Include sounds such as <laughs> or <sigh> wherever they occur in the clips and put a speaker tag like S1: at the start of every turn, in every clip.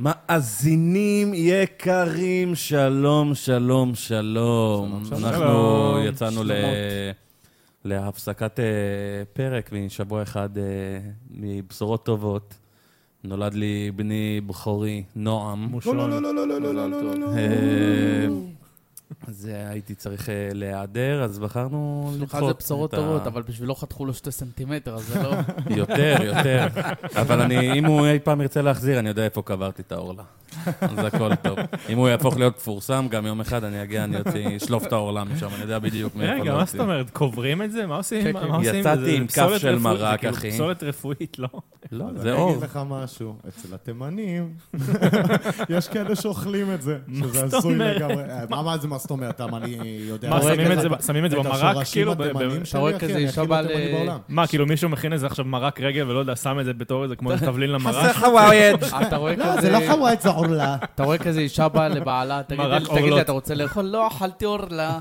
S1: מאזינים יקרים, שלום, שלום, שלום.
S2: שלום,
S1: אנחנו
S2: שלום.
S1: יצאנו ל...
S2: שלומות.
S1: להפסקת אה, פרק משבוע אחד אה, מבשורות טובות. נולד לי בני בכורי, נועם.
S2: לא, לא, לא, לא, לא, לא, לא, לא, לא, לא.
S1: אה, אז אה, הייתי צריך אה, להיעדר, אז בחרנו
S3: שלך
S1: לדחות
S3: זה
S1: את
S3: בשורות
S1: ה-
S3: טובות, אבל בשבילו חתכו לו שתי סנטימטר, אז זה לא...
S1: יותר, יותר. אבל אני, אם הוא אי פעם ירצה להחזיר, אני יודע איפה קברתי את האורלה. אז הכל טוב. אם הוא יהפוך להיות מפורסם, גם יום אחד אני אגיע, אני אוציא, אשלוף את האורלה משם, אני יודע בדיוק מאיפה
S4: רגע, מה זאת אומרת? קוברים את זה? מה עושים?
S3: כן,
S4: מה
S3: כן.
S4: מה עושים?
S1: יצאתי
S4: זה-
S1: עם
S4: זה פסולת
S1: כף של
S4: רפואית, זה
S1: מרק,
S4: כאילו
S1: אחי.
S4: פסולת רפואית, לא?
S1: לא,
S2: אז
S1: זה
S2: אני
S1: אור.
S2: אגיד לך משהו, אצל התימנים, יש כאלה שאוכלים את זה,
S4: מה
S2: שזה
S4: זאת
S2: הזוי
S4: אומרת?
S2: לגמרי. אה, מה מה זה מה זאת אומרת? אבל אני יודע...
S4: מה,
S3: אתה רואה
S4: שמים את
S3: כזה-
S4: זה- שמים את זה במרק? כאילו, ב- ב-
S3: אתה רואה כזה אישה בעל-
S4: מה, כאילו מישהו מכין איזה עכשיו מרק רגל ולא יודע, שם את זה בתור איזה כמו איזה תבלין למרק?
S3: אה, אתה רואה
S2: לא, זה לא
S3: כזה...
S2: חוואי, זה עורלה.
S3: אתה רואה כזה אישה באה לבעלה, תגיד
S4: מרק
S3: לי, תגיד
S4: אורלות.
S3: לי, אתה רוצה לאכול? לא, אכלתי כן. אורלה.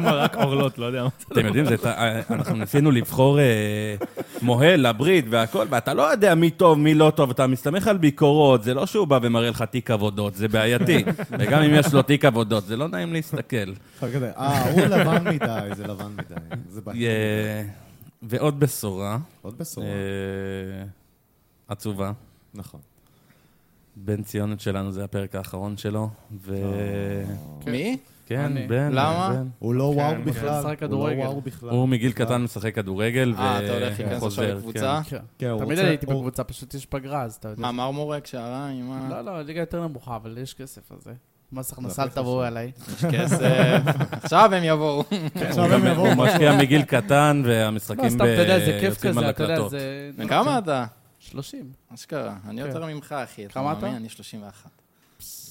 S4: מרק אורלות, לא יודע.
S1: אתם יודעים, זה- אה, אנחנו ניסינו לבחור אה, מוהל לברית והכל, ואתה לא יודע מי טוב, מי לא טוב, אתה מסתמך על ביקורות, זה לא שהוא בא ומראה לך תיק עבודות, זה בעייתי. וגם אם יש לו תיק עבודות, זה לא נעים להסתכל.
S2: אחר כזה, אה, הוא לבן מדי, זה לבן מדי. זה בעיה.
S1: אה, ועוד בשורה.
S2: עוד בשורה.
S1: אה, עצובה.
S2: נכון.
S1: בן ציונת שלנו, זה הפרק האחרון שלו, ו...
S5: מי?
S1: כן,
S3: אני.
S1: בן.
S5: אה, למה?
S1: בן.
S2: הוא לא וואו
S4: כן,
S2: בכלל.
S3: משחק
S2: הוא
S3: כדורגל.
S2: לא וואו בכלל.
S1: הוא מגיל קטן משחק כדורגל,
S5: אה, אתה הולך להיכנס עכשיו
S1: וחוזר,
S5: לקבוצה?
S3: כן.
S2: כן, הוא
S3: תמיד
S2: רוצה-
S3: אני הייתי
S2: הוא-
S3: בקבוצה, פשוט יש פגרה, אז
S1: כן.
S3: אתה יודע.
S5: מה, מרמורק, שעריים, מה?
S3: לא, לא, ליגה יותר נמוכה, אבל יש כסף על זה. מס
S2: זה
S3: הכנסה, אל
S2: הכי חשוב.
S3: תבואו עליי.
S5: יש כסף.
S2: <laughs>
S5: עכשיו הם יבואו.
S1: כן.
S2: עכשיו
S1: הוא גם-
S2: הם יבואו.
S1: הוא משקיע מגיל קטן,
S3: לא,
S1: והמשחקים
S3: סתם, אתה יודע, זה
S1: ב-
S3: כיף
S1: יוצאים על
S3: כזה, אתה יודע,
S1: הקלטות.
S3: זה...
S5: בן
S2: כן.
S5: כמה אתה?
S3: 30.
S5: מה שקרה? אני
S3: כן.
S5: יותר ממך, אחי. אתה
S3: כמה אתה?
S5: מאמין? אני 31.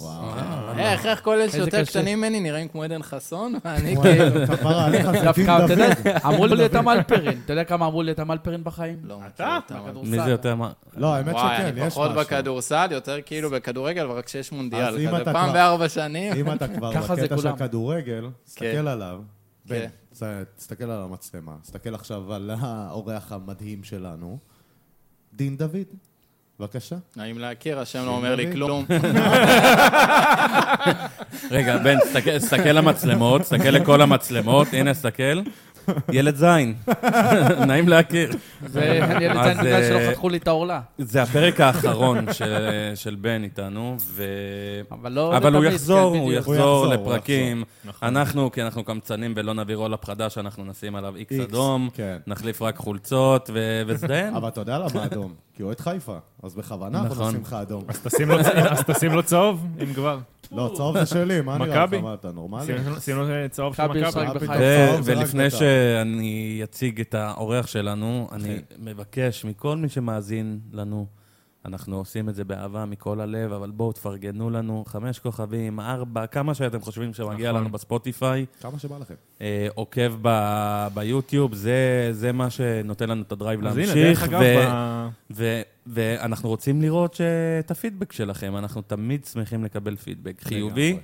S2: וואו.
S5: איך, איך כל אלה שיותר
S3: קשה.
S5: קטנים ממני נראים כמו עדן חסון,
S2: <laughs>
S5: ואני כאילו...
S2: וואי, כפרה עליך, זה דין
S3: דווקא,
S2: <laughs>
S3: אתה יודע,
S2: דוד.
S3: אמרו לי את המלפרין. אתה יודע כמה אמרו לי את המלפרין בחיים?
S5: לא מכיר
S4: אתה?
S5: אותם, אבל-
S1: מי זה יותר מה?
S2: לא, האמת
S5: וואי,
S2: שכן,
S5: אני
S2: יש
S5: פחות
S2: משהו.
S5: בכדורסל, יותר כאילו בכדורגל, אבל רק כשיש מונדיאל.
S2: אז אם
S5: כזה
S2: אתה
S5: פעם
S2: כבר-
S5: בארבע שנים.
S2: אם אתה כבר
S3: ככה זה
S2: בקטע של
S3: כולם.
S2: כדורגל, תסתכל
S5: כן.
S2: עליו. בן,
S5: כן.
S2: ת- תסתכל על המצלמה, תסתכל עכשיו על האורח המדהים שלנו, דין דוד. בבקשה.
S5: נעים להכיר, השם לא אומר לי
S2: <laughs>
S5: כלום. <laughs>
S1: רגע, בן, תסתכל- תסתכל למצלמות, תסתכל לכל המצלמות, הנה, תסתכל. ילד זין. <laughs> נעים להכיר.
S3: זה ילד
S1: אז,
S3: זין בגלל
S1: אה,
S3: שלא חתכו לי את העורלה.
S1: זה הפרק האחרון של- של בן איתנו, ו...
S3: אבל לא...
S1: אבל הוא
S3: לתמיד,
S1: יחזור,
S3: כן,
S1: הוא
S3: בדיוק.
S2: הוא יחזור,
S1: יחזור
S2: הוא
S1: לפרקים.
S4: נכון.
S1: אנחנו, כי אנחנו קמצנים ולא נביא רולאפ חדש, אנחנו נשים עליו איקס
S2: איקס,
S1: אדום,
S2: כן.
S1: נחליף רק חולצות ו- וזדיין.
S2: אבל אתה יודע
S1: <laughs>
S2: למה אדום? כי הוא אוהד חיפה, אז בכוונה אנחנו
S1: נכון.
S2: עושים לך
S1: <laughs>
S2: אדום.
S4: אז תשים לו- <laughs> אז תשים לו צהוב, אם כבר.
S2: לא, צהוב זה שלי, מה נראה לך?
S4: מכבי?
S2: מה, אתה נורמלי?
S4: שים- שים לו אה, צהוב של
S3: מכבי
S4: מכבי.
S3: ישראל.
S2: מה פתאום,
S1: ו-
S2: צהוב זה רק
S1: כן. ולפני
S2: בית"ר.
S1: שאני אציג את האורח שלנו, אני מבקש מכל מי שמאזין לנו, אנחנו עושים את זה באהבה מכל הלב, אבל בואו תפרגנו לנו, חמש כוכבים, ארבע, כמה שאתם חושבים שמגיע
S4: נכון.
S1: לנו בספוטיפיי.
S2: כמה שבא לכם.
S1: אה, עוקב ב- ביוטיוב, זה, זה מה שנותן לנו את הדרייב
S4: אז
S1: להמשיך.
S4: הנה, דרך אגב,
S1: ו-
S4: ב-
S1: ו- ואנחנו רוצים לראות ש- את הפידבק שלכם, אנחנו תמיד שמחים לקבל פידבק חיובי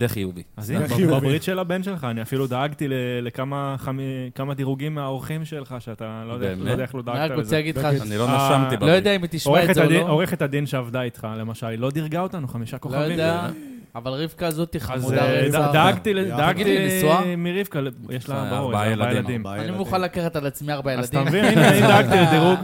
S1: וחיובי.
S4: אז הנה,
S2: חיובי.
S4: בברית של הבן שלך, אני אפילו דאגתי ל- לכמה חמי- כמה דירוגים מהאורחים שלך, שאתה לא יודע לא
S1: באמת?
S4: יודע איך לא
S3: אני רק
S4: דאגת
S3: רוצה
S4: לזה.
S3: להגיד לך,
S2: בגלל-
S1: אני לא
S4: אה,
S1: נשמתי
S3: לא
S1: בברית.
S3: יודע אם היא תשמע את
S4: עורכת
S3: זה או
S4: הדין-
S3: לא.
S4: עורכת הדין שעבדה איתך, למשל, היא לא דירגה אותנו, חמישה
S3: לא
S4: כוכבים.
S3: יודע, אבל רבקה הזאת
S4: אה? אז
S3: חמודה
S4: אה,
S2: רבקה.
S4: ד-
S3: רצח.
S4: דאגתי ל-
S2: יחד.
S4: דאגתי
S3: היא נשואה?
S4: מרבקה, ל- יש לה,
S1: ארבעה
S4: ברור, יש לה אה, ארבעה
S1: ילדים,
S4: ילדים.
S2: ארבעה
S3: אני
S2: ילדים.
S3: מוכן לקחת על עצמי ארבע
S4: אז אתה
S3: ילדים.
S4: מבין, הנה, אני דאגתי לדירוג.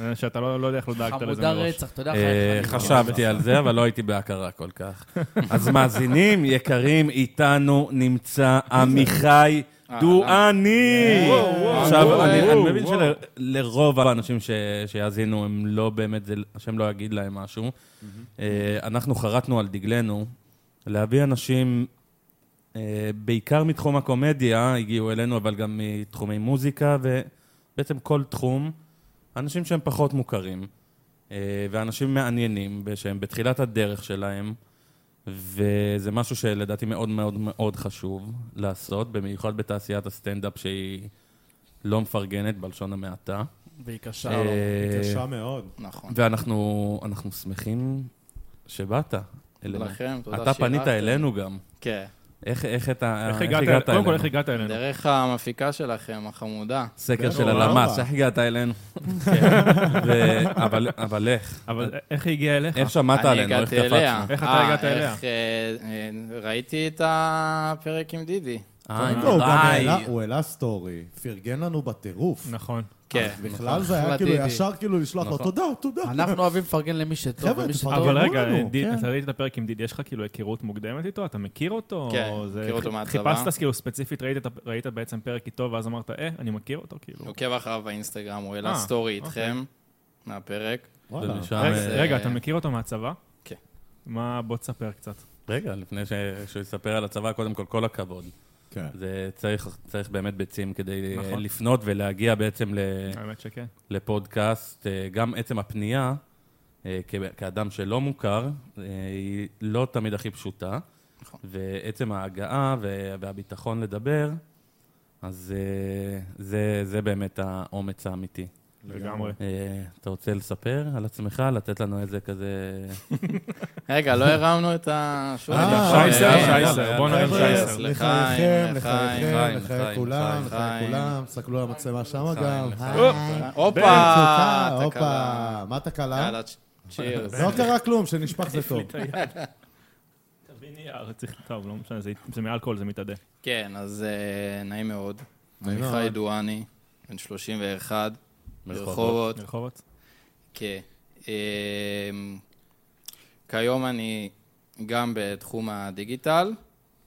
S4: אה, שאתה לא לא יודע איך לא דאגת לזה
S3: חמודה
S4: מראש.
S3: רצח, אתה יודע,
S1: אה,
S3: חייך.
S1: חשבתי על זה, אבל לא הייתי בהכרה כל כך. אז מאזינים יקרים, איתנו נמצא עמיחי
S5: אה,
S1: דואני.
S4: וואו, וואו,
S1: עכשיו,
S5: וואו,
S1: אני אני
S4: וואו,
S1: מבין
S4: וואו.
S1: שלרוב האנשים ש- שיאזינו, הם לא באמת, זה- השם לא יגיד להם משהו. אה, אנחנו חרטנו על דגלנו להביא אנשים, אה, בעיקר מתחום הקומדיה, הגיעו אלינו, אבל גם מתחומי מוזיקה, ובעצם כל תחום, אנשים שהם פחות מוכרים, אה, ואנשים מעניינים, שהם בתחילת הדרך שלהם, וזה משהו שלדעתי מאוד מאוד מאוד חשוב לעשות, במיוחד בתעשיית הסטנדאפ שהיא לא מפרגנת, בלשון המעטה.
S3: והיא קשה.
S1: אה,
S2: קשה מאוד.
S5: נכון.
S1: ואנחנו אנחנו שמחים שבאת אלינו.
S5: לכם, תודה
S1: אתה פנית
S5: שאירחתם.
S1: אלינו גם.
S5: כן.
S1: איך, איך, את ה...
S4: אה, איך הגעת? קודם כל,
S1: אלינו?
S4: איך הגעת אלינו?
S5: דרך המפיקה שלכם, החמודה.
S1: סקר
S2: דרך
S1: של
S2: נורא.
S1: הלמ"ס, איך הגעת <laughs> אלינו? כן. ו- אבל- אבל איך?
S4: אבל אה, איך היא הגיעה אליך?
S1: איך שמעת
S5: אני
S1: עלינו? איך
S5: הגעתי אליה.
S1: קפצנו?
S4: איך אתה
S5: אה,
S4: הגעת אליה?
S5: איך, אה, אה, ראיתי את הפרק עם דידי.
S1: אה,
S2: לא, הוא גם
S1: די.
S2: העלה- הוא העלה סטורי, פרגן לנו בטירוף.
S4: נכון.
S5: כן.
S2: אז בכלל זה היה כאילו
S3: החלטתי.
S2: ישר כאילו לשלוח לו תודה, תודה.
S3: אנחנו אוהבים לפרגן למי שטוב
S2: חבר'ה,
S3: ומי שטוב.
S2: תפרגנו.
S4: אבל רגע,
S2: לנו,
S4: די-
S2: כן.
S4: אתה ראית את הפרק עם דידי, יש לך כאילו היכרות מוקדמת איתו? אתה מכיר אותו?
S5: כן,
S4: או זה-
S5: מכיר אותו
S4: ח-
S5: מהצבא.
S4: חיפשת כאילו ספציפית, ראית את ה- ראית בעצם פרק איתו, ואז אמרת, אה, אני מכיר אותו, כאילו.
S5: עוקב אחריו באינסטגרם, הוא העלה
S4: אה,
S5: סטורי
S4: אוקיי.
S5: איתכם מהפרק.
S2: וואלה.
S1: ומשם,
S4: רגע,
S1: אה,
S4: רגע, אתה מכיר אותו מהצבא?
S5: כן.
S4: מה, בוא תספר קצת.
S1: רגע, לפני ש- שהוא יספר על הצבא, קודם כל, כל הכבוד.
S2: כן.
S1: זה צריך, צריך באמת ביצים כדי
S4: נכון.
S1: נכון. לפנות ולהגיע בעצם ל,
S4: האמת שכן.
S1: לפודקאסט. אה, גם עצם הפנייה, אה, כ- כאדם שלא מוכר, אה, היא לא תמיד הכי פשוטה.
S5: נכון.
S1: ועצם ההגעה ו- והביטחון לדבר, אז אה, זה, זה באמת האומץ האמיתי.
S4: לגמרי.
S1: אה, אתה רוצה לספר על עצמך? לתת לנו איזה כזה...
S5: רגע, לא הרמנו את השור.
S2: אה,
S4: שייסר,
S1: אה,
S4: שייסר,
S1: אה,
S4: בוא נרים
S2: חבר'ה,
S4: שייסר.
S5: לחיים,
S2: לחייכם,
S5: לחיים,
S2: לחייכם,
S1: לחיים,
S2: לחיי
S1: לחיים,
S2: כולם, לחיי
S5: לחיים.
S2: כולם, תסתכלו על המצלמה שמה גם.
S1: לחיים,
S2: היי.
S1: לחיים.
S5: אה, הופה,
S2: תקלה,
S5: תקלה.
S2: הופה, מה תקלה?
S5: יאללה, צ'ירס.
S2: לא קרה כלום, שנשפך זה
S4: <laughs>
S2: טוב.
S4: תביא נייר, צריך, טוב, לא משנה, זה- זה מאלכוהול, זה מתאדה.
S5: כן, אז אה, נעים מאוד.
S2: נעים
S5: עמיחי
S2: מאוד.
S5: דואני, בן 31, מרחובות.
S4: רחובות?
S5: כן. אה, כיום אני גם בתחום הדיגיטל.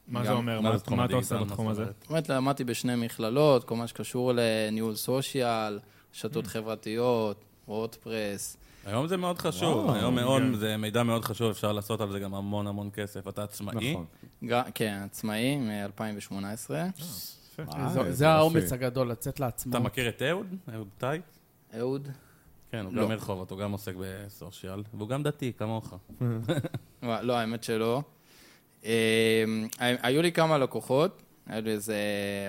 S4: מה
S5: גם-
S4: זה אומר?
S1: מה
S4: מה-
S1: זה תחום
S4: מה אתה
S1: הדיגיטל?
S4: עושה בתחום
S1: מה
S4: הזה?
S1: זאת אומרת?
S5: זאת אומרת, למדתי בשני מכללות, כל מה שקשור לניהול סושיאל, רשתות חברתיות, וורדפרס.
S1: היום זה מאוד חשוב,
S2: וואו,
S1: היום מאוד,
S4: כן.
S1: זה מידע מאוד חשוב, אפשר לעשות על זה גם המון המון כסף. אתה עצמאי,
S2: נכון.
S5: ג- כן, עצמאי מ-2018.
S2: וואי,
S3: אה, זה-
S2: איזה
S3: זה האומץ
S2: נכון. אה, יופי.
S3: הגדול, לצאת
S1: אתה
S3: לעצמאות.
S1: מכיר את אהוד? אהוד טייט?
S5: אהוד?
S1: כן, הוא
S5: לא.
S1: גם מרחובות, הוא גם עוסק בסושיאל, והוא גם דתי, כמוך.
S5: וואי, לא, האמת שלא. אה, היו לי כמה לקוחות, היו לי איזה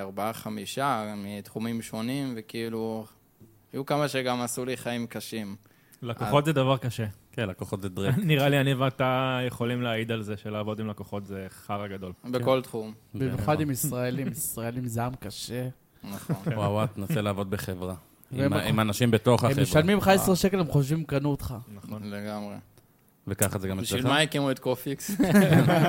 S5: ארבעה, חמישה, מתחומים שונים, וכאילו, היו כמה שגם עשו לי חיים קשים.
S4: לקוחות זה דבר קשה.
S1: כן, לקוחות זה דרק.
S4: נראה לי אני ואתה יכולים להעיד על זה שלעבוד עם לקוחות זה חרא גדול.
S5: בכל תחום,
S3: במיוחד עם ישראלים, ישראלים זה עם קשה.
S5: נכון.
S1: וואו, וואו, תנסה לעבוד בחברה. עם
S3: והם-
S1: ה- עם אנשים בתוך
S3: הם
S1: החברה. אה,
S3: משלמים לך
S4: אה.
S3: 10 שקל, הם חושבים קנו אותך.
S4: נכון.
S5: לגמרי.
S1: וככה זה גם אצלך.
S5: בשביל מה הקימו את קופיקס? <laughs>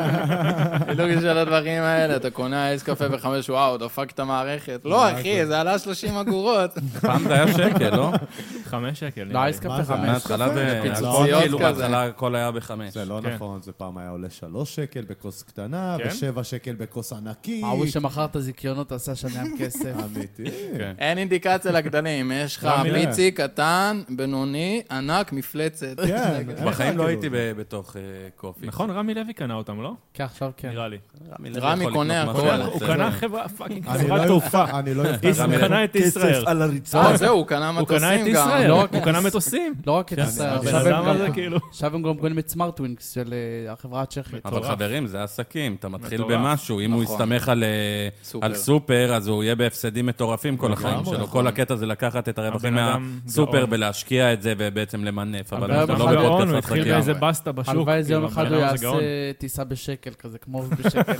S5: בדיוק בשביל הדברים האלה, אתה קונה אייס קפה בחמש, וואו, דפק את המערכת. לא, אחי, זה עלה 30 אגורות.
S1: פעם זה היה שקל, לא?
S4: חמש שקל
S3: לא,
S4: נראה לי.
S3: אייס
S2: מה
S3: קפה
S2: זה?
S3: חמש.
S1: מההתחלה זה...
S5: פיצוציות
S1: הכל כאילו
S5: כזה.
S1: בהתחלה הכל היה בחמש.
S2: זה לא
S4: כן.
S2: נכון, זה פעם היה עולה שלוש שקל בכוס קטנה,
S4: כן?
S2: ושבע שקל בכוס ענקית.
S3: ההוא שמכר את הזיכיונות עשה שנה עם כסף.
S4: אה.
S2: אמיתי.
S1: כן.
S5: אין אינדיקציה לגדלים, יש לך
S4: לא, מילה.
S5: מיצי קטן, בינוני, ענק, מפלצת.
S2: כן.
S1: בחיים לא הייתי ב- בתוך אה, קופי.
S4: נכון, רמי לוי קנה אותם, לא?
S3: כן, עכשיו כן.
S4: נראה לי.
S5: רמי קונה הכל.
S4: הוא קנה חברה פאקינג
S2: אני לא
S4: חברת תעופה.
S2: יופתע, אני לא יופתע.
S4: הוא
S1: רמי לוי.
S4: קנה את ישראל.
S2: על הריצה.
S5: אה, זהו, הוא קנה
S4: הוא קנה את
S5: מטוסים גם.
S4: ישראל.
S3: לא רק
S4: הוא
S3: את
S4: קנה
S3: ישראל.
S4: מטוסים.
S3: לא רק את ישראל,
S4: הבן
S3: עכשיו הם
S4: אדם הזה
S3: גם-
S4: כאילו.
S3: עכשיו הם גם קונים את סמארטווינקס של אה, החברה הצ'כית.
S1: אבל חברים, זה עסקים, אתה מתחיל
S4: מטורף.
S1: במשהו. אם הוא
S5: נכון.
S1: יסתמך על, אה,
S5: סופר.
S1: על סופר, אז הוא יהיה בהפסדים מטורפים כל החיים
S2: נכון.
S1: שלו. כל הקטע זה לקחת את הרווחים
S4: הבן אדם
S1: מהסופר
S4: גאון.
S1: ולהשקיע את זה ובעצם למנף. אבל
S3: הבן
S1: אנחנו
S3: אדם
S1: לא
S4: לא
S3: אחד
S4: גאון, הוא
S1: בפודקאסט
S4: התחיל
S1: חקירה.
S4: באיזה בסטה בשוק.
S3: הלוואי איזה יום
S4: כאילו,
S3: אחד
S4: הבן
S3: הוא
S4: אדם הזה
S3: יעשה
S4: גאון.
S3: טיסה בשקל כזה, כמו <laughs> עוף
S4: <laughs>
S3: בשקל.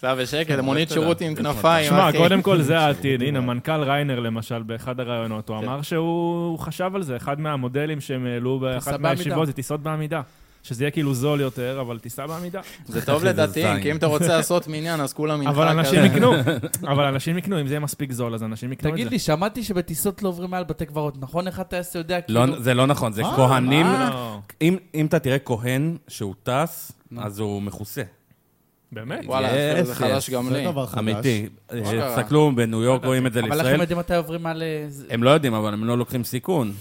S5: זה בשקל, מונית שירות עם כנפיים,
S4: שמע,
S3: אוקיי.
S5: אחי.
S4: קודם כל זה העתיד. הנה, מנכ"ל ריינר, למשל, באחד הראיונות,
S3: כן.
S4: הוא אמר שהוא הוא חשב על זה. אחד מהמודלים שהם העלו
S3: טיסה
S4: באחת
S3: בעמידה.
S4: מהישיבות זה טיסות בעמידה. שזה יהיה כאילו זול יותר, אבל טיסה
S3: <laughs>
S4: בעמידה.
S5: זה טוב
S1: אחי, <laughs> זה
S5: לדתיים,
S1: זין.
S5: כי אם אתה רוצה לעשות מניין, אז כולם מנחה
S4: אבל אנשים
S5: כזה.
S3: <laughs>
S4: יקנו. אבל אנשים יקנו, אם זה יהיה מספיק זול, אז אנשים יקנו את זה.
S3: תגיד לי, שמעתי שבטיסות לא עוברים מעל בתי קברות, נכון? איך הטייס יודע, כאילו...
S1: לא, זה לא נכון, זה
S2: אה,
S1: כהנים.
S4: לא.
S1: אם אם אתה תראה כהן שהוא טס, אז הוא מכוסה.
S4: באמת?
S5: וואלה,
S1: Yes,
S5: אפילו זה חדש
S1: yes.
S5: גם
S2: זה
S5: לי.
S2: דבר חדש.
S1: אמיתי. אה,
S5: קרה?
S1: תסתכלו, בניו יורק רואים את זה
S3: אבל איך הם
S1: לישראל.
S3: יודעים מתי עוברים מעל... אה, זה-
S1: הם לא יודעים, אבל הם לא לוקחים סיכון.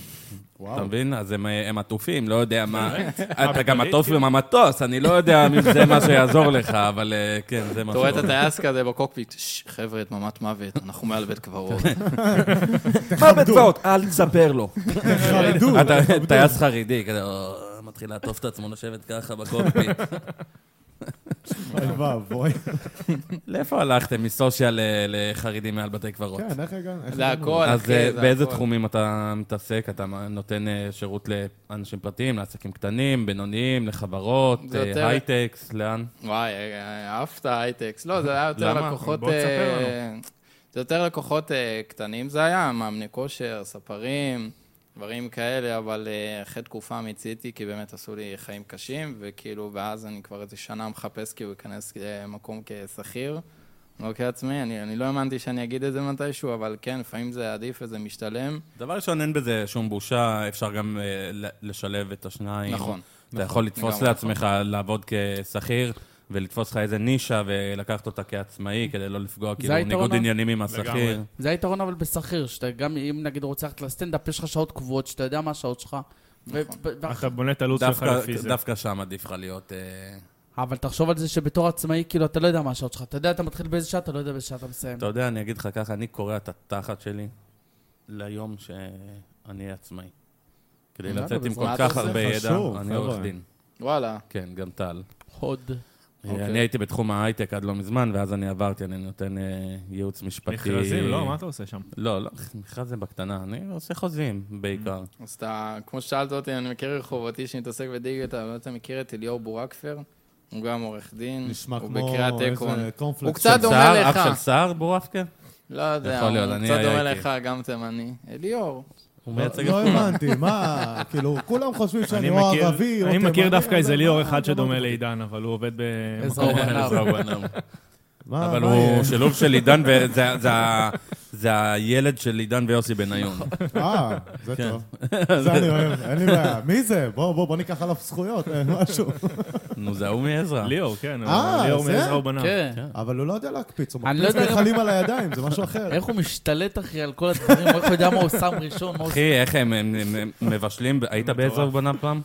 S2: וואו.
S1: אתה מבין? אז הם- הם עטופים, לא יודע מה. אתה
S4: אבל
S1: גם
S4: תגיד,
S1: עטוף עם המטוס, אני לא יודע אם זה מה שיעזור לך, אבל אה, כן, זה מה
S5: אתה
S1: <laughs>
S5: רואה את
S1: שעובד.
S5: הטייס כזה בקוקפיט, "ששש, חבר'ה, את דממת מוות, אנחנו מעל בית
S1: <laughs>
S5: קברות. <laughs>
S1: מה בצעות? אל תספר לו.
S2: חרדו.
S1: אתה "אה, <laughs> טייס חרדי, כזה, "או, מתחיל לעטוף את עצמו, לשבת ככה בקוקפיט.
S2: אוי <laughs> ואבוי.
S1: לאיפה הלכתם מסושיאל ל- לחרדים מעל בתי קברות?
S2: כן, איך הגענו? איך
S5: זה
S2: הגענו?
S5: הכל.
S1: אז
S5: אחי,
S1: אה,
S5: זה
S1: באיזה
S5: הכל.
S1: תחומים אתה מתעסק? אתה נותן אה, שירות לאנשים פרטיים, לעסקים קטנים, בינוניים, לחברות,
S5: זה
S1: אה,
S5: יותר-
S1: הייטקס, לאן?
S5: וואי, אה, אהבת הייטקס. לא, זה היה יותר
S1: למה?
S5: לקוחות...
S4: בוא תספר
S5: אה, זה יותר לקוחות אה, קטנים זה היה, מאמני כושר, ספרים, דברים כאלה, אבל אה, אחרי תקופה מיציתי, כי באמת עשו לי חיים קשים, וכאילו, ואז אני כבר איזה שנה מחפש כאילו להיכנס למקום כשכיר. לא כעצמי, אני, אני לא האמנתי שאני אגיד את זה מתישהו, אבל כן, לפעמים זה עדיף וזה משתלם.
S1: דבר ראשון, אין בזה שום בושה, אפשר גם אה, ל- לשלב את השניים.
S5: נכון.
S1: אתה יכול לתפוס
S5: לגמרי
S1: לעצמך, לעבוד כשכיר, ולתפוס לך איזה נישה ולקחת אותה כעצמאי, כדי לא לפגוע, כאילו,
S3: היתרון
S1: ניגוד
S3: ה-
S1: עניינים עם
S4: לגמרי.
S1: השכיר.
S3: זה היתרון אבל בשכיר, שאתה גם, אם נגיד רוצה ללכת לסטנדאפ, יש לך שעות קבועות, שאתה יודע מה השעות שלך. ו-
S5: נכון.
S3: ו-
S4: אתה בונה את הלו"ז שלך
S1: דווקא-
S4: לפי זה.
S1: דווקא שם עדיף לך להיות... אה,
S3: אבל תחשוב על זה שבתור עצמאי, כאילו, אתה לא יודע מה השעות שלך. אתה יודע, אתה מתחיל באיזה שעה, אתה לא יודע באיזה שעה אתה מסיים.
S1: אתה יודע, אני אגיד לך ככה, אני קורע את התחת שלי ליום שאני אהיה עצמאי. כדי
S3: יאללה,
S1: לצאת עם
S3: בעזרת
S1: כל
S5: השם.
S1: כך הרבה ידע,
S2: חשוב,
S1: אני
S2: חבר'ה.
S1: עורך דין.
S5: וואלה.
S1: כן, גם טל.
S3: עוד.
S1: אה.
S5: אוקיי.
S1: אני הייתי בתחום ההייטק עד לא מזמן, ואז אני עברתי, אני נותן אה, ייעוץ משפטי.
S4: מכרזים, לא? מה אתה עושה שם?
S1: לא, לא, מכרז זה בקטנה, אני עושה חוזים בעיקר.
S5: אז אתה, כמו ששאלת אותי, אני מכיר רחובתי שמתעסק בדיגיטל, אבל אתה מכיר את אליאור בורקפר? הוא גם עורך דין,
S2: נשמע
S5: הוא
S2: כמו
S5: בקריית עקרון.
S2: איזה קונפלקס.
S5: הוא קצת
S2: של-
S5: דומה
S1: סער,
S5: לך.
S1: אח של סער בורפקה?
S5: לא יודע,
S1: יכול
S5: הוא
S1: להיות, אני
S5: קצת
S1: הייתי.
S5: דומה לך, גם תימני. אליאור.
S1: הוא
S2: לא-
S1: מייצג את
S2: לא
S1: כולם.
S2: הבנתי, מה, כאילו, כולם חושבים
S4: אני
S2: שאני או
S4: מכיר-
S2: ערבי או
S4: אני מכיר
S2: תימני,
S4: דווקא
S2: אני
S4: איזה
S2: לא יודע
S4: ליאור
S2: מה,
S4: אחד
S2: אני לא
S4: שדומה
S2: יודע.
S4: לעידן, אבל הוא עובד ב...
S3: עזרא וואנאב.
S1: עזרא וואנאב.
S2: מה-
S1: אבל
S2: אה, מה
S1: הוא
S2: יש?
S1: שילוב של עידן, וזה זה ה- זה הילד של עידן ויוסי בניון.
S2: אה, זה
S4: כן.
S2: טוב. זה אני אוהב, אין לי בעיה. מי זה? בוא, בוא, בוא ניקח עליו זכויות, אה, משהו.
S1: נו, זה ההוא מעזרא.
S4: ליאור, כן. הוא-
S2: אה,
S4: ליאור
S2: זה?
S4: מעזרא ובניו.
S3: כן.
S2: אבל הוא לא יודע להקפיץ, הוא
S3: אני
S2: מקפיץ
S3: לא יודע
S2: מכלים על הידיים, זה משהו
S5: <laughs>
S2: אחר.
S3: איך הוא משתלט, אחי, על כל הדברים, איך הוא יודע מה הוא שם ראשון, מה הוא...
S1: אחי, איך הם הם- הם- הם מבשלים, ב- היית בעזרא ובניו פעם?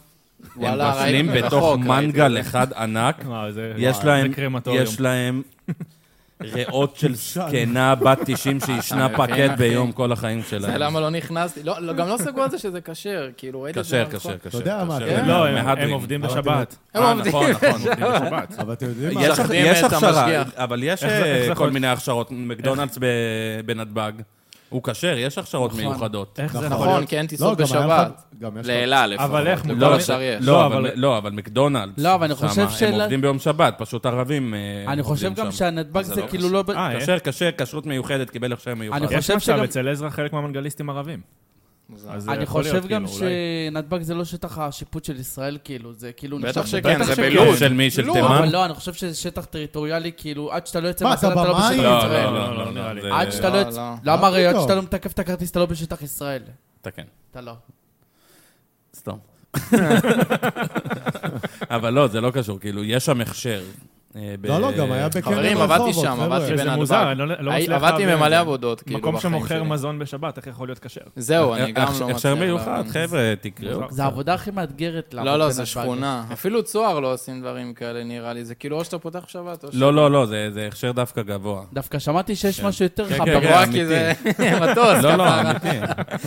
S1: הם
S5: וואלה,
S1: מבשלים
S5: ראיתי
S1: בתוך
S5: מרחוק,
S1: מנגל
S5: ראיתי.
S1: אחד ענק,
S4: וואו, זה-
S1: יש
S4: וואו,
S1: להם,
S4: זה קרמטוריום.
S1: יש להם ריאות של זקנה בת 90 שישנה
S5: אתה מבין,
S1: פקד
S5: אחי?
S1: ביום כל החיים
S5: זה
S1: שלהם.
S5: למה לא נכנסתי, לא, לא, גם לא סגרו על זה שזה כשר, כאילו, ראיתי את זה
S1: כשר,
S5: מרחוק.
S1: כשר, כשר.
S2: אתה יודע מה,
S1: כשר. אה,
S2: כן.
S4: לא, הם- הם
S1: מהדרין.
S4: עובדים
S2: אבל
S4: בשבת.
S5: הם
S1: אה,
S5: עובדים.
S1: נכון, נכון, עובדים בשבת.
S2: אבל אתם יודעים מה? לא,
S1: יש-
S5: משחדים
S1: יש
S5: את
S1: הכשרה,
S5: המשגיח.
S1: אבל יש
S4: איך זה-
S1: אה,
S4: איך זה יכול
S1: כל
S4: להיות?
S1: מיני הכשרות. מקדונלדס ב- בנתב"ג, הוא כשר, יש הכשרות
S3: נכון.
S1: מיוחדות.
S4: איך זה יכול
S5: נכון,
S4: להיות?
S5: כי אין
S2: לא,
S5: טיסות
S2: גם היה
S5: בשבת.
S2: לך- גם יש לך-
S5: לאלה לפחות.
S4: אבל איך-
S5: לכל
S1: לא,
S5: השאר יש.
S1: לא,
S4: לא,
S1: אבל-
S4: אבל-
S1: לא, אבל מקדונלדס,
S3: לא, אבל אני חושב
S1: שמה, הם
S3: של-
S1: עובדים ביום שבת, פשוט ערבים אה, עובדים שם.
S3: אני חושב גם שהנתב"ג
S1: זה
S3: זה
S1: לא
S3: כאילו לא... ב-
S4: אה,
S1: כשר, כשר, כשרות מיוחדת, קיבל הכשר מיוחד. לא,
S3: אני
S4: יש
S3: חושב
S4: מצב,
S3: שגם-
S4: אצל עזרא חלק מהמנגליסטים ערבים.
S5: מוזר.
S4: אז זה
S3: אני
S4: יכול להיות,
S3: חושב גם
S4: כאילו, אולי.
S3: שנתב"ג זה לא שטח השיפוט של ישראל, כאילו, זה כאילו...
S4: לא,
S5: בטח
S3: נחשב-
S5: שכן, זה
S3: שכן.
S5: בלוד.
S1: של מי? של
S5: לא,
S3: לא,
S1: תימן?
S3: אבל לא, אני חושב שזה שטח טריטוריאלי, כאילו, עד שאתה לא יוצא
S2: מה,
S3: מהסל,
S2: אתה
S3: אתה לא
S2: במים?
S3: בשטח
S1: לא,
S3: ישראל.
S1: לא, לא,
S4: לא,
S1: לא,
S4: נראה לי.
S1: זה-
S3: עד שאתה לא
S5: לא,
S3: יוצא...
S5: לא.
S3: למה הרי עד
S2: פתאום?
S3: שאתה לא מתקף את הכרטיס, אתה לא בשטח ישראל.
S1: תקן,
S3: אתה לא.
S1: כן. סתום. אבל לא, זה לא קשור, כאילו, יש שם הכשר. אה, ב-
S2: לא, לא, גם היה בקרן
S5: חברים, עבדתי שם,
S2: חבר'ה.
S5: עבדתי
S4: שזה
S5: בנתב"ג.
S4: מוזר, אני לא- לא
S5: הי-
S4: מצליח
S5: עבדתי
S4: להבין.
S5: ממלא עבודות, כאילו,
S4: מקום
S5: בחיים
S4: שמוכר
S5: שלי.
S4: מזון בשבת, איך יכול להיות כשר?
S5: זהו, אני גם לא מצליח
S1: אה, הכשר מיוחד,
S5: להבין.
S1: חבר'ה, תקראו.
S4: מוזר.
S3: זה העבודה הכי מאתגרת לעבוד
S5: לא, לא, זה
S3: בנתב"ג.
S5: שכונה.
S3: <laughs>
S5: אפילו צוהר לא עושים דברים כאלה, נראה לי. זה כאילו או שאתה פותח בשבת או ש...
S1: לא, לא, לא, זה זה הכשר דווקא גבוה.
S3: דווקא שמעתי שיש משהו יותר
S1: כן,
S3: חם,
S1: כן,
S5: גבוה
S1: אמיתי.
S5: כי זה <laughs> מטוס.
S1: לא, לא,
S5: כפרה.
S1: אמיתי.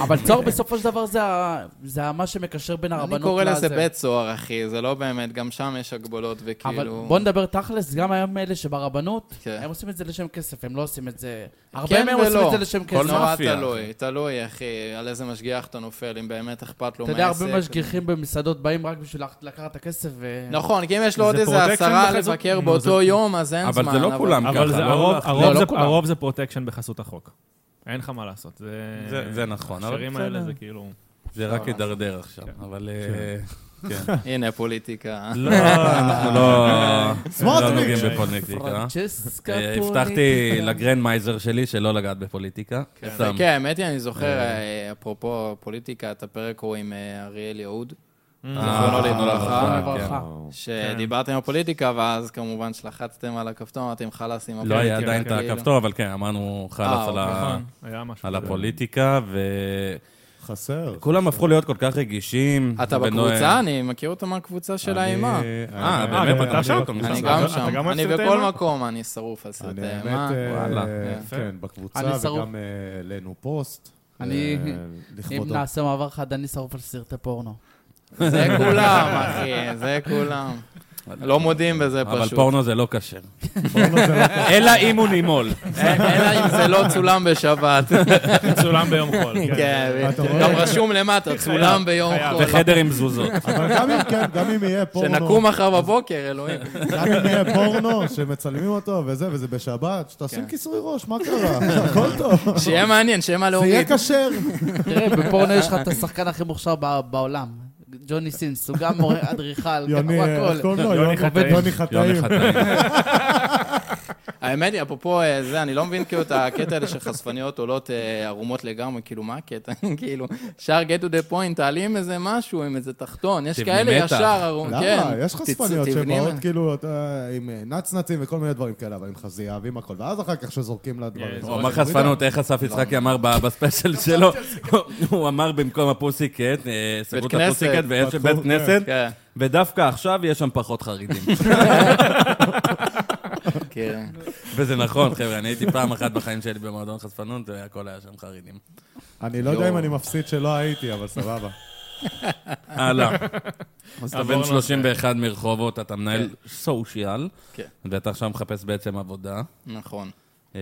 S3: אבל צוהר בסופו של דבר זה ה- זה ה- מה שמקשר בין
S5: אני
S3: הרבנות
S5: קורא לזה
S3: לזה.
S5: בית סוהר, אחי, זה לא באמת, גם שם יש הגבלות
S3: אבל
S5: וכאילו...
S3: בוא נדבר תכלס, גם היום אלה שברבנות,
S5: כאילו. כן.
S3: הם עושים את זה לשם כסף, הם לא עושים את זה...
S5: כן
S3: הרבה מהם עושים
S5: ולא.
S3: את זה לשם
S1: כל
S3: כסף.
S1: מה-
S5: נורא
S1: מאפייה.
S5: תלוי, תלוי, אחי, על איזה משגיח אתה נופל, אם באמת אכפת לו
S1: לא
S3: אתה
S5: מהעסק.
S3: יודע, הרבה משגיחים במסעדות באים רק בשביל לק- לקחת את הכסף ו...
S5: נכון, כי אם יש לו עוד
S4: זה
S5: איזה
S4: פרוטקשן
S5: עשרה
S4: בחסות?
S5: לבקר
S4: נו,
S5: באותו
S4: זה-
S5: יום, אז אין זמן.
S1: אבל זה לא כולם ככה.
S4: אבל זה-
S1: לא
S4: הרוב-
S1: הולך.
S4: הרוב
S3: לא,
S4: זה-
S3: לא כולם.
S4: הרוב זה פרוטקשן בחסות החוק. אין לך מה לעשות. זה-
S1: זה- זה נכון, אבל
S4: הקשרים האלה
S1: בסדר.
S4: זה כאילו...
S1: זה
S5: לא,
S1: רק ידרדר עכשיו, אבל... אה, כן.
S5: <laughs> הנה, פוליטיקה.
S1: לא, אנחנו לא...
S2: סמוטריץ'.
S1: לא נוגעים בפוליטיקה.
S3: פרנצ'סקה כן.
S1: אה,
S3: טוריטי.
S1: הבטחתי לגרנדמייזר שלי שלא לגעת בפוליטיקה. לא סתם.
S5: כן, האמת היא, אני זוכר, אה, אפרופו פוליטיקה, את הפרק הוא עם אה, אריאל יהוד, זיכרונו
S1: אה,
S5: לברכה,
S1: כן.
S3: לברכה.
S5: שדיברתם על פוליטיקה, ואז כמובן שלחצתם על הכפתור, אמרתם חלאס עם
S1: לא
S5: הפוליטיקה.
S1: היה עדיין את
S5: כאילו.
S1: הכפתור, אבל כן, אמרנו
S5: אה,
S1: חלאס על ה-
S4: <laughs> נכון, היה משהו.
S1: על
S4: כזה.
S1: הפוליטיקה,
S2: חסר.
S1: וכולם הפכו להיות כל כך רגישים.
S5: נכון. אתה
S1: ונועם.
S5: בקבוצה? אני מכיר אותו מהקבוצה של האימה.
S1: אה,
S2: אני-
S1: באמת,
S4: אתה
S1: אתה
S4: שם?
S1: שם אותו.
S5: אני
S1: מסתכל.
S5: גם
S4: אתה גם
S5: שם.
S4: אוהב
S5: אני
S4: סרטי
S5: בכל
S4: אימה?
S5: מקום, אני שרוף על סרטי
S2: אני
S5: אימה.
S2: האמת, אה,
S1: וואלה.
S2: כן,
S3: אני
S2: בקבוצה,
S3: שרוף.
S2: וגם אה, העלינו פוסט.
S3: אני-
S2: אה,
S3: אם
S2: לכבודו.
S3: נעשה
S1: <laughs>
S3: מעבר חד, אני שרוף על סרטי פורנו.
S5: זה כולם, אחי, זה כולם. לא מודים בזה
S1: אבל
S5: פשוט.
S1: פורנו זה לא כשר.
S5: <laughs>
S2: פורנו זה לא-
S1: אלא אם הוא נימול.
S5: אה, אלא אם זה לא צולם בשבת.
S4: צולם ביום חול.
S5: <laughs> כן,
S2: אתה רואה?
S5: גם רשום למטה, צולם ביום
S4: חייב.
S5: חול.
S1: וחדר עם תזוזות.
S2: אבל גם אם כן, גם אם יהיה פורנו,
S5: שנקום מחר בבוקר, אלוהים.
S2: גם אם יהיה פורנו שמצלמים אותו וזה, וזה בשבת, שתשים
S5: כן.
S2: כיסוי ראש, מה קרה? הכל טוב.
S5: שיהיה מעניין, שיהיה מה
S2: זה
S5: להוריד.
S2: יהיה כשר.
S3: תראה, בפורנו יש לך את השחקן הכי מוכשר בע- בעולם, ג'וני סינס, הוא גם מורה, אדריכל, גם
S2: יוני, אה,
S3: הוא
S2: איך
S3: הכל.
S2: קוראים לו?
S4: יוני
S2: יוני
S4: חטאים.
S2: יוני
S1: יוני
S2: חטאים.
S1: חטאים.
S5: האמת היא, אפרופו אה, זה, אני לא מבין כאילו את הקטע הזה שחשפניות עולות אה, ערומות לגמרי, כאילו, מה הקטע? <laughs> כאילו, ישר get to the point, תעלי עם איזה משהו, עם איזה תחתון, יש
S1: תבני
S5: כאלה
S1: מתח.
S5: ישר ערום, כן.
S2: למה? יש
S5: תצ-
S2: חשפניות
S5: תבני-
S2: שבאות כאילו אתה- עם אה, נצנצים וכל מיני דברים כאלה, אבל עם חזיאבים הכל, ואז אחר כך שזורקים לה דברים.
S4: כן,
S1: הוא אמר חשפנות, איך אסף יצחקי אמר ב- בספיישל שלו? הוא אמר במקום הפוסיקט, אה, סגרו את
S5: בית כנסת.
S1: הפוסיקט ויש
S2: פתחו,
S1: בית
S2: כן.
S1: כנסת,
S5: כן,
S1: ודווקא עכשיו יש שם פחות חרדים. <laughs>
S5: כן.
S1: וזה נכון, חבר'ה, אני הייתי פעם אחת בחיים שלי במועדון חשפנות, והכל היה שם
S5: <laughs>
S1: חרדים.
S2: אני לא יודע אם אני מפסיד שלא הייתי, אבל סבבה.
S1: הלאה. אז אתה
S4: עבור
S1: בן
S4: נושא.
S1: 31 מרחובות, אתה מנהל סושיאל,
S5: כן.
S1: ואתה עכשיו מחפש בעצם עבודה.
S5: נכון.
S1: אה,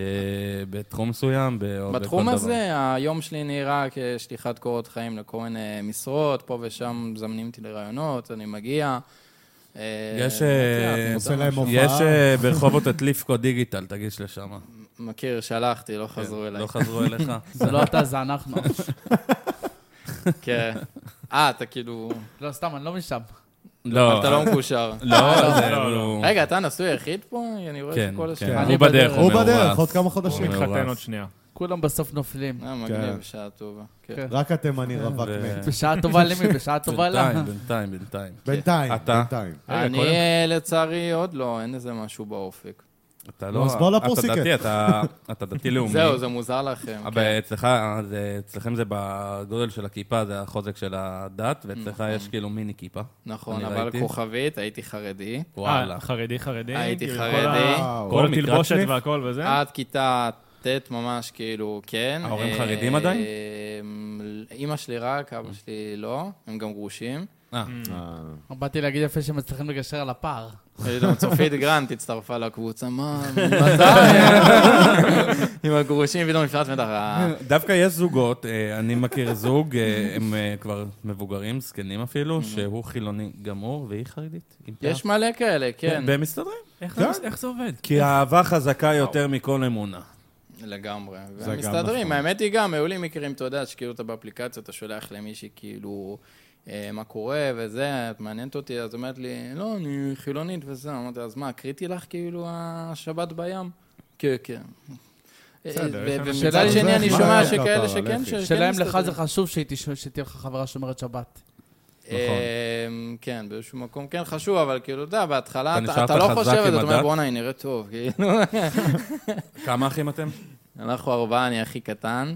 S1: בתחום מסוים, ב- או בכל
S5: בתחום
S1: לא, דבר.
S5: הזה, היום שלי נראה כשליחת קורות חיים לכל מיני משרות, פה ושם מזמנים אותי לרעיונות, אני מגיע. אה,
S1: יש, אה,
S2: עושה להם הופעה.
S1: יש אה, ברחובות את ליפקו דיגיטל, תגיש לשם.
S5: מכיר, שלחתי, לא חזרו אליי.
S1: לא חזרו
S5: <laughs>
S1: אליך.
S3: זה לא אתה, זה אנחנו.
S1: <laughs>
S5: כן. אה, אתה כאילו...
S3: לא, סתם, אני לא משם.
S1: לא,
S5: אתה לא מקושר.
S1: לא, זה
S4: לא, לא.
S1: הוא...
S5: רגע, אתה נשוי יחיד פה? אני רואה
S1: כן,
S5: שכל
S1: כן,
S5: השאלה.
S3: אני
S1: הוא בדרך,
S3: בדרך.
S2: הוא
S1: מאורס.
S2: בדרך, עוד כמה
S4: הוא
S2: חודשים.
S4: מתחתן
S1: מאורס.
S4: עוד שנייה.
S3: כולם בסוף נופלים.
S5: אה, מגניב, בשעה טובה. כן.
S3: כן.
S2: רק התימני רווק
S1: ו-
S4: כן.
S2: מת.
S1: <laughs>
S3: בשעה טובה למי? בשעה טובה לה.
S1: בינתיים, בינתיים, בינתיים.
S2: בינתיים,
S1: אתה?
S2: בינתיים.
S4: רגע,
S5: אני,
S4: קודם-
S5: אה, לצערי, עוד לא, אין איזה משהו באופק.
S1: אתה לא...
S2: אז בוא
S1: אתה
S2: לפוסיקט.
S1: דתי, אתה- אתה דתי-לאומי.
S5: זהו, זה מוזר לכם.
S1: אבל
S5: כן.
S1: אצלך, זה- אצלכם זה בגודל של הכיפה, זה החוזק של הדת, ואצלך יש כאילו מיני כיפה.
S5: נכון,
S1: אני
S5: אבל
S1: ראיתי.
S5: כוכבית, הייתי חרדי.
S1: וואלה.
S4: אה, חרדי, חרדי.
S5: הייתי
S4: כאילו,
S5: חרדי.
S4: כל ה-
S2: וואו.
S4: כל
S1: קומי,
S4: התלבושת
S1: קרצ'ניק?
S4: והכל וזה.
S5: עד כיתה ט' ממש, כאילו, כן.
S1: ההורים
S5: אה,
S1: חרדים עדיין?
S5: אה, אימא שלי רק, אבא שלי לא, הם גם גרושים.
S1: אה,
S2: אה.
S3: באתי להגיד יפה שהם מצליחים לגשר על הפער.
S1: כן,
S5: פתאום לא,
S1: <laughs>
S5: צופית גרנט הצטרפה לקבוצה, מה, מתי? עם הגרושים, פתאום מפלט מתח. אה,
S1: <laughs> דווקא יש זוגות, אה, אני מכיר זוג, אה, הם אה, כבר מבוגרים, זקנים אפילו, שהוא חילוני גמור והיא חרדית. עם פאה.
S5: נכון. יש מלא כאלה, כן,
S1: והם מסתדרים.
S4: איך זה מס- איך זה עובד?
S1: כי האהבה חזקה יותר מכל אמונה.
S5: לגמרי.
S2: גם
S5: והם מסתדרים,
S2: נכון.
S5: האמת היא גם, היו לי מקרים, אתה יודע, שכאילו אתה באפליקציה, אתה שולח למישהי, כאילו, אה, מה קורה וזה, את מעניינת אותי, אז אומרת לי, לא, אני חילונית וזה, אמרתי, אז מה, קריטי לך כאילו השבת בים? כן, כן.
S4: בסדר,
S5: אה,
S4: יש
S5: ו-
S4: אנשים-
S5: ומצד שני, אני
S2: מה
S5: שומע
S2: יש לך,
S5: שכאלה
S2: אבל,
S5: שכן,
S2: לכי.
S5: שכן
S3: שלהם
S1: כן,
S3: לך
S5: מסתדרים.
S3: זה נכון. חשוב שהיא תש- שתהיה לך חברה שומרת שבת.
S5: אמ, כן, באיזשהו מקום כן חשוב, אבל כאילו, אתה יודע, בהתחלה
S1: אתה
S5: אתה
S1: נשארת
S5: אתה לא
S1: חזק
S5: חושב את
S1: עם
S5: זה, אתה אומר,
S1: הדת?
S5: בואנה, היא נראית טוב, <laughs> כאילו.
S1: כמה אחים אתם?
S5: אנחנו ארבעה, אני הכי קטן.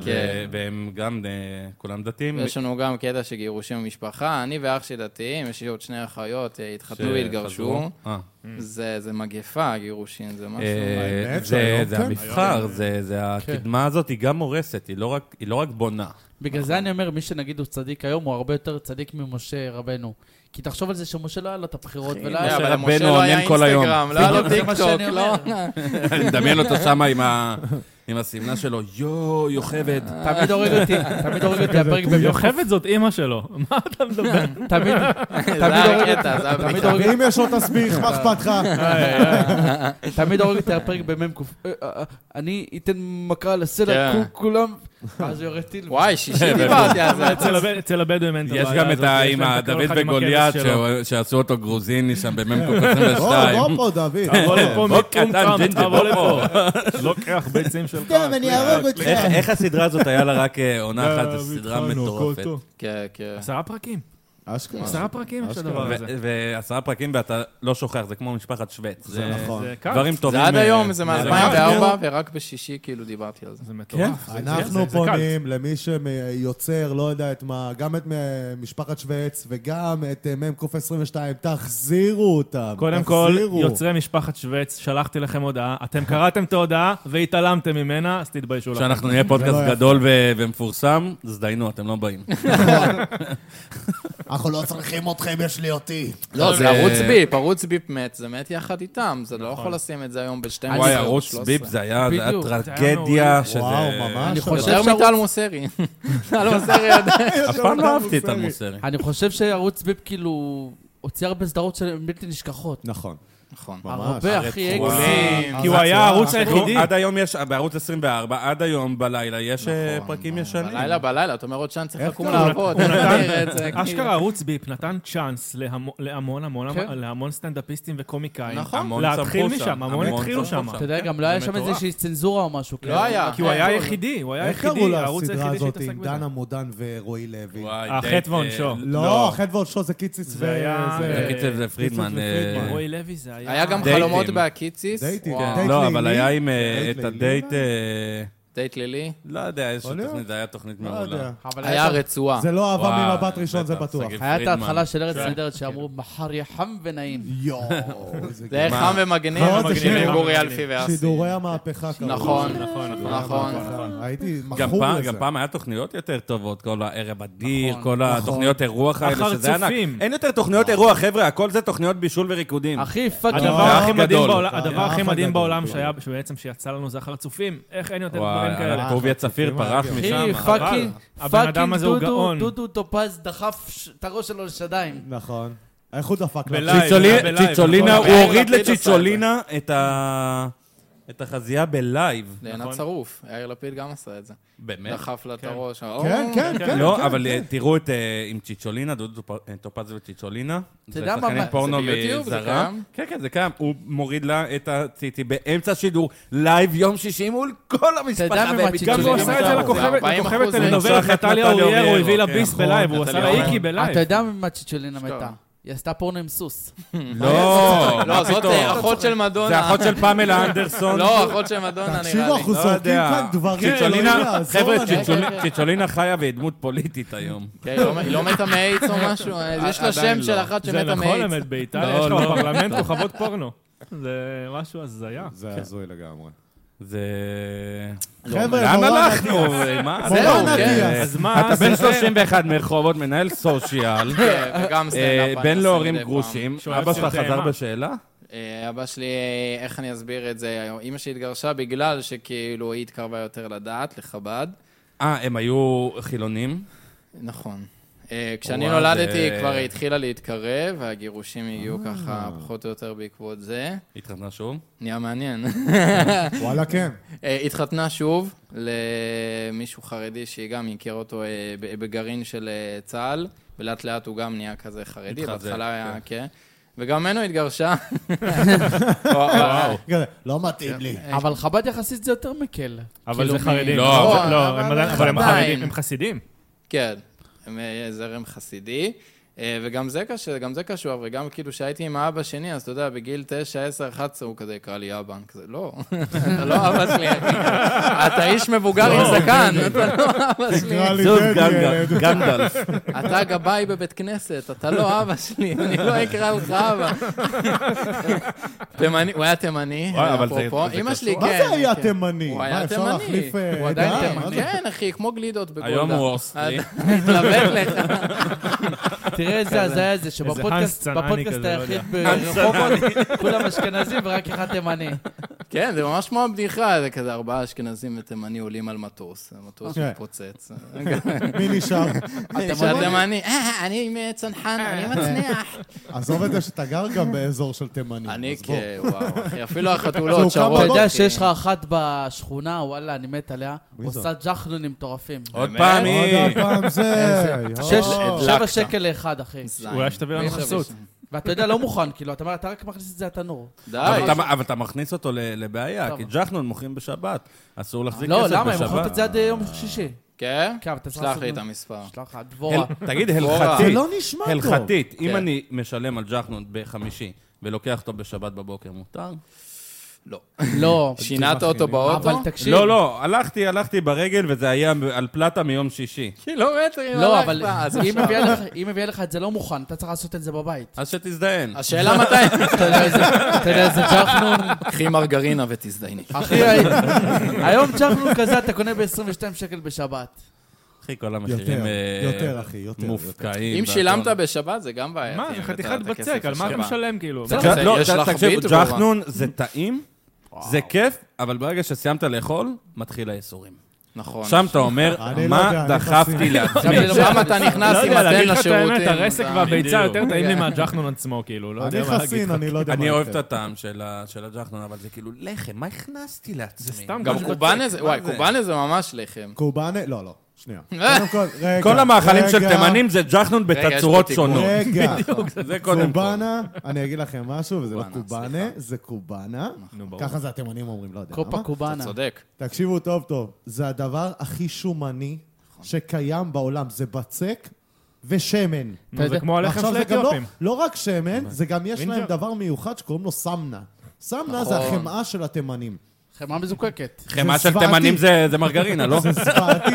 S5: כן.
S1: ו- והם גם אה, כולם דתיים.
S5: יש לנו גם קטע של גירושים במשפחה, אני ואח שלי דתיים, יש לי עוד שני אחיות, אה, התחתנו
S1: שחזרו.
S5: והתגרשו.
S1: אה.
S5: זה זה מגפה, הגירושים, זה משהו...
S1: אה,
S2: האמת
S1: זה-
S2: שהיום
S1: זה
S2: כן.
S1: המבחר, זה- זה
S4: כן.
S1: הקדמה הזאת, היא גם הורסת, היא לא רק- היא לא רק
S4: <laughs>
S1: בונה.
S3: בגלל זה אני אומר, מי שנגיד הוא צדיק היום, הוא הרבה יותר צדיק ממשה רבנו. כי תחשוב על זה שמשה לא היה לו את הבחירות, ולא היה...
S1: משה
S5: אבל
S1: רבנו
S5: למשה לא היה
S1: עונן כל היום.
S5: אינסטגרם, לא היה לו
S3: בדיוק, זה מה
S5: טיקטוק,
S3: שאני
S5: לא...
S1: אני מדמיין אותו שמה עם ה- עם השמלה שלו, יואו,
S4: <laughs>
S1: יוכבד.
S3: תמיד הורג אותי, תמיד הורג אותי הפרק בביוכב.
S4: יוכבת זאת אימא שלו. <laughs> מה אתה מדבר?
S3: תמיד,
S5: זה הקטע, זה
S3: תמיד
S5: הבדיחה.
S3: הורג
S2: ואם יש עוד תסביך, מה אכפת לך?
S3: תמיד הורג אותי הפרק במ"ק. אה, אה, אני אתן מכה לסלע,
S5: כן.
S3: כו- כולם... אז יורד טיל.
S5: וואי, שישי דיברתי על
S4: <laughs>
S5: זה.
S4: אצל הבד- אצל הבדואים אין את
S1: יש
S4: הבעיה
S1: גם את
S4: הזאת,
S1: ה-
S4: יש
S1: עם
S4: להם את
S1: ה-
S4: הכל
S1: דוד
S4: אחד עם
S1: וגוליית,
S4: הכלב <laughs> שלו. כן. לא,
S1: שהוא- שעשו אותו גרוזיני שם במ"ק
S4: <laughs>
S2: בוא,
S1: 22.
S2: בוא לא, פה, דוד. כן.
S4: תבוא לפה,
S1: בוא,
S4: מטומטם,
S1: קטן, ג'ינג'י,
S4: תבוא
S1: בוא
S4: לפה. <laughs> לוקח לא ביצים שלך.
S2: סתם, אני אהרוג אותך.
S1: איך איך הסדרה הזאת היה לה רק אה, עונה אחת, זו סדרה
S4: לא, התחלנו, הכל
S1: מטורפת.
S4: טוב.
S5: כן, כן.
S4: עשרה פרקים.
S2: אשכרה.
S4: עשרה פרקים יש
S2: אשכרה.
S4: לדבר
S1: ו-
S4: הזה.
S1: ועשרה פרקים ואתה לא שוכח, זה כמו משפחת שווץ.
S2: זה נכון.
S4: זה קאט.
S1: דברים טובים.
S5: זה עד
S1: אה,
S5: היום, זה
S1: אה,
S5: מ-2004, ורק בשישי כאילו דיברתי על זה.
S4: זה מטורף. זה- כן, זה-
S2: כן, אנחנו
S4: זה קאט.
S2: פונים למי שיוצר, לא יודע את מה, גם את מ- משפחת שווץ וגם את אה, מ"ק 22, תחזירו אותם.
S4: קודם כל,
S2: תחזירו.
S4: יוצרי משפחת שווץ, שלחתי לכם הודעה, אתם קראתם את ההודעה והתעלמתם ממנה, אז תתביישו
S2: לא-
S4: לכם.
S1: כשאנחנו נהיה פודקאסט
S2: זה לא יפה.
S1: גדול ו- ומפורסם, אז דיינו, אתם לא באים.
S2: אנחנו לא צריכים אתכם, יש לי אותי.
S5: לא,
S1: זה-
S5: זה ערוץ ביפ, ערוץ ביפ מת, זה מת יחד איתם, זה לא יכול לשים את זה היום ב-12.
S1: וואי, ערוץ ביפ זה היה זה היה
S4: בדיוק, זה היה
S1: טרגדיה,
S4: מעולה.
S1: שזה...
S2: לא- וואו, ממש.
S4: לא.
S3: אני חושב
S5: יותר
S3: שערוץ-
S5: מטל מוסרי. <laughs> טל מוסרי עד...
S1: אף פעם לא אהבתי את
S2: <laughs>
S1: טל מוסרי.
S3: אני חושב שערוץ ביפ כאילו הוציא הרבה סדרות שהן בלתי נשכחות.
S2: נכון,
S5: נכון.
S2: ממש.
S3: הרבה, אחי,
S1: וואו.
S3: אקסים.
S4: כי הוא היה הערוץ
S1: הוא-
S4: היחידי.
S1: עד היום יש, בערוץ 24, עד היום בלילה יש אה,
S2: נכון.
S1: פרקים ישנים.
S5: בלילה, בלילה, אתה אומר עוד שעה, אני צריך
S2: איך
S5: לקום
S2: קראו לו?
S5: לעבוד.
S4: הוא נתן- אה,
S5: אני אראה את זה, כאילו.
S4: אשכרה ערוץ ביפ נתן צ'אנס להמו- להמון המון
S3: כן.
S4: להמון סטנדאפיסטים וקומיקאים.
S5: נכון.
S1: המון
S4: להתחיל
S1: צמחו שם,
S4: משם, המון
S1: המון
S4: התחילו
S1: צמחו
S4: שם.
S1: שם.
S3: אתה יודע,
S4: כן,
S3: גם לא היה
S4: זה
S3: שם
S4: מטורף.
S3: איזושהי צנזורה או משהו. כאילו.
S5: לא היה.
S4: אה, כי הוא היה
S5: איך
S4: היחידי, הוא היה
S2: איך קראו
S4: היחידי, הערוץ
S2: לסדרה
S4: היחידי
S2: הזאת
S4: שהתעסק
S2: עם
S4: בזה.
S2: דנה מודן ורועי לוי?
S1: וואי,
S4: החטא
S1: דייט,
S4: ועונשו.
S1: אה,
S2: לא, חטא ועוד שו זה קיציס ו...
S4: זה היה-
S1: זה
S4: אה,
S1: קיציס ופרידמן.
S2: ופרידמן.
S1: אה,
S4: רועי לוי זה היה...
S5: היה גם
S1: דייטים.
S5: חלומות בהקיציס.
S2: דייטים,
S5: וואו.
S2: דייט
S1: לא,
S2: לילי?
S1: אבל היה עם אה,
S2: דייט
S1: את
S2: לילי?
S1: הדייט... אה,
S5: דייט לילי.
S1: לא יודע, איזושהי
S2: יכול להיות.
S1: תוכנית, זה היה תוכנית
S2: לא
S1: מעולה.
S2: יודע.
S3: אבל היה
S5: היה
S3: שם-
S5: רצועה.
S2: זה לא
S1: וואי,
S2: אהבה ממבט ראשון, זה
S1: בטח,
S2: בטוח.
S1: שגב.
S3: היה את
S1: פרידמן.
S3: האתחלה של ארץ
S4: כן.
S3: נהדרת שאמרו, מחר יהיה חם ונעים.
S2: יואו.
S5: <laughs> זה היה
S1: מה?
S5: חם ומגניב,
S2: לא, זה
S5: מגניב עם
S4: שידור-
S5: גורי אלפי ואסי.
S2: שידורי המהפכה קראו.
S5: נכון,
S4: נכון, נכון.
S5: נכון.
S2: נכון. הייתי
S1: גם
S2: מכור
S1: פעם-
S2: לזה.
S1: גם פעם היה תוכניות יותר טובות, כל הערב אדיר,
S3: נכון,
S1: כל התוכניות אירוח האלה, שזה ענק.
S4: החרצופים.
S1: אין יותר תוכניות אירוח, חבר'ה, הכל זה תוכניות בישול וריקודים.
S3: אחי, פאקינג.
S4: הדבר
S1: האח
S4: הכי מדהים
S1: הגדול.
S4: בעולם- הדבר
S2: האח
S4: הכי מדהים
S2: הגדול.
S4: בעולם שהיה, שבעצם שיצא לנו זה החרצופים. איך אין יותר
S1: וואי,
S4: דברים כאלה?
S1: טוביה צפיר פרח
S3: אחי,
S1: משם.
S4: חבל.
S3: פאקינג,
S4: הבן אדם
S3: פאקינג
S4: הזה הוא
S3: דודו,
S4: גאון.
S3: דודו טופז דחף ש- את הראש שלו לשדיים.
S2: נכון. איך הוא דפק
S4: בלייב.
S2: לך?
S1: צ'יצולי-
S4: היה בלייב,
S1: צ'יצולינה,
S5: נכון.
S1: הוא
S5: יאיר
S1: הוריד
S5: לפיד עשה את
S1: לצ'יצולינה את ה- את החזייה בלייב.
S5: לעינת
S4: נכון.
S5: שרוף, יאיר לפיד גם עשה את זה.
S1: באמת?
S5: דחף לה את הראש.
S2: כן,
S5: או,
S2: כן, כן. כן,
S1: לא, אבל
S2: כן.
S1: אה, תראו את אה, עם צ'יצולינה, דודו טופ- אה, טופז וצ'יצולינה.
S3: אתה יודע
S1: זה
S3: מה, מה-
S1: שחקנים
S3: זה
S1: פורנו
S5: ביוטיוב? זה
S1: מזרה.
S5: קיים?
S1: כן, כן, זה קיים. הוא מוריד לה את הציצי באמצע השידור, לייב יום שישי מול כל המשפחה.
S3: ממה
S1: והם
S3: צ'יצולינה
S4: גם הוא
S1: מתגלגלים
S4: עשה את
S1: איתה.
S4: זה
S5: זה
S4: לכוכבת
S5: 40%
S4: לכוכבת
S5: זה
S4: טלנובלת
S1: לצלחת
S4: נטליה
S1: נטליה
S4: אוריארו,
S1: אוריארו,
S4: הביא לה
S1: כן,
S4: ביס
S1: נכון,
S4: בלייב, הוא עשה
S1: נטליה
S4: לה
S1: אוריארו.
S4: איקי לא, בלייב.
S3: אתה יודע ממה צ'יצ'ולינה
S5: אשכרה.
S3: מתה? היא עשתה פורנו עם סוס.
S1: לא,
S5: <laughs> לא,
S1: מה
S5: זאת
S1: פתאום.
S5: אה, אחות של
S1: זה
S5: מדונה.
S1: אחות של פמלה אנדרסון.
S5: לא, אחות של מדונה נראה
S2: תקשיבו,
S5: לי.
S2: אנחנו
S1: לא
S2: זורקים
S1: יודע.
S2: כאן דברים. אלוהים
S1: צ'יצולינה,
S2: יעזור
S1: חבר'ה,
S2: לנו.
S1: צ'יצולינה- צ'יצולינה חיה והיא דמות פוליטית היום.
S5: כן, היא לא- היא לא מתה מאיידס או משהו? אה, יש לה שם של אחת
S4: זה
S5: שמתה
S4: נכון,
S5: מאיידס.
S4: אמת, באיטליה יש לך בפרלמנט כוכבות פורנו. זה משהו הזיה.
S2: זה הזוי לגמרי.
S1: זה...
S2: חבר'ה, לא-
S1: לאן
S2: מורן
S1: הלכנו? מה?
S5: זהו,
S1: זהו,
S5: כן.
S1: כן.
S4: אז מה,
S1: אתה
S4: זה-
S1: בן 31 מרחובות, מנהל סושיאל,
S5: כן, וגם
S1: אה,
S5: סטנדאפ. אני
S1: בן
S5: עושה
S1: להורים
S5: מדי פעם.
S1: גרושים,
S4: שואל
S1: אבא שלך
S4: סרטי
S1: חזר
S4: אימה.
S1: בשאלה?
S5: אה, אבא שלי, אה, איך אני אסביר את זה? אימא שלי התגרשה בגלל שכאילו היא התקרבה יותר לדת, לחב"ד.
S1: אה, הם היו חילונים?
S5: נכון. אה, כשאני
S1: וואו,
S5: נולדתי
S1: זה- אה.
S5: כבר היא התחילה להתקרב, והגירושים הגיעו ככה פחות או יותר בעקבות זה.
S1: התחתנה שוב?
S2: כן,
S5: נהיה מעניין. <laughs>
S2: וואלה, כן.
S5: אה, התחתנה שוב למישהו חרדי שהיא גם הכירה אותו אה, ב- בגרעין של אה, צה"ל, ולאט לאט הוא גם נהיה כזה חרדי,
S1: התחזק,
S5: בהתחלה היה, כן. וגם ממנו התגרשה. וואו.
S2: כזה, לא מתאים
S5: כן.
S2: לי.
S3: אבל חב"ד יחסית זה יותר מקל.
S4: אבל זה
S5: כאילו מ-
S4: חרדים.
S1: לא,
S4: זה-
S5: אבל-
S4: לא, הם עדיין- אבל הם
S5: עדיין.
S4: חרדים, הם חסידים.
S5: כן, הם, אה, זרם חסידי. אה, וגם זה קשה, גם זה קשור, וגם כאילו כשהייתי עם האבא שני, אז אתה יודע, בגיל 9, 10, 11, הוא כזה יקרא לי אבא, אני כזה, לא, אתה לא אבא שלי, אתה איש מבוגר עם זקן, אתה לא אבא שלי,
S2: תקרא לי
S1: זהו,
S2: דדי, ילד.
S1: גנדל- גנדלף.
S5: אתה גבאי בבית כנסת, אתה לא אבא שלי, אני לא אקרא לך אבא. תימני, הוא היה תימני,
S1: וואי, אבל זה-
S5: אפרופו,
S1: זה
S5: אמא שלי, כן.
S2: מה זה היה
S5: כן.
S2: תימני?
S5: הוא
S2: מה,
S5: היה
S2: אפשר
S5: תימני,
S2: להחליף, אה,
S5: הוא עדיין
S2: עדה? מה
S5: תימני,
S2: זה?
S5: כן אחי, כמו גלידות בגולדה.
S1: היום הוא
S5: <laughs>
S1: אוסטרי.
S5: מתלבט לך.
S3: תראה <laughs> איזה הזיה זה,
S4: האנס
S3: שבפודקאסט
S4: צנעני
S3: בפודקאסט
S4: כזה, לא
S3: היחיד ברחובות, כולם אשכנזים ורק אחד <laughs> תימני.
S5: כן, זה ממש כמו הבדיחה, זה כזה ארבעה אשכנזים ותימני עולים על מטוס, המטוס
S4: <laughs>
S2: כן.
S5: מתפוצץ.
S2: מי נשאר?
S5: שהתימני, "אה, אני מצנחן,
S4: אה.
S5: אני
S4: <laughs>
S5: מצניח.
S2: עזוב את זה שאתה גר גם באזור של תימנים.
S5: אני
S2: אז
S5: כ...
S2: בוא.
S5: וואו, אחי, אפילו
S2: כשהוא
S5: החתולות
S2: קם
S5: שרות.
S3: אתה יודע
S5: אחי.
S3: שיש לך אחת בשכונה, וואלה, אני מת עליה,
S2: מי זאת?
S3: עושה ג'חלונים מטורפים.
S1: עוד
S5: באמת?
S1: פעם
S2: עוד
S1: היא...
S2: לא פעם זה... יואו.
S3: שש,
S1: אה,
S5: הדלקת.
S3: שבע שקל לאחד, אחי.
S5: זין.
S4: אולי שתביא לנו
S5: מי שווה
S4: חסות.
S5: שם?
S3: ואתה יודע, לא מוכן, כאילו, אתה אומר, אתה רק מכניס את זה לתנור.
S5: די.
S1: אבל אתה- אבל אתה מכניס אותו ל- לבעיה,
S3: למה?
S1: כי ג'חנון מוכרים בשבת, אסור להחזיק כסף
S3: לא,
S1: בשבת.
S3: למה? הם מוכרים את זה עד אה, יום שישי.
S5: כן?
S3: כן, אבל אתה צריך
S5: שלח
S3: לעשות-
S5: לי את המספר.
S3: שלח לך, דבורה.
S1: הל- תגיד,
S5: דבורה.
S2: זה
S1: הלכתית,
S2: לא נשמע טוב.
S1: הלכתית, אם
S5: כן.
S1: אני משלם על ג'חנון בחמישי ולוקח אותו בשבת בבוקר, מותר?
S5: לא. <laughs>
S3: לא,
S5: שינת אותו באוטו?
S3: אבל תקשיב.
S1: לא, לא, הלכתי, הלכתי ברגל וזה היה על פלטה מיום שישי.
S5: קילומטרים
S3: לא,
S5: הלכת,
S3: אבל
S5: אז
S3: היא
S5: עכשיו-
S3: מביאה לך- היא מביאה לך את זה לא מוכן, אתה צריך לעשות את זה
S5: <laughs>
S3: בבית.
S1: אז שתזדיין.
S5: השאלה מתי...
S3: אתה יודע איזה- אתה יודע איזה
S5: <laughs>
S3: ג'חנון?
S5: קחי מרגרינה ותזדייני.
S3: אחי, היום ג'חנון כזה אתה קונה ב-22 שקל בשבת.
S1: אחי, כל המחירים
S2: יותר,
S1: אה,
S2: יותר, אחי, יותר.
S1: מופקעים. והכל.
S5: אם
S1: לא,
S5: שילמת בשבת, זה גם בעייתי.
S4: מה,
S5: אם
S4: זה
S5: אתה-
S4: חתיכת
S5: את הכסף
S4: בצק, על מה אתה
S5: שלך.
S4: משלם כאילו?
S5: בסדר,
S1: זה-
S5: זה-
S1: לא,
S5: יש לך
S1: תקשיב,
S5: ביט או
S1: ג'חנון זה טעים, זה כיף, אבל ברגע שסיימת לאכול, מתחיל האיסורים.
S5: נכון.
S1: שם אתה אומר,
S2: אני לא יודע,
S1: מה
S2: אני
S1: דחפתי
S2: חסיד."
S1: לעצמי?
S5: שם שם אתה נכנס
S4: לא
S5: עם
S4: יודע, להגיד
S5: הזן
S4: לך את האמת,
S5: לשירותים.
S4: הרסק
S5: אתה-
S4: והביצה
S1: בדיוק.
S4: יותר טעים לי מהג'חנון עצמו, כאילו, לא יודע
S2: אני
S4: מה להגיד.
S2: חסין, אני לא יודע מה...
S1: אני אוהב את
S2: איתכם.
S1: הטעם של ה- של הג'חנון, אבל זה כאילו לחם, מה הכנסתי לעצמי?
S4: זה סתם
S5: גם
S4: ממש
S5: קובאנה
S1: בצק,
S5: זה,
S1: מה
S5: וואי,
S1: זה?
S5: קובאנה זה ממש לחם.
S2: קובאנה, לא, לא,
S1: <laughs>
S2: שנייה. קודם כל, רגע.
S1: כל המאכלים של
S2: רגע,
S1: תימנים זה ג'חנון
S5: רגע, יש פה
S1: בתצורות
S5: תיקון.
S1: שונות.
S2: <laughs> רגע,
S1: <laughs> זה קודם כל.
S2: קובאנה, אני אגיד לכם משהו, וזה לא
S5: קובאנה,
S2: קובאנה, זה קובאנה.
S4: נו, ברור.
S2: ככה זה התימנים אומרים, לא יודע
S3: קופה
S2: למה.
S5: אתה
S3: קובאנה.
S5: צודק.
S2: תקשיבו טוב טוב, זה הדבר הכי שומני
S1: נכון.
S2: שקיים בעולם, זה בצק ושמן.
S4: נו, זה כמו הלחם
S2: ועכשיו
S4: של
S2: זה גם לא,
S4: האתיופים.
S2: לא רק שמן, זה גם יש להם
S4: וינג'ר.
S2: דבר מיוחד שקוראים לו סמנה. סמנה זה
S5: נכון.
S2: החמאה של התימנים.
S3: חמאה מזוקקת.
S1: חמאה של
S2: זוועתי.
S1: תימנים זה זה מרגרינה, לא?
S2: <laughs> זה
S5: <laughs>
S2: זוועתי.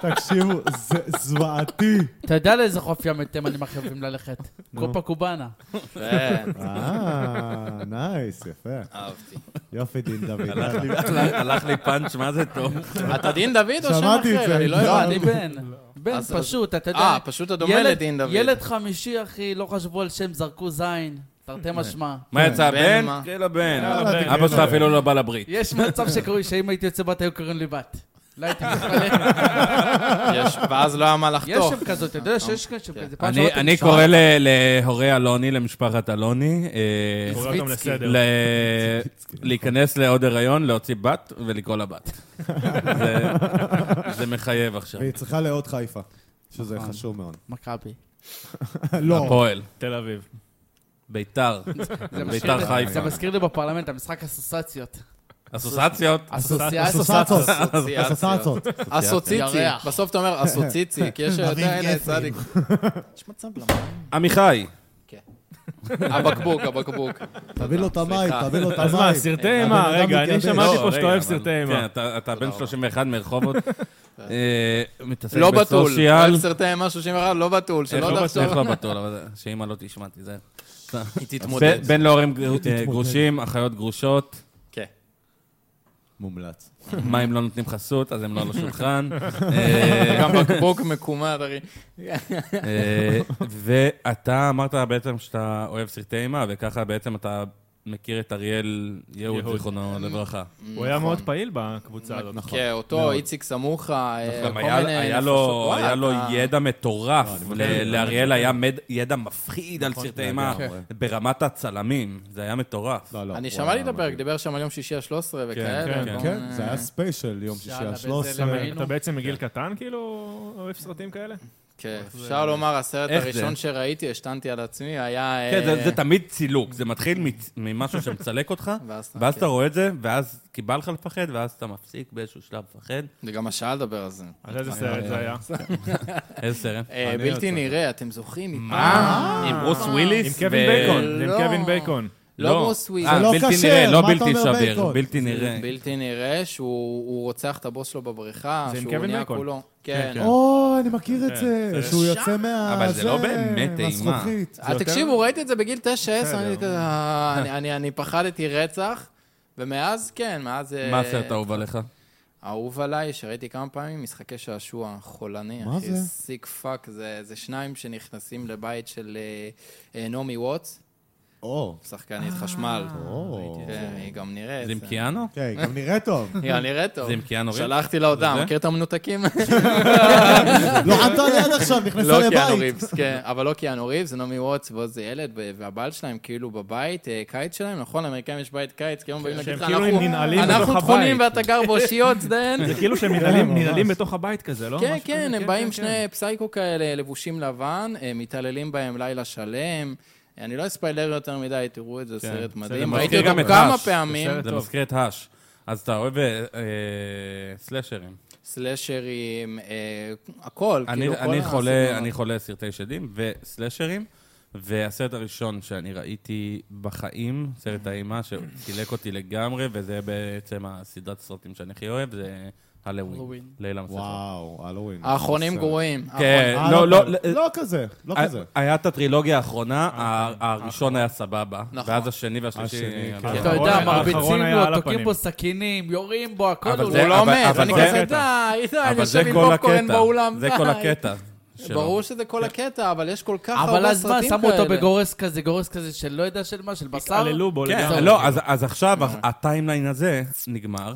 S2: תקשיבו, זה זוועתי.
S3: אתה יודע לאיזה חוף ים אתם אני מחייבים ללכת. קופה קובאנה.
S5: כן,
S2: אה, נייס, יפה.
S5: אהבתי.
S2: יופי, דין דוד. יאללה.
S1: הלך לי פאנץ', מה זה טוב?
S5: אתה דין דוד או שם
S2: שמעתי את
S5: אחר?
S2: זה,
S5: אני לא
S2: לא,
S3: אני
S5: הבנתי.
S3: בן. בן
S5: אז- אז-
S3: פשוט, אתה יודע.
S5: אה, פשוט אתה דומה
S3: ילד-
S5: לדין דוד.
S3: ילד חמישי, אחי, לא חשבו על שם, זרקו זין. תרתי משמע.
S1: מה יצא,
S5: כן, בן,
S1: בן?
S5: מה?
S1: קרא לבן.
S4: יאללה, בן,
S1: אבא שלך אפילו לא בא לברית.
S3: יש מצב שקוראים שאם הייתי יוצא בת היו קוראים לי בת. לא הייתי מתפלא.
S5: יש- ואז לא היה מה
S3: יש
S5: לחתוך.
S3: שם כזאת, אתה יודע שיש כאן שם כזה. פעם
S1: אני
S3: שעברתי
S1: אני
S3: בשער.
S1: קורא ל- להורי אלוני, למשפחת אלוני, אה,
S4: קורא אותם
S3: סביצקי.
S4: לסדר.
S1: ל- להיכנס לעוד הריון, להוציא בת ולקרוא לה בת. זה- זה מחייב עכשיו.
S2: והיא צריכה לאות חיפה, שזה
S5: נכון.
S2: חשוב מאוד.
S3: מכבי.
S2: לא,
S1: הפועל,
S4: תל אביב.
S1: ביתר,
S3: זה מזכיר
S1: ביתר
S3: לי- זה
S1: חיפה.
S3: מזכיר לי בפרלמנט, המשחק אסוסציות.
S1: אסוסציות.
S3: אסוסיאציות.
S2: אסוסצות.
S5: <laughs> אסוציאציות.
S2: אסוסצות.
S5: אסוציצי.
S3: ירח.
S5: בסוף אתה אומר אסוציצי, כי יש...
S2: אביב
S5: אתה יודע,
S2: גפן.
S5: צדיק. יש מצב למה.
S1: עמיחי,
S5: הבקבוק, הבקבוק.
S2: תביא לו את המים,
S5: סליחה.
S2: תביא לו את המים.
S4: אז מה, סרטי אימה?
S2: הבן אדם
S4: רגע, אני
S2: מתייבש.
S4: שמעתי
S1: לא,
S4: פה
S1: רגע,
S4: שאתה אוהב
S1: אבל-
S4: סרטי
S1: כן,
S4: אימה.
S1: אתה- אתה בן 31
S4: <laughs>
S1: מרחובות. אה, מתעסק
S5: לא בתול.
S1: בסושיאל.
S5: אוהב סרטי אימה 31, לא בתול.
S1: אה, איך
S5: שלא
S1: לא
S5: תחשוב.
S1: בטוח לא בטול, אבל זה- שאימא לא תשמע, תיזהר.
S5: היא תתמודד.
S1: בן להורים גר- אה, גרושים, אחיות גרושות,
S5: כן.
S2: מומלץ.
S1: מה אם לא נותנים חסות, אז הם לא על השולחן.
S5: גם בקבוק מקומט, אחי.
S1: אה, ואתה אמרת בעצם שאתה אוהב סרטי אימה, וככה בעצם אתה מכיר את אריאל יהוד,
S4: יהוד.
S5: אה,
S1: זיכרונו לברכה.
S4: הוא היה מאוד פעיל בקבוצה הזאת.
S5: כן, אותו איציק סמוכה, אה,
S1: נכון. גם
S5: כל
S1: היה-
S5: מיני
S1: היה
S5: נפשות.
S1: לו-
S5: וואלה,
S1: היה לו
S5: אתה- לא,
S1: ידע מטורף, ל- לאריאל היה מד- ידע מפחיד על
S5: נכון,
S1: סרטי אימה,
S2: לגמרי.
S5: כן.
S1: ברמת הצלמים, זה היה מטורף.
S2: לא, לא.
S5: אני
S2: הוא
S5: שמעתי
S2: היה
S5: את הפרק,
S2: מדהים.
S5: דיבר שם על יום שישי ה-13
S1: כן,
S5: וכאלה. אוקיי,
S1: כן.
S5: כל
S2: כן,
S5: מיני-
S2: זה היה ספיישל יום שישי,
S3: יאללה,
S2: ה-13.
S3: בזה
S4: אתה
S3: ראינו.
S4: בעצם מגיל קטן, כאילו, אוהב סרטים כאלה?
S5: כן, אפשר לומר, הסרט
S1: איך זה?
S5: הראשון שראיתי, השתנתי על עצמי, היה...
S1: כן, זה-
S5: אה,
S1: זה תמיד צילוק, זה מתחיל מצ- ממשהו שמצלק אותך,
S5: <laughs> ואז אתה-
S1: ואז
S5: כן.
S1: אתה רואה את זה, ואז כי בא לך לפחד, ואז אתה מפסיק באיזשהו שלב
S5: <laughs>
S1: לפחד.
S5: זה גם השעה לדבר על זה.
S4: אז איזה סרט זה היה?
S1: איזה סרט?
S5: אה,
S2: אני
S5: בלתי
S2: אותו.
S5: נראה, אתם זוכרים?
S1: מה? אה, עם ברוס
S4: עם
S1: וויליס?
S4: קווין
S1: ו-
S4: בייקון, זה עם
S5: לא.
S4: קווין בייקון.
S5: לא ברוס וויליס.
S1: אה,
S2: זה לא
S1: בלתי
S2: כשר,
S1: נראה, לא
S2: מה אתה
S1: בלתי
S2: אומר
S1: שביר,
S2: בייקון?
S1: בלתי נראה.
S5: בלתי נראה שהוא הוא רוצח את הבוס שלו בבריכה,
S4: זה עם
S5: שהוא
S4: קווין
S5: נהיה
S4: בייקון.
S5: כולו. כן.
S2: אוי, אני מכיר את כן. זה,
S4: זה
S2: שהוא יוצא מה...
S1: אבל זה לא באמת אימה.
S2: מהזכוכית.
S5: אה, תקשיבו, ראיתי את זה בגיל 9-10, אני כזה, "אה, אני- אני- אני פחדתי רצח, ומאז, כן, מאז... אה,
S1: מה הסרט האהוב עליך?
S5: אהוב עליי, שראיתי כמה פעמים, משחקי שעשוע, חולני,
S2: מה
S5: אחי,
S2: זה?
S5: סיק פאק, זה, זה שניים שנכנסים לבית של אה, אה, נעמי ווטס,
S2: או,
S5: שחקנית חשמל.
S2: או.
S5: כן, היא גם נראית.
S1: זה עם קיאנו?
S2: כן, גם נראה טוב.
S5: היא גם נראית טוב.
S1: זה עם קיאנו ריבס?
S5: שלחתי לה הודעה,
S1: זה?
S5: מכיר את המנותקים?
S2: <laughs> לא ענתה לי עד עכשיו, נכנסה
S5: לא קיאנו
S2: לבית.
S5: ריבס, כן, אבל לא קיאנו ריבס, זה נעמי ווטס ועוד זה ילד, ו- והבעל שלהם כאילו בבית, אה, קיץ שלהם, נכון? לאמריקאים יש בית קיץ, כי הם באים להגיד
S4: שהם
S5: לך,
S4: כאילו
S5: "אנחנו-
S4: ננעלים בתוך
S5: אנחנו טחונים
S4: הבית.
S5: ואתה גר באושיות, זדיין.
S4: <laughs> זה כאילו שהם ננעלים-
S2: ממש.
S4: ננעלים בתוך הבית כזה, לא?
S5: כן,
S4: משהו
S5: כן,
S4: כזה,
S5: הם באים
S4: כן,
S5: שני פסייקו כאלה, לבושים לבן, אה, מתעללים בהם לילה שלם. אני לא אספיילר יותר מדי, תראו את זה, סרט מדהים.
S1: מזכיר
S5: ראיתי אותו
S1: כן, גם את
S5: כמה
S1: האש,
S5: פעמים.
S1: זה מזכיר את האש. אז אתה אוהב אה, אה, סלאשרים.
S5: סלאשרים, אה, הכל,
S1: אני,
S5: כאילו, כל
S1: אני, חולה,
S5: הסגנונות.
S1: אני חולה סרטי שדים וסלאשרים, והסרט הראשון שאני ראיתי בחיים, סרט האימה, שסילק אותי לגמרי, וזה בעצם הסדרת סרטים שאני הכי אוהב, זה הלווין.
S3: הלווין.
S1: ליל המסכות.
S2: וואו, הלווין.
S5: האחרונים
S2: בסדר.
S5: גרועים.
S1: כן,
S2: אה,
S1: לא, אה, לא,
S2: לא, לא כזה, לא כזה.
S1: היה את הטרילוגיה
S2: אה,
S1: האחרונה, ה- הראשון היה סבבה,
S5: נכון.
S1: ואז השני והשלישי...
S2: כן. השני,
S1: אה,
S2: כן.
S1: כן.
S3: אתה יודע,
S4: האחרון-
S3: מרביצים
S4: האחרון היה על
S3: לו, תוקעים
S4: הפנים.
S3: בו סכינים, יורים בו, הכל.
S1: אבל
S3: הוא
S1: זה-
S5: הוא
S3: לא-
S5: לא
S1: אבל-
S5: מת,
S1: אבל
S5: אני
S1: זה
S5: כזה,
S1: הקטע.
S5: די, די, אני
S1: אבל
S5: יושב
S1: זה
S5: עם
S1: כל
S5: פופקורן
S1: הקטע,
S5: באולם,
S1: זה
S5: די. <laughs>
S1: כל הקטע שלו. כן.
S5: ברור שזה כל הקטע, אבל יש כל כך
S3: אבל
S5: הרבה
S3: אז מה,
S5: סרטים כאלה.
S3: שמו אותו בגורס כזה, גורס כזה של לא יודע של מה, של בשר?
S4: עללו בו
S1: כן,
S4: לגמרי.
S1: לא, אז- אז עכשיו הטיימליין הזה נגמר.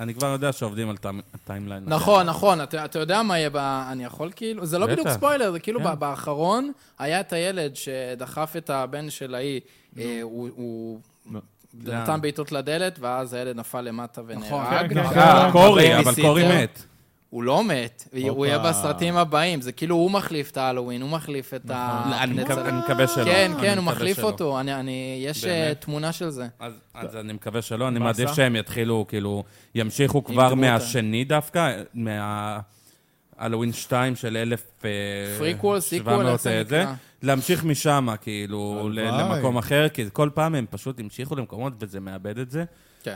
S1: אני כבר יודע שעובדים על טיים- הטיימליין. הזה.
S5: נכון, נכון, אתה אתה יודע מה יהיה ב... אני יכול כאילו... זה לא
S1: בטח.
S5: בדיוק ספוילר, זה כאילו
S1: כן.
S5: ב- באחרון היה את הילד שדחף את הבן של ההיא, אה, הוא- הוא
S4: נו.
S5: נתן בעיטות לדלת, ואז הילד נפל למטה
S3: נכון.
S5: ונהרג.
S4: כן, כן,
S1: אה, קורי, אבל
S5: בייביסיטר.
S1: קורי מת.
S5: הוא לא מת, הוא יהיה
S2: הופה.
S5: בסרטים הבאים, זה כאילו הוא מחליף את ההלווין, הוא מחליף את ה...
S1: נכון. אני
S5: נצל-
S1: מקווה- אני מקווה שלא.
S5: אה, כן,
S1: אני
S5: כן, הוא
S1: מקווה
S5: מחליף
S1: שלא.
S5: אותו, אני- אני... יש אה,
S1: באמת?
S5: תמונה של זה.
S1: אז- אז אני מקווה שלא, אני
S4: באסה?
S1: מעדיף שהם יתחילו, כאילו, ימשיכו כבר
S5: דמות ה-
S1: מהשני דווקא, מה... הלווין 2 של אלף... אה,
S5: פריקוול, סיקוול,
S1: 700,
S5: איך זה
S1: אה,
S5: נקרא?
S1: להמשיך משם, כאילו, ל-
S2: הלוואי.
S1: למקום אחר, כי כל פעם הם פשוט המשיכו למקומות וזה מאבד את זה.
S5: כן.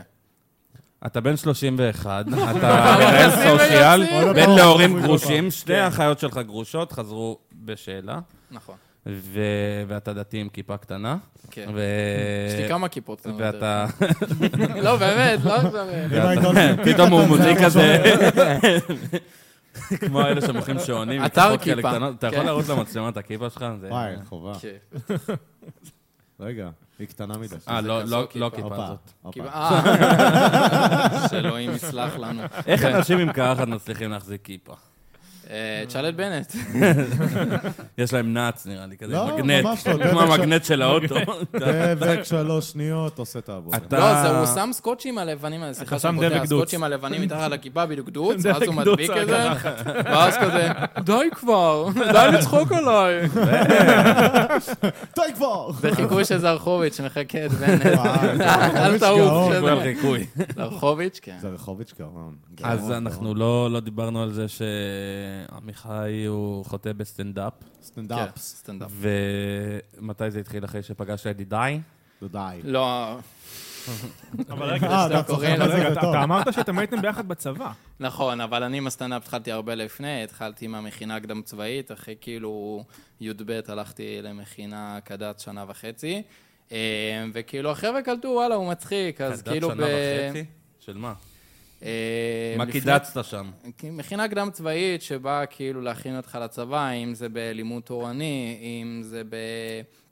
S1: אתה בן
S5: <laughs>
S1: 31, אתה מנהל סושיאל,
S5: ויוצאים. כן.
S1: בן
S2: עוד
S1: להורים
S2: פעם.
S1: גרושים, שתי האחיות שלך גרושות, חזרו בשאלה,
S5: נכון.
S1: ו- ואתה דתי עם כיפה קטנה.
S5: כן.
S1: ו-
S5: יש לי כמה כיפות. קטנות.
S1: ואתה...
S5: לא, באמת, לא עכשיו.
S2: אם היית עושה-
S1: כן. פתאום הוא מוציא כזה... <laughs> כמו אלה שמוכרים שעונים.
S5: אתר
S1: כיפות כאלה
S5: כיפה.
S1: קטנות. אתה יכול
S5: כן.
S1: להראות למצלמה את הכיפה שלך? זה-
S2: וואי,
S1: אה.
S2: חובה.
S5: כן.
S2: רגע, היא קטנה מדי.
S1: אה, לא-
S5: זה
S1: לא
S5: כזו
S1: לא
S5: כיפה.
S1: כיפה
S2: הופה,
S1: הזאת.
S2: הופה.
S4: <laughs>
S5: כיפה- אה, שאלוהים יסלח לנו.
S1: איך אנשים עם קרחת מצליחים להחזיק כיפה?
S5: אה, תשאל את בנט.
S1: יש להם נץ, נראה לי, כזה
S2: לא,
S1: מגנט.
S2: ממש לא,
S1: כמו
S2: דבק של-
S1: המגנט של האוטו.
S2: דבק שלוש שניות, עושה את העבודה.
S1: אתה-
S5: לא, זה הוא שם סקוטשים הלבנים, האלה, סליחה
S4: שם
S5: שאני קוטע,
S4: דבק דוץ.
S5: הסקוטשים הלבנים
S4: <laughs>
S5: מתחת לכיפה, בדיוק דוץ,
S4: דבק
S5: ואז הוא
S4: דוץ
S5: מדביק
S4: על
S5: את זה, ואז כזה, די כבר, די לצחוק עליי.
S2: די כבר!
S5: זה חיקוי של זרחוביץ', מחכה את בנט.
S1: <laughs>
S2: וואי,
S5: אל
S2: זרחוביץ'
S5: תעוף.
S2: גאון.
S5: בסדר.
S1: כולל חיקוי.
S5: זרחוביץ', כן.
S2: זה רחוביץ' גאון.
S1: אז
S2: גאון,
S1: אנחנו
S2: גאון.
S1: לא לא דיברנו על זה שעמיחי הוא חוטא בסטנדאפ,
S5: כן,
S2: סטנדאפס,
S5: סטנדאפ.
S1: נכון. ומתי זה התחיל אחרי שפגשת את ידידיי?
S2: די.
S5: לא,
S4: אבל רגע,
S2: אה, אתה
S5: קורא
S2: צוחק על
S4: רגע,
S2: זה
S4: אתה-
S2: וטוב.
S4: אתה אמרת שאתם הייתם ביחד בצבא.
S5: נכון, אבל אני עם הסטנדאפ התחלתי הרבה לפני, התחלתי מהמכינה הקדם צבאית, אחרי כאילו י"ב הלכתי למכינה כדת שנה וחצי, אה, וכאילו החבר'ה קלטו, וואלה, הוא מצחיק, אז
S1: קדעת
S5: כאילו...
S1: כן, שנה וחצי? של מה?
S5: אה,
S1: מה
S5: לפני-
S1: קידצת שם?
S5: מכינה קדם צבאית שבאה כאילו להכין אותך לצבא, אם זה בלימוד תורני, אם זה ב...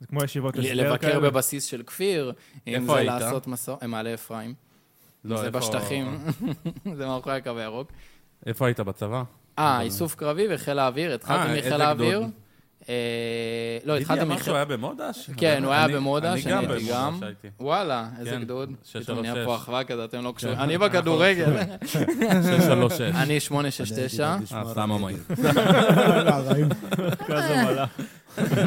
S4: זה כמו ישיבות הסדר כאלה.
S5: לבקר בבסיס של כפיר, אם
S1: איפה
S5: זה
S1: היית?
S5: לעשות מסור... אה, מעלה אפרים.
S1: לא,
S5: זה
S1: איפה-
S5: בשטחים, <laughs> זה מאחורי הקו הירוק.
S1: איפה היית בצבא?
S5: אה, איסוף קרבי וחיל האוויר, התחלתי
S1: אה,
S5: מחיל
S1: איזה גדוד?
S5: האוויר. אה, לא, התחלתי
S1: אמר
S5: מחיל...
S1: שהוא היה במודש?
S5: כן,
S1: אני-
S5: הוא היה
S1: אני-
S5: במודה,
S1: אני
S5: שאני
S1: גם
S5: הייתי גם.
S1: במודש הייתי. <laughs>
S5: וואלה, איזה
S1: כן,
S5: גדוד.
S1: שש,
S5: פתאום
S1: שלוש,
S5: נהיה
S1: שש.
S5: פה אחווה כזה, אתם לא קשורים.
S1: כן.
S5: אני בכדורגל.
S1: 636.
S5: אני 869.
S1: אה, סתם אמרים.
S4: כזה מלא.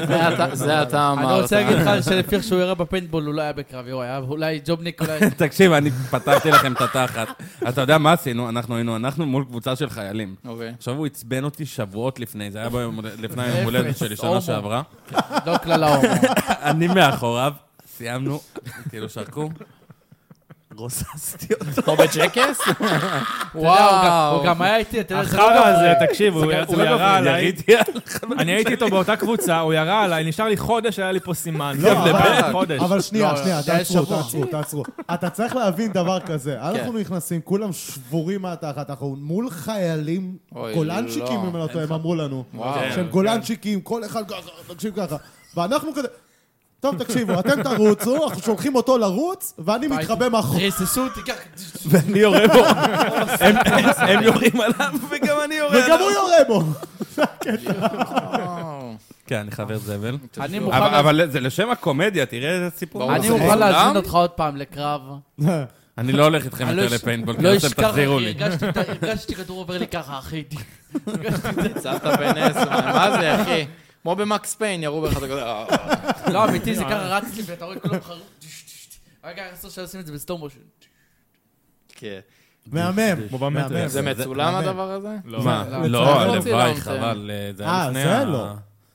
S5: זה אתה- זה אתה אמרת.
S3: אני רוצה להגיד לך שלפי איך שהוא ירה בפיינטבול, הוא לא היה בקרב, הוא היה אולי ג'ובניק, אולי...
S1: <laughs> תקשיב, אני פתחתי לכם את התחת. אתה יודע מה עשינו? אנחנו היינו, אנחנו מול קבוצה של חיילים.
S5: אוקיי.
S1: עכשיו הוא עצבן אותי שבועות לפני, זה היה ביום,
S5: <laughs>
S1: לפני היום הולדת
S3: אפס,
S1: שלי
S3: הומו.
S1: שנה שעברה.
S3: לא כלל ההומו.
S1: אני מאחוריו, סיימנו, כאילו שרקו, רוססתי אותו.
S5: או בג'קס?
S3: אתה יודע, הוא גם-
S5: וואו.
S3: הוא גם היה איתי, אתה יודע, זה לא...
S4: החרא
S3: גבוה.
S4: הזה, תקשיב, הוא הוא ירה עליי.
S1: יריתי על-
S4: אני הייתי איתו באותה קבוצה, הוא ירה עליי, נשאר לי חודש, היה לי פה סימן.
S2: לא, אבל-
S4: חודש.
S2: אבל שנייה,
S3: לא,
S2: שנייה,
S3: זה היה
S2: תעצרו,
S3: שבוע.
S2: תעצרו, תעצרו. אתה צריך להבין דבר כזה, אנחנו
S5: כן.
S2: נכנסים, כולם שבורים מהתחת, אנחנו מול חיילים,
S5: אוי,
S2: גולנצ'יקים,
S5: לא.
S2: אם אני לא טועה, הם אמרו לנו,
S5: וואו. כן,
S2: שהם גולנצ'יקים, כל אחד ככה, תקשיב ככה, ואנחנו כזה... טוב, תקשיבו, אתם תרוצו, אנחנו שולחים אותו לרוץ, ואני מתחבא מאחור.
S3: ריססו אותי ככה.
S1: ואני יורה בו. הם- <laughs> הם יורים עליו וגם אני יורה
S2: וגם הוא יורה בו!
S5: וואו.
S1: כן, אני חבר זבל.
S3: אני מוכן
S1: אבל
S3: לה-
S1: אבל זה לשם הקומדיה, תראה איזה סיפור.
S5: ברור.
S3: אני
S5: זה
S3: מוכן
S5: סולם?
S3: להזמין אותך עוד פעם לקרב.
S1: אני לא הולך איתכם
S3: אני לא
S1: יותר
S3: אש-
S1: לפיינטבול,
S3: לא
S1: כאילו אתם
S3: אשכח,
S1: תחזירו
S3: אחי,
S1: לי.
S3: הרגשתי את ה- הרגשתי כדור עובר לי ככה, <laughs> אחי.
S5: יצאת בנס, מה זה, אחי? כמו במקס פיין, ירו בך "אה, את הכדור.
S3: לא, אמיתי, זה ככה רץ לי, ואתה רואה את כולם חרו... רגע, איך עשו שעושים את זה בסטום מושן?
S5: כן.
S2: מהמם.
S4: כמו במטריקס.
S5: זה מצולם הדבר הזה?
S1: מה?
S3: לא,
S1: לא,
S5: לא
S1: הלוואי,
S5: צילמתם.
S1: חבל. אה, זה היה
S2: אה,
S1: לפני
S2: זה
S1: ה-
S2: לא.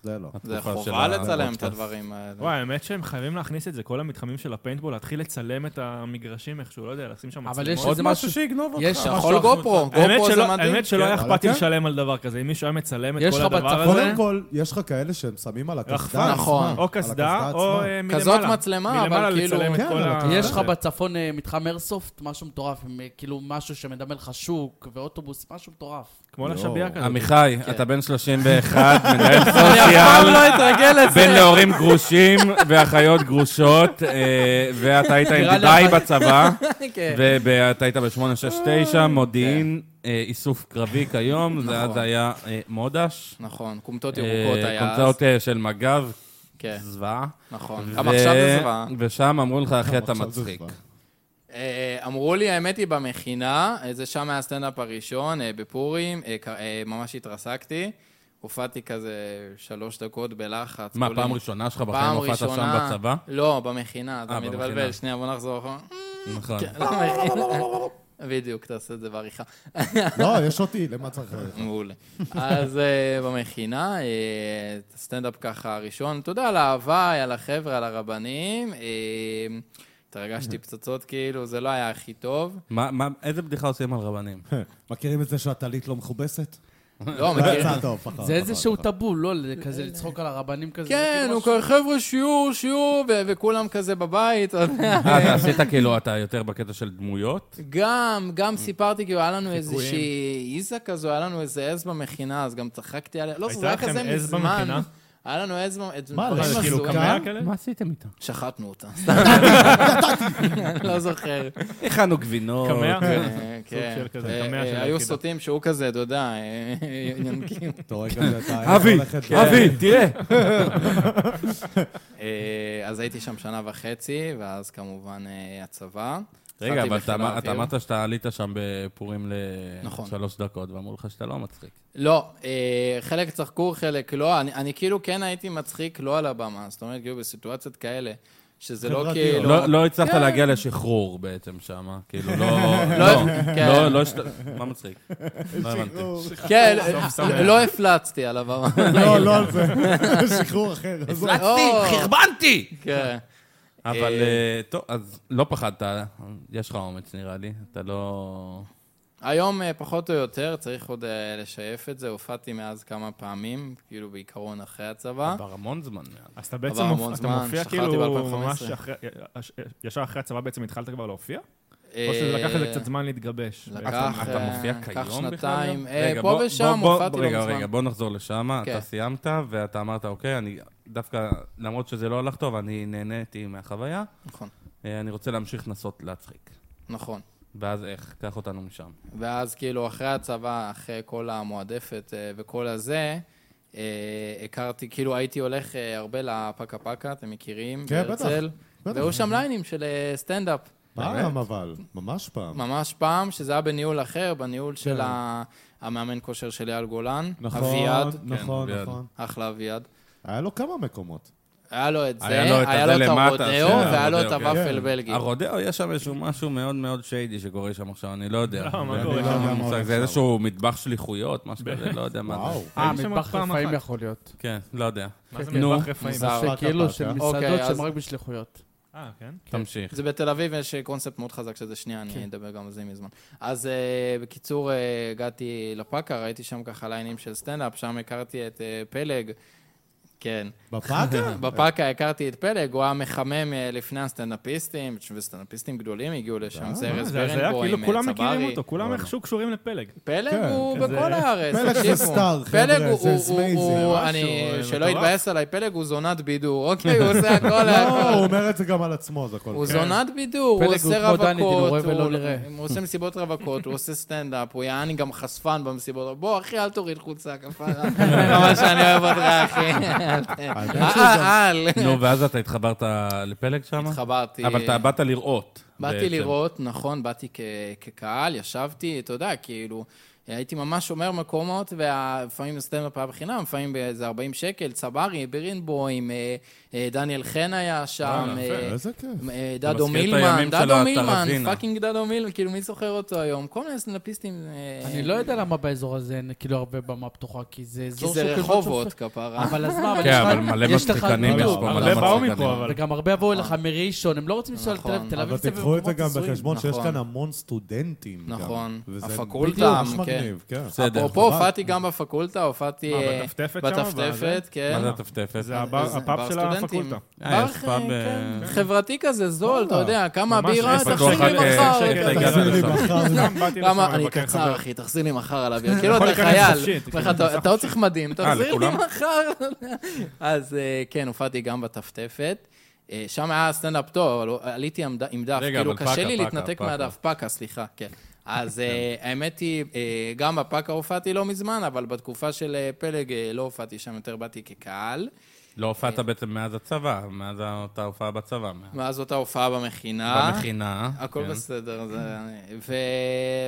S2: זה לא.
S5: זה
S1: התקופה של
S5: חובה לצלם את
S1: הפודקאסט.
S5: הדברים האלה.
S4: וואי, האמת שהם חייבים להכניס את זה, כל המתחמים של הפיינטבול, להתחיל לצלם את המגרשים איכשהו, לא יודע, לשים שם
S3: אבל
S4: מצלמות.
S3: יש
S1: עוד
S3: איזה
S1: משהו
S3: משהו-
S1: שיגנוב אותך.
S3: יש
S1: משהו
S5: יכול
S1: החוצה.
S5: נכון, גופרו,
S4: האמת
S5: גופרו זה
S4: שלא-
S5: מדהים.
S4: האמת שלא היה
S2: כן,
S4: אכפת לי
S2: אבל כן.
S4: לשלם על דבר כזה, אם מישהו היה מצלם את
S3: יש
S4: כל
S3: לך
S4: הדבר
S3: בצפון-
S4: הזה,
S2: קודם כל, יש לך כאלה שהם שמים על הקסדה.
S4: רחפן.
S5: נכון.
S2: עצמה,
S4: או
S2: על הקסדה
S4: קסדה, או
S2: עצמה.
S4: אה, מלמעלה.
S5: כזאת מצלמה, אבל
S4: מלמעלה
S5: כאילו-
S4: לצלם את
S2: כן,
S4: כל
S2: אבל
S4: ה...
S2: אתה-
S3: יש
S4: זה.
S3: לך בצפון אה, מתחם איירסופט, משהו מטורף, עם, אה, כאילו משהו שמדמה לך שוק ואוטובוס, משהו מטורף.
S4: כמו
S2: לא.
S4: לשביעה כזאת.
S1: עמיחי, אתה בן
S5: <laughs>
S1: 31, מנהל
S5: כן. אני אף פעם
S1: סושיאל,
S5: לא אתרגל לזה.
S1: בן להורים גרושים ואחיות גרושות, אה, ואתה היית עם
S3: נראה לי
S1: דידאי
S3: אבל-
S1: בצבא,
S5: <laughs> כן.
S1: ואתה היית ב-869, מודיעין, אה, איסוף קרבי כיום, זה אז
S5: נכון.
S1: היה אה, מודש.
S5: נכון, קומטות ירוקות
S1: אה,
S5: היה אז.
S1: קונצרט אה, של מג"ב,
S5: כן,
S1: זוועה.
S5: נכון.
S1: ו-
S5: גם עכשיו זה זוועה.
S1: ושם אמרו לך, אחי, אתה
S2: עכשיו זה
S1: מצחיק.
S2: זוועה.
S5: אה, אמרו לי, האמת היא, במכינה, אה, זה שם היה הסטנדאפ הראשון, אה, בפורים, אה, ק- אה, ממש התרסקתי. הופעתי כזה שלוש דקות בלחץ.
S1: מה,
S5: כולי-
S1: פעם ראשונה שלך בחיים
S5: פעם
S1: הופעת שם
S5: ראשונה-
S1: בצבא?
S5: לא, במכינה, אתה
S1: אה, במכינה.
S5: מתבלבל. שנייה, בוא נחזור אחורה. <laughs>
S1: נכון.
S5: כן,
S1: <laughs>
S5: במכינה. בדיוק, תעשה את זה בעריכה.
S2: לא, יש אותי, למה צריך ללכת?
S5: מעולה. אז אה, במכינה, אה, את הסטנדאפ ככה הראשון, אתה יודע, על ההוואי, על החבר'ה, על הרבנים. אה,
S4: <laughs>
S5: התרגשתי פצצות, כאילו, זה לא היה הכי טוב.
S1: מה- מה- איזה בדיחה עושים על
S5: <laughs>
S1: רבנים?
S2: מכירים את זה שהטלית לא מכובסת?
S5: לא,
S2: לא
S5: מכיר...
S2: יצא טוב, פחות.
S3: זה איזשהו
S2: פחות.
S3: טאבו, לא ל- כזה לצחוק על הרבנים כזה. זה
S5: כן,
S3: כאילו
S5: הוא
S3: משהו-
S5: כזה, חבר'ה, שיעור, שיעור, ו- וכולם כזה בבית, <laughs> אתה יודע.
S1: אה, אתה עשית כאילו, אתה יותר בקטע של דמויות?
S5: גם,
S4: <laughs>
S5: גם סיפרתי, כאילו, היה לנו איזושהי עיזה כזו, היה לנו איזה עז במכינה, אז גם צחקתי עליה. לא,
S4: הייתה
S5: זה היה
S4: לכם
S5: כזה
S4: עז
S5: מזמן.
S4: במכינה?
S5: היה לנו עז במכינה.
S2: מה,
S4: אבל
S2: לא,
S4: כאילו
S2: מזוזה?
S4: קמע כאלה?
S1: מה עשיתם איתה?
S5: שחטנו
S4: <laughs>
S5: אותה, <laughs> סתם. אני לא זוכר.
S1: הכנו גבינות.
S4: קמע?
S5: אה, כן.
S4: סוג של כזה,
S5: אה,
S4: קמע
S5: אה,
S4: של
S5: היו
S4: היחידה.
S5: סוטים שהוא כזה, אתה יודע, אה, ינקים.
S2: אתה רואה גם את
S1: <laughs>
S2: ה...
S1: אבי,
S2: הולכת-
S1: אבי,
S2: <laughs>
S1: תראה.
S5: אה, אז הייתי שם שנה וחצי, ואז כמובן אה, הצבא.
S1: רגע,
S5: התחלתי
S1: אבל
S5: בחיל
S1: אתה אמר- אתה
S5: האוויר.
S1: אמרת שאתה עלית שם בפורים
S5: נכון.
S1: לשלוש דקות, ואמרו לך שאתה לא מצחיק.
S5: לא, אה, חלק צחקו, חלק לא. אני, אני כאילו כן הייתי מצחיק לא על הבמה, זאת אומרת, כאילו בסיטואציות כאלה, שזה לא
S2: חברתיות.
S5: כאילו...
S1: לא לא הצלחת להגיע לשחרור בעצם שם, כאילו, לא... לא,
S5: <laughs> לא, כן.
S1: לא, לא, השת- מה
S2: <laughs>
S1: מצחיק? לא הבנתי.
S5: כן,
S4: סוף שמח.
S5: לא- לא הפלצתי על הבמה.
S2: לא, לא על זה. <laughs> שחרור אחר. עזוב.
S5: או.
S1: חרבנתי!
S5: לא, כן.
S1: אבל אה, טוב, אז לא פחדת, יש לך אומץ נראה לי, אתה לא...
S5: היום אה, פחות או יותר, צריך עוד אה, לשייף את זה, הופעתי מאז כמה פעמים, כאילו בעיקרון אחרי הצבא.
S1: כבר המון זמן מאז.
S4: אז אתה בעצם
S5: עבר המון
S4: מופ- אתה
S5: זמן,
S4: מופיע
S5: שחררתי
S4: כאילו
S5: ב-
S4: ממש
S5: 2015.
S4: אחרי, ישר אחרי הצבא בעצם התחלת כבר להופיע? או שזה לקח לזה קצת זמן להתגבש?
S5: אה, לקח,
S1: אתה- אתה
S5: אה,
S1: מופיע
S5: לקח
S1: כיום בכלל?
S5: שנתיים. אה,
S1: רגע,
S5: פה
S1: בוא-
S5: ושם
S1: בוא- בוא-
S5: הופעתי לא
S1: רגע,
S5: מזמן.
S1: רגע, בוא נחזור לשם. אתה
S5: כן.
S1: סיימת, ואתה אמרת, אוקיי, אני דווקא, למרות שזה לא הלך טוב, אני נהניתי מהחוויה,
S5: נכון,
S1: אה, אני רוצה להמשיך לנסות להצחיק.
S5: נכון.
S1: ואז איך? קח אותנו משם.
S5: ואז כאילו אחרי הצבא, אחרי כל המועדפת אה, וכל הזה, אה, הכרתי, כאילו הייתי הולך אה, הרבה לפקה פקה, אתם מכירים?
S2: כן, בטח,
S5: בהרצל.
S2: בטח.
S5: והיו שם ליינים של אה, סטנדאפ.
S2: פעם אבל, ממש פעם.
S5: ממש פעם, שזה היה בניהול אחר, בניהול של ה- המאמן כושר של אייל גולן.
S2: נכון,
S5: אביעד, כן,
S2: נכון,
S1: אביעד.
S2: נכון.
S5: אחלה אביעד.
S2: היה לו כמה מקומות.
S5: היה לו את זה,
S1: היה לו את
S5: היה
S1: הזה
S5: לו את
S1: למטה,
S5: הרודאו,
S1: של
S5: והיה לו את
S1: הרודאו, כן.
S5: הוואפל בלגי.
S1: הרודאו, יש שם איזשהו משהו מאוד מאוד שיידי שקורה שם עכשיו, אני לא יודע.
S4: לא, מה
S1: אני
S4: קורה
S1: אין
S4: שם?
S1: לי
S2: מה
S1: מושג,
S2: הולך
S1: זה
S2: שם?
S1: איזשהו מטבח שליחויות, משהו כזה, לא יודע מה
S2: וואו.
S1: זה.
S3: אה,
S4: הייתי שם
S3: מטבח
S4: רק פעם
S3: רפאים
S4: אחת.
S3: יכול להיות.
S1: כן, לא יודע.
S4: מה זה
S1: נו.
S4: מטבח רפאים?
S5: זה-
S3: זה
S2: רק
S3: כאילו
S2: הפעם,
S3: של
S2: כן?
S3: מסעדות
S5: אה, אוקיי, אז-
S3: שהן רק בשליחויות.
S4: אה, כן?
S1: תמשיך.
S5: זה בתל אביב יש אה, קונספט מאוד חזק שזה שנייה,
S2: כן.
S5: אני אדבר גם על זה מזמן. אז אה, בקיצור, אה, הגעתי לפאקה, ראיתי שם ככה ליינים של סטנדאפ, שם הכרתי את אה, פלג. כן. <laughs>
S2: בפאקה?
S5: בפאקה הכרתי את פלג, הוא היה מחמם אה, לפני הסטנדאפיסטים, וסטנדאפיסטים גדולים הגיעו
S2: אה,
S5: לשם, זה
S4: מה,
S5: ארז
S4: זה הזיה,
S5: ברנבוים,
S4: כאילו
S5: אה,
S4: כולם מכירים
S5: צברי.
S4: אותו, כולם איכשהו קשורים לפלג.
S5: פלג
S2: כן,
S5: הוא
S4: כזה-
S5: בכל הארץ,
S2: פלג זה
S5: תקשיבו.
S2: סטאר, חבר'ה,
S5: פלג הוא-
S2: זה
S5: הוא-
S2: amazing,
S5: הוא,
S4: משהו,
S5: אני,
S4: אה,
S5: שלא
S4: מטורף.
S5: יתבאס עליי, פלג הוא זונת בידור, אוקיי, הוא עושה הכל,
S2: <laughs> לא, הוא
S5: הכל.
S2: אומר את זה גם על עצמו, זה הכל.
S5: הוא
S2: כן.
S5: זונת בידור, הוא
S3: אוקיי. פלג הוא
S5: עושה
S3: כמו דני, כאילו, רואה
S5: רווקות,
S3: ולא
S5: הוא-
S3: נראה.
S5: הוא עושה מסיבות רווקות, הוא עושה סטנדאפ, הוא יעני גם חשפן במסיבות. בוא, אחי, אל תוריד חולצה,
S3: <laughs>
S5: כפרה. כמה שאני אוהב אותך, אחי. אל,
S1: <laughs>
S5: אל.
S1: נו, לא, ואז אתה התחברת לפלג שם?
S5: התחברתי.
S1: אבל אתה באת לראות.
S5: באתי
S1: בעצם.
S5: לראות, נכון, באתי כ- כקהל, ישבתי, אתה יודע, כאילו, הייתי ממש שומר מקומות, ולפעמים הסטנדאפ היה בחינם, לפעמים באיזה 40 שקל, צברי, בירינבוים, אה, אה, דניאל חן היה שם,
S1: יפה,
S5: אה,
S2: איזה כיף.
S5: אה,
S1: אתה
S5: דדו
S1: מזכיר את
S5: מילמן,
S1: הימים של
S5: דדו מילמן,
S1: הטרזינה.
S5: פאקינג דדו מילמן, כאילו מי זוכר אותו היום? כל מיני סטנדאפיסטים... אה,
S3: אני לא יודע למה באזור הזה אין כאילו הרבה במה פתוחה, כי זה
S5: כי
S3: אזור
S5: זה
S3: שהוא כאילו
S5: רחובות, אה.
S3: צופה.
S5: כפרה.
S3: אבל אז מה, אבל
S1: כן, אבל
S3: לך-
S1: מלא
S3: יש לך-
S1: מצחיקנים יש
S3: בדיוק.
S1: פה.
S4: הרבה
S1: מלא
S4: באו
S1: מצחיקנים.
S4: מפה, אבל-
S3: וגם הרבה יבואו אליך מראשון, הם לא רוצים לנסוע לתל
S5: אה. נכון.
S3: אביב, תל אביב
S2: אבל
S3: זה
S2: תיקחו את זה גם
S3: במקומות
S2: בחשבון שיש
S5: נכון.
S2: כאן המון סטודנטים. גם.
S5: נכון.
S2: וזה
S5: הפקולטה,
S2: בדיוק, ממש
S5: כן.
S2: מגניב, כן.
S1: בסדר.
S5: אפרופו, הופעתי גם בפקולטה, הופעתי...
S4: מה,
S5: אה,
S4: בטפטפת שם? בזה?
S5: בטפטפת, כן.
S1: מה זה הטפטפת?
S4: זה הבר-
S5: זה
S4: הפאב
S5: בר
S4: של
S5: סטודנטים.
S4: הפקולטה.
S1: אה,
S5: בר
S1: יש פאב, אה,
S5: חברתי כזה, זול, אתה יודע, כמה
S4: ממש,
S5: בירה,
S4: יש
S5: תחזיק
S1: פתוח
S5: לי
S1: רק, אה,
S4: כן,
S5: מחר. כן.
S1: שקל,
S5: אתה-
S1: הגענו
S2: תחזיר לי
S1: לשם.
S5: נכון. <laughs>
S2: מחר.
S4: גם באתי לשם
S5: למה, אני
S4: לבקר
S5: קצר,
S4: חבר.
S5: אחי, תחזיר לי מחר על האוויר. כאילו,
S4: יכול
S5: אתה
S4: להיכנס
S5: חייל.
S4: חופשי, תיכנס
S5: אומר לך, אתה אתה לא צריך מדים,
S1: אה,
S5: תחזיר לי
S1: לכולם?
S5: מחר. אז אה, כן, הופעתי גם בטפטפת. אה, שם היה סטנדאפ טוב, אבל הוא- עליתי עם ד- עם דף.
S1: רגע,
S5: כאילו,
S1: אבל
S5: קשה
S1: פקה,
S5: לי
S1: פקה,
S5: להתנתק
S1: פקה.
S5: מהדף. פקה, סליחה, כן. אז אה, האמת היא, אה, גם בפקה הופעתי לא מזמן, אבל בתקופה של אה, פלג אה, לא הופעתי שם יותר, באתי כקהל.
S1: לא הופעת בעצם מאז הצבא, מאז אותה הופעה בצבא. מאז-
S5: ואז אותה הופעה במכינה.
S1: במכינה.
S5: הכל
S1: כן.
S5: בסדר, זה...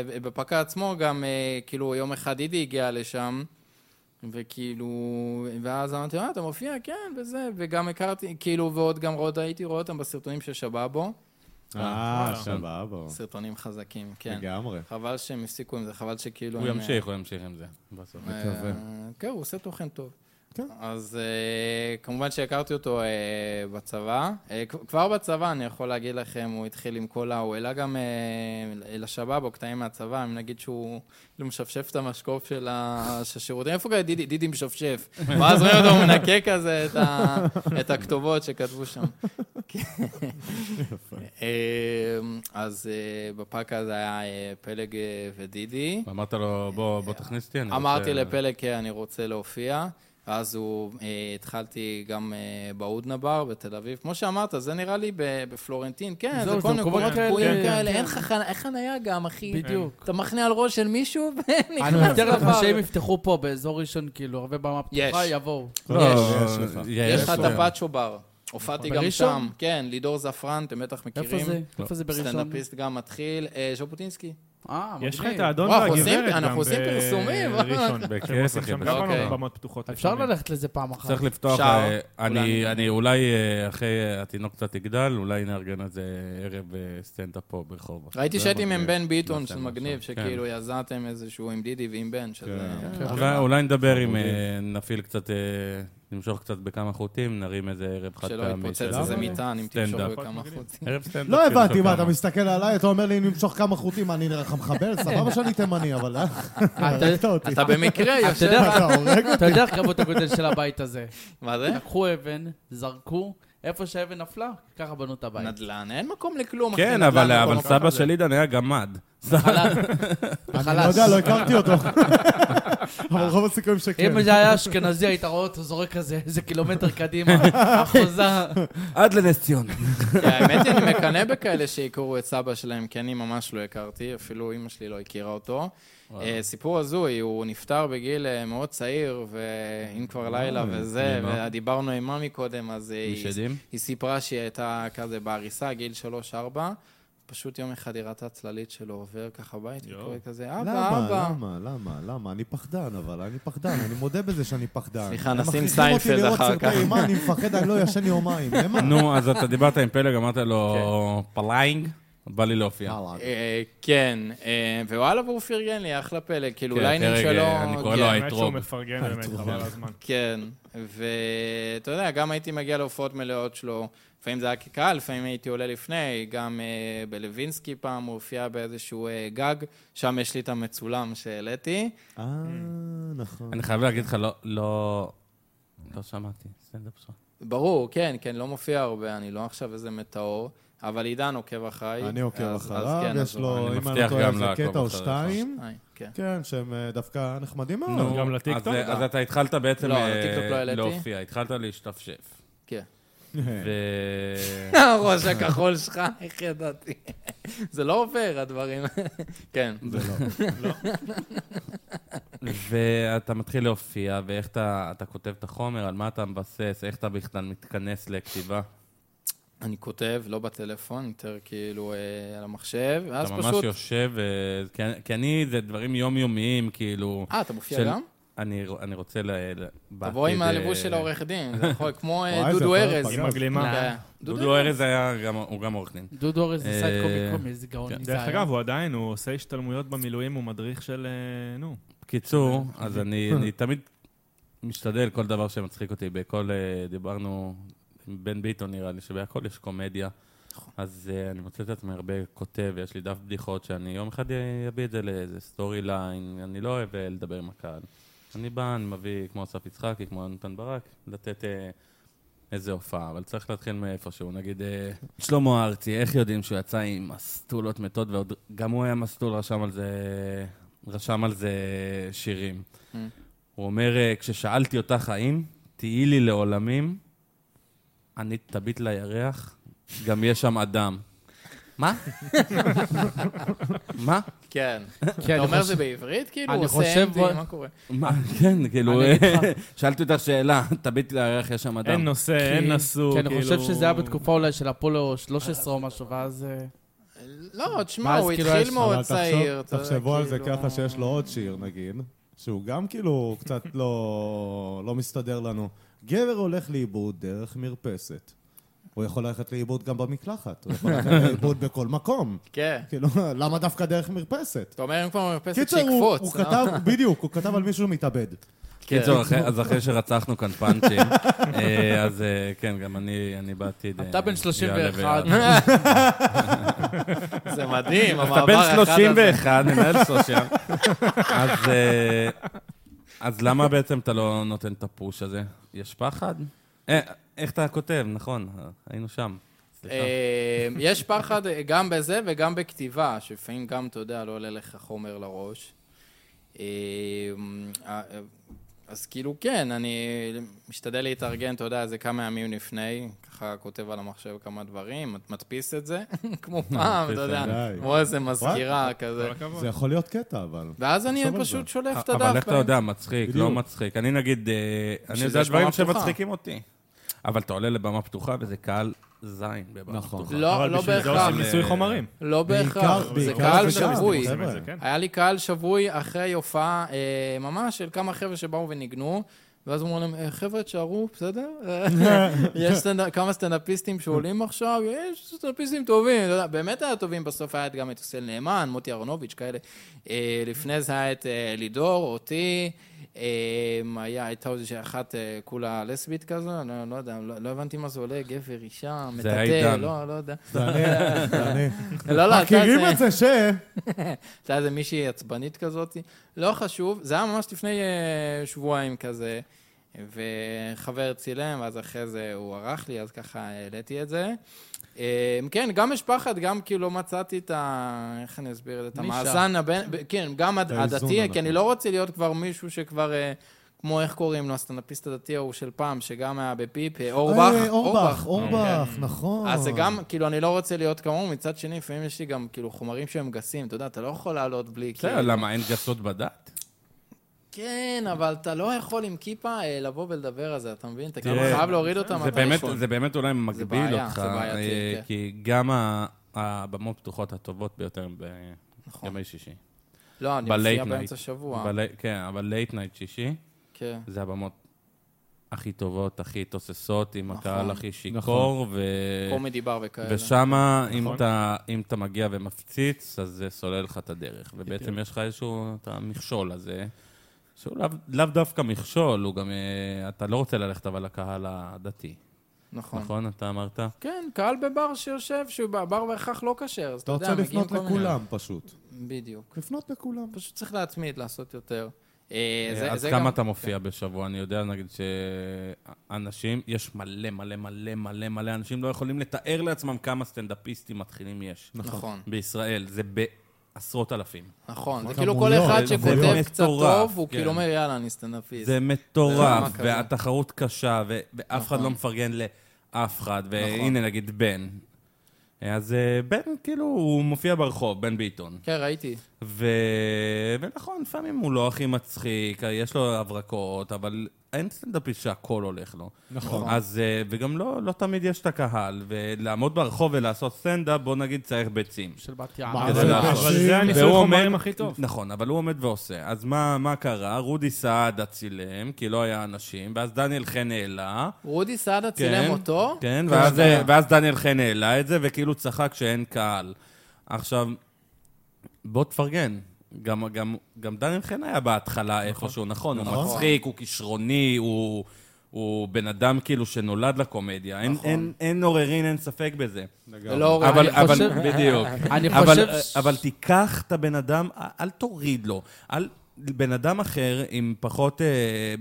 S5: ובפקה עצמו גם, אה, כאילו, יום אחד אידי הגיע לשם, וכאילו, ואז אמרתי, אה, אתה מופיע? כן, וזה, וגם הכרתי, כאילו, ועוד גם רואה, הייתי רואה אותם בסרטונים של שבאבו,
S2: אה, סבבה.
S5: סרטונים חזקים, נכון. כן.
S2: לגמרי.
S5: חבל שהם הפסיקו עם זה, חבל שכאילו...
S1: הוא
S5: הם,
S1: ימשיך, הוא ימשיך עם זה. בסוף.
S5: אה,
S2: מקווה.
S5: אה, כן, הוא עושה תוכן טוב.
S2: כן.
S5: אז אה, כמובן שהכרתי אותו אה, בצבא. אה, כ- כבר בצבא, אני יכול להגיד לכם, הוא התחיל עם כל ה... הוא העלה גם אה, לשב"ב או קטעים מהצבא, אם נגיד שהוא לא משפשף את המשקוף של ה- של השירותים. איפה גיא דידי? דידי משפשף. ואז רואה אותו מנקה כזה את ה- את הכתובות שכתבו שם. <laughs> אה, אז אה, בפאקה זה היה אה, פלג אה, ודידי.
S1: אמרת לו, בוא בוא תכניס אותי, אני רוצה...
S5: אמרתי לפלג, כן, אני רוצה להופיע. אז הוא, אה, התחלתי גם אה, בהודנה בר בתל אביב. כמו שאמרת, זה נראה לי ב- בפלורנטין. כן,
S3: זהו,
S5: זה
S3: זה
S5: כל מיני
S3: מקומות
S5: מקומות
S3: כאלה,
S5: תקועים
S3: כן,
S5: כאלה.
S3: כן.
S5: אין לך חנ- חניה גם, אחי.
S3: בדיוק.
S5: אתה מחנה על ראש של
S1: אה,
S5: מישהו
S3: אני
S5: ונכנס
S3: מתאר לך
S5: לבר.
S3: שהם יפתחו פה באזור ראשון, כאילו, הרבה במה פתוחה,
S5: יש.
S3: יבואו.
S1: לא,
S2: יש לך.
S5: יש לך את
S1: לו.
S5: הפאצ'ו בר. הופעתי גם
S3: בראשון?
S5: שם. כן, לידור זפרן, אתם בטח מכירים.
S3: איפה זה?
S1: לא.
S3: איפה זה בראשון?
S5: סטנדאפיסט גם מתחיל. אה, ז'בוטינסקי.
S3: אה,
S4: יש לך
S3: מגניב.
S4: את האדון
S5: וואו,
S4: והגברת
S5: עושים-
S4: גם
S5: אנחנו עושים פרסומים.
S4: בראשון.
S1: בכיף,
S4: שהם עושים
S1: אחי,
S4: שם
S1: בסדר.
S4: גם
S5: אוקיי.
S4: במות פתוחות.
S3: אפשר
S4: לפעמים.
S3: ללכת לזה פעם אחת.
S1: צריך לפתוח,
S5: אפשר.
S1: אה, אני,
S5: אולי-
S1: אני אולי אה, אחרי אה, התינוק קצת יגדל, אולי נארגן איזה ערב אה, סטנדאפ פה ברחובות.
S5: ראיתי
S1: זה
S5: שהייתם
S1: מגניב.
S5: עם בן ביטון,
S1: נעשה
S5: שזה
S1: משהו.
S5: מגניב,
S1: כן.
S5: שכאילו יזמתם איזשהו עם דידי ועם בן, שזה...
S2: כן.
S1: אולי, אולי נדבר עם, אה, נפעיל קצת, אה, נמשוך קצת בכמה חוטים, נרים איזה ערב חד
S5: שלא
S1: פעמי.
S5: יתפוצץ
S1: של-
S5: איזה מטען אם תמשוך
S1: סטנדאפ.
S5: בכמה חוץ.
S1: ערב סטנדאפ. כאילו,
S2: לא
S1: של
S2: הבנתי, מה,
S1: כמה.
S2: אתה מסתכל עליי, אתה אומר לי, נמשוך כמה חוטים, מה, אני נראה לך מחבל? סבבה שאני תימני, אבל אה, הרגת אותי.
S5: אתה במקרה
S3: אתה
S5: יושב...
S3: יודע,
S2: אתה הורג
S3: אתה יודע איך קרבות הגודל של הבית הזה.
S5: מה זה?
S3: לקחו אבן, זרקו, איפה שהאבן נפלה, ככה בנו את הבית.
S5: נדל"ן, אין מקום לכלום. אחי,
S1: כן,
S5: נדל"ן
S1: אבל
S5: מקום
S1: אבל
S5: אחר.
S1: סבא של עידן היה גמד.
S3: חלש.
S2: אני לא יודע, לא הכרתי אותו. אבל רוב הסיכויים שכן.
S3: אם זה היה אשכנזי, היית רואה אותו זורק כזה איזה קילומטר קדימה, אחוזה.
S1: עד לנס ציון. <laughs>
S5: כי <laughs> האמת היא, אני מקנא בכאלה שהכירו את סבא שלהם, כי אני ממש לא הכרתי, אפילו אימא שלי לא הכירה אותו. אה, סיפור הזוי, הוא נפטר בגיל אה, מאוד צעיר, ואם כבר לילה וזה,
S1: ממה?
S5: ודיברנו עם מאמי קודם, אז אה, היא
S1: משדים?
S5: היא סיפרה שהיא הייתה כזה בהריסה, גיל 3-4, פשוט יום אחד היא ראתה צללית שלו עובר ככה בית,
S4: יואו.
S5: וקורא כזה, אבא,
S2: למה,
S5: אבא.
S2: למה, למה, למה? אני פחדן, אבל אני פחדן, אני מודה בזה שאני פחדן.
S5: סליחה,
S2: הם
S5: נשים
S2: מכריחים אותי
S5: סיינפלד
S2: לראות
S5: אחר
S2: סרטי
S5: כך.
S2: אימה, אני מפחד, אני לא ישן יומיים. הם
S1: נו, אז אתה דיברת עם פלג, אמרת לו פליינג, בא לי להופיע.
S2: יאללה.
S5: אה, כן, אה, ווואלה, והוא פרגן לי, אחלה פלג, כאילו,
S1: כן,
S5: ליינים
S1: פרק,
S5: שלו...
S1: אה, אני קורא לו
S5: כן,
S1: האיש.
S4: האמת שהוא
S1: האתרוג.
S4: מפרגן באמת,
S2: האתרוג.
S4: חבל על הזמן.
S5: כן, ואתה יודע, גם הייתי מגיע להופעות מלאות שלו, לפעמים זה היה כקהל, לפעמים הייתי עולה לפני, גם אה, בלווינסקי פעם הוא הופיע באיזשהו אה, גג, שם יש לי את המצולם שהעליתי.
S2: אה, נכון.
S1: אני חייב להגיד לך, לא- לא... לא שמעתי, סטנדאפ שלך.
S5: ברור, כן, כן, לא מופיע הרבה, אני לא עכשיו איזה מטאור, אבל עידן עוקב אחריי.
S2: אני עוקב
S5: אז- אז
S2: אחריו,
S5: כן, אז
S2: יש לו,
S1: אני
S2: אם אני
S1: מבטיח
S2: לא טועה,
S1: גם
S2: איזה
S1: לעקוב
S2: קטע או
S1: אחריך.
S2: שתיים.
S5: אה, כן.
S2: כן, שהם אה, דווקא נחמדים מאוד.
S1: נו,
S4: גם
S1: אז- אה,
S4: לטיקטוק?
S1: אז אתה התחלת בעצם
S5: לא,
S1: אה,
S5: לטיקטוק לא העליתי.
S1: להופיע, התחלת להשתפשף.
S5: כן.
S1: ו...
S5: <laughs> הראש הכחול שלך, איך ידעתי? <laughs> זה לא עובר, הדברים. <laughs> כן.
S2: <laughs> זה לא.
S1: ואתה מתחיל להופיע, ואיך אתה, אתה כותב את החומר, על מה אתה מבסס, איך אתה בכלל מתכנס לכתיבה.
S5: אני כותב, לא בטלפון, יותר כאילו אה, על המחשב, ואז
S1: אתה ממש
S5: פשוט...
S1: יושב, אה, כי אני- כי אני, זה דברים יומיומיים, כאילו...
S5: אה, אתה מופיע
S1: של-
S5: גם?
S1: אני אני רוצה ל... ל-
S5: תבוא עם
S1: בעתיד,
S5: הלבוש
S1: אה,
S5: של העורך דין, זה יכול- כמו אה,
S2: וואי, זה
S5: דודו
S2: יכול
S5: ארז.
S2: להיפגע.
S4: עם הגלימה.
S5: אה,
S1: דודו ארז היה גם, הוא גם עורך דין.
S3: דודו אורז
S1: אה,
S3: ניסה את קומי קומי, איזה גאון
S1: כן.
S3: ניסה.
S4: דרך
S3: היה.
S4: אגב, הוא עדיין, הוא עושה השתלמויות במילואים, הוא מדריך של... אה, נו.
S1: בקיצור, אז אני אני תמיד משתדל כל דבר שמצחיק אותי. בכל, אה, דיברנו עם בן ביטון נראה לי, שבהכל יש קומדיה. אז אה, אני מוצא את עצמי הרבה כותב, יש לי דף בדיחות שאני יום אחד אה, אביא את זה לאיזה סטורי ליין, אני לא אוהב אה, לדבר עם הקהל. אני בא, אני מביא, כמו אסף יצחקי, כמו נתן ברק, לתת אה, איזה הופעה, אבל צריך להתחיל מאיפשהו. נגיד, אה, שלמה ארצי, איך יודעים שהוא יצא עם מסטולות מתות, ועוד גם הוא היה מסטול, רשם על זה, אה, רשם על זה שירים.
S5: Mm.
S1: הוא אומר, אה, כששאלתי אותך האם, תהיי לי לעולמים, אני תביט לירח, גם יש שם אדם.
S3: <laughs>
S1: מה? מה?
S5: כן.
S3: כן,
S5: אתה
S3: אני
S5: אומר
S3: חושב-
S5: זה בעברית? כאילו,
S3: אני
S5: הוא עושה
S3: חושב, בוא-
S5: אנטי, מה קורה?
S1: מה, כן, כאילו,
S3: אני אגיד לך.
S1: <laughs> שאלתי אותך שאלה, תביט לירח, יש שם
S4: אין
S1: אדם.
S4: נושא,
S3: כי-
S4: אין נשוא,
S3: כי
S4: כאילו...
S3: כן, אני חושב שזה היה בתקופה אולי של אפולו 13 או משהו, ואז... אה,
S5: לא, תשמע,
S3: ואז
S5: הוא
S3: כאילו
S5: התחיל
S3: יש-
S2: אבל
S5: מאוד
S2: תחשוב-
S5: צעיר. אתה יודע,
S2: תחשבו על זה
S5: כאילו-
S2: ככה שיש לו עוד שיר, נגיד, שהוא גם כאילו קצת לא לא מסתדר לנו. גבר הולך לאיבוד דרך מרפסת. הוא יכול ללכת לאיבוד גם במקלחת, הוא יכול ללכת לאיבוד בכל מקום.
S5: כן.
S2: כאילו, <laughs> למה דווקא דרך מרפסת?
S5: אתה אומר, אם כבר מרפסת,
S2: קיצר, הוא-
S5: שיקפוץ.
S2: הוא
S5: לא?
S2: כתב,
S5: <laughs>
S2: בדיוק, הוא כתב על מישהו מתאבד.
S5: כן.
S1: קיצור, אחרי- אז אחרי שרצחנו כאן פאנצ'ים, אה, אז אה, כן, גם אני אני בעתיד... אה,
S3: אתה בן
S1: יעלה
S3: 31.
S1: וירד.
S5: זה מדהים,
S1: אתה
S5: המעבר
S1: בן
S5: החד הזה.
S1: 31, מנהל סושיאל. אז, אה, אז למה בעצם אתה לא נותן את הפוש הזה? יש פחד? אה, איך אתה כותב, נכון, היינו שם. סליחה.
S5: אה, יש פחד אה, גם בזה וגם בכתיבה, שלפעמים גם, אתה יודע, לא עולה לך חומר לראש. אה, אה, אז כאילו, כן, אני משתדל להתארגן, אתה יודע, זה כמה ימים לפני, ככה כותב על המחשב כמה דברים, את מדפיס את זה, <laughs> כמו פעם, אתה יודע,
S2: די.
S5: כמו איזה מזכירה כזה.
S4: כל הכבוד.
S2: זה יכול להיות קטע,
S5: <laughs>
S2: אבל.
S5: ואז אני
S2: תחשוב על
S5: פשוט שולף את הדף.
S1: אבל איך אתה
S5: ב-
S1: יודע, מצחיק, לא
S2: בדיוק.
S1: מצחיק. אני נגיד, אה, אני
S5: שזה
S1: יודע
S5: יש במה
S1: דברים
S5: פתוחה.
S1: שמצחיקים אותי. אבל אתה עולה לבמה פתוחה וזה קהל זין בבמה
S2: נכון.
S1: פתוחה.
S5: לא,
S4: אבל
S5: לא
S4: בשביל זה עושים
S5: בהכרח,
S4: ניסוי חומרים.
S5: לא בהכרח,
S2: בעיקר-
S5: זה
S2: בעיקר
S5: קהל
S2: ושם,
S5: שבוי.
S2: זה
S4: עושים את זה, כן.
S5: היה לי קהל שבוי אחרי הופעה אה, ממש של כמה חבר'ה שבאו וניגנו, ואז אמרו להם, "אה, חבר'ה, תשארו,
S1: <laughs>
S5: בסדר? יש סטנד... כמה סטנדאפיסטים שעולים עכשיו, יש סטנדאפיסטים טובים, אתה יודע, באמת היה טובים, בסוף היה את גם את יוסל נאמן, מוטי אהרונוביץ', כאלה. אה, לפני זה היה את אה, לידור, אותי, אה, היה, הייתה עוד איזושהי אחת אה, כולה לסבית כזו, אני לא, לא יודע, לא, לא הבנתי מה זה עולה, גבר, אישה,
S1: זה היה
S5: מטאטא,
S1: עידן.
S5: לא, לא יודע.
S2: זה אני, זה אני.
S5: לא, לא, אתה
S2: מכירים
S5: זה...
S2: את זה ש...
S5: הייתה איזה מישהי עצבנית כזאת, לא חשוב, זה היה ממש לפני אה, שבועיים כזה, וחבר צילם, ואז אחרי זה הוא ערך לי, אז ככה העליתי את זה. אה, כן, גם יש פחד, גם כאילו לא מצאתי את ה... איך אני אסביר את זה? את
S3: נישה.
S5: המאזן הבין... ב- כן, גם הד-
S2: האיזון
S5: הדתי,
S2: אנחנו.
S5: כי אני לא רוצה להיות כבר מישהו שכבר... אה, כמו איך קוראים לו, הסטנדאפיסט הדתי ההוא של פעם, שגם היה בפיפ, אה, אורבך. כן.
S2: אה, אורבך, אורבך, נכון.
S5: אז זה גם, כאילו, אני לא רוצה להיות כמוהו, מצד שני, לפעמים יש לי גם, כאילו, חומרים שהם גסים, אתה יודע, אתה לא יכול לעלות בלי,
S1: בסדר, לא.
S5: כאילו...
S1: למה, אין גסות בדת?
S5: כן, אבל אתה לא יכול עם כיפה אה, לבוא ולדבר על זה, אתה מבין? אתה
S1: תראה,
S5: כאילו חייב להוריד אותם
S1: זה
S5: מתישהו.
S1: באמת, זה באמת אולי מגביל
S5: בעיה,
S1: אותך,
S5: זה בעייתי,
S1: אה,
S5: כן.
S1: כי גם ה- הבמות פתוחות הטובות ביותר הן
S5: נכון.
S1: בימי שישי.
S5: לא, אני
S1: ב-late
S5: מופיע
S1: night.
S5: באמצע שבוע.
S1: בלי- כן, אבל לייט נייט שישי,
S5: כן.
S1: זה הבמות הכי טובות, הכי תוססות, עם
S5: נכון.
S1: הקהל הכי שיכור, ו...
S5: קומדי בר וכאלה.
S1: ושמה, אם
S4: נכון.
S1: אתה- אם אתה מגיע ומפציץ, אז זה סולל לך את הדרך. ובעצם יש לך איזשהו, את המכשול הזה, שהוא לאו- לאו דווקא מכשול, הוא גם, אה, אתה לא רוצה ללכת אבל לקהל הדתי,
S5: נכון.
S1: נכון? אתה אמרת?
S5: כן, קהל בבר שיושב, שהוא בר בהכרח לא כשר, אז
S2: אתה
S5: אתה יודע,
S2: רוצה
S5: מגיעים
S2: לפנות
S5: כל מיני...
S2: לכולם פשוט.
S5: בדיוק.
S2: לפנות לכולם.
S5: פשוט צריך להתמיד, לעשות יותר. אה, זה-
S1: אז
S5: זה
S1: כמה
S5: גם- כן.
S1: אתה מופיע בשבוע? אני יודע, נגיד, שאנשים, יש מלא, מלא, מלא, מלא, מלא אנשים לא יכולים לתאר לעצמם כמה סטנדאפיסטים מתחילים יש.
S5: נכון.
S1: בישראל, זה בעשרות אלפים.
S5: נכון, זה
S2: כמויות,
S5: כאילו כל אחד
S1: זה
S5: שכותב
S1: כמויות.
S5: קצת טוב, הוא
S1: כן.
S5: כאילו אומר, יאללה, אני סטנדאפיסט.
S1: זה
S5: ברמה
S1: מטורף,
S5: כזאת.
S1: והתחרות קשה, ו- ואף אחד
S5: נכון.
S1: לא מפרגן לאף אחד, והנה, נגיד, בן. אז אה, בן, כאילו, הוא מופיע ברחוב, בן ביטון.
S5: כן, ראיתי.
S1: ו... ונכון, לפעמים הוא לא הכי מצחיק, יש לו הברקות, אבל אין סטנדאפיסט שהכל הולך לו.
S2: נכון.
S1: אז, אה, וגם לא, לא תמיד יש את הקהל, ולעמוד ברחוב ולעשות סטנדאפ, בוא נגיד צריך ביצים.
S3: של בת ים.
S2: מה,
S1: כדי
S2: אבל-
S1: לעשות.
S4: אבל זה הניסוי
S1: והוא
S4: חומרים
S1: עומד-
S4: הכי טוב.
S1: נכון, אבל הוא עומד ועושה. אז מה, מה קרה? רודי סעדה צילם, כי לא היה אנשים, ואז דניאל חן העלה.
S5: רודי סעדה
S1: כן,
S5: צילם אותו?
S1: כן,
S5: כן,
S1: ואז,
S5: כן.
S1: ואז דניאל חן העלה את זה, וכאילו צחק שאין קהל. עכשיו, בוא תפרגן. גם, גם, גם דניאל חן היה בהתחלה איפשהו, נכון, הוא
S2: נכון.
S1: מצחיק, הוא כישרוני, הוא, הוא בן אדם כאילו שנולד לקומדיה. אין,
S5: נכון.
S1: אין, אין עוררין, אין ספק בזה.
S5: זה לא הורג.
S1: אבל,
S3: אני
S1: אבל,
S3: חושב-
S1: בדיוק.
S3: אני
S1: אבל, אה,
S3: חושב... ש-
S1: אבל תיקח את הבן אדם, אל- אל תוריד לו. אל, בן אדם אחר עם פחות אה,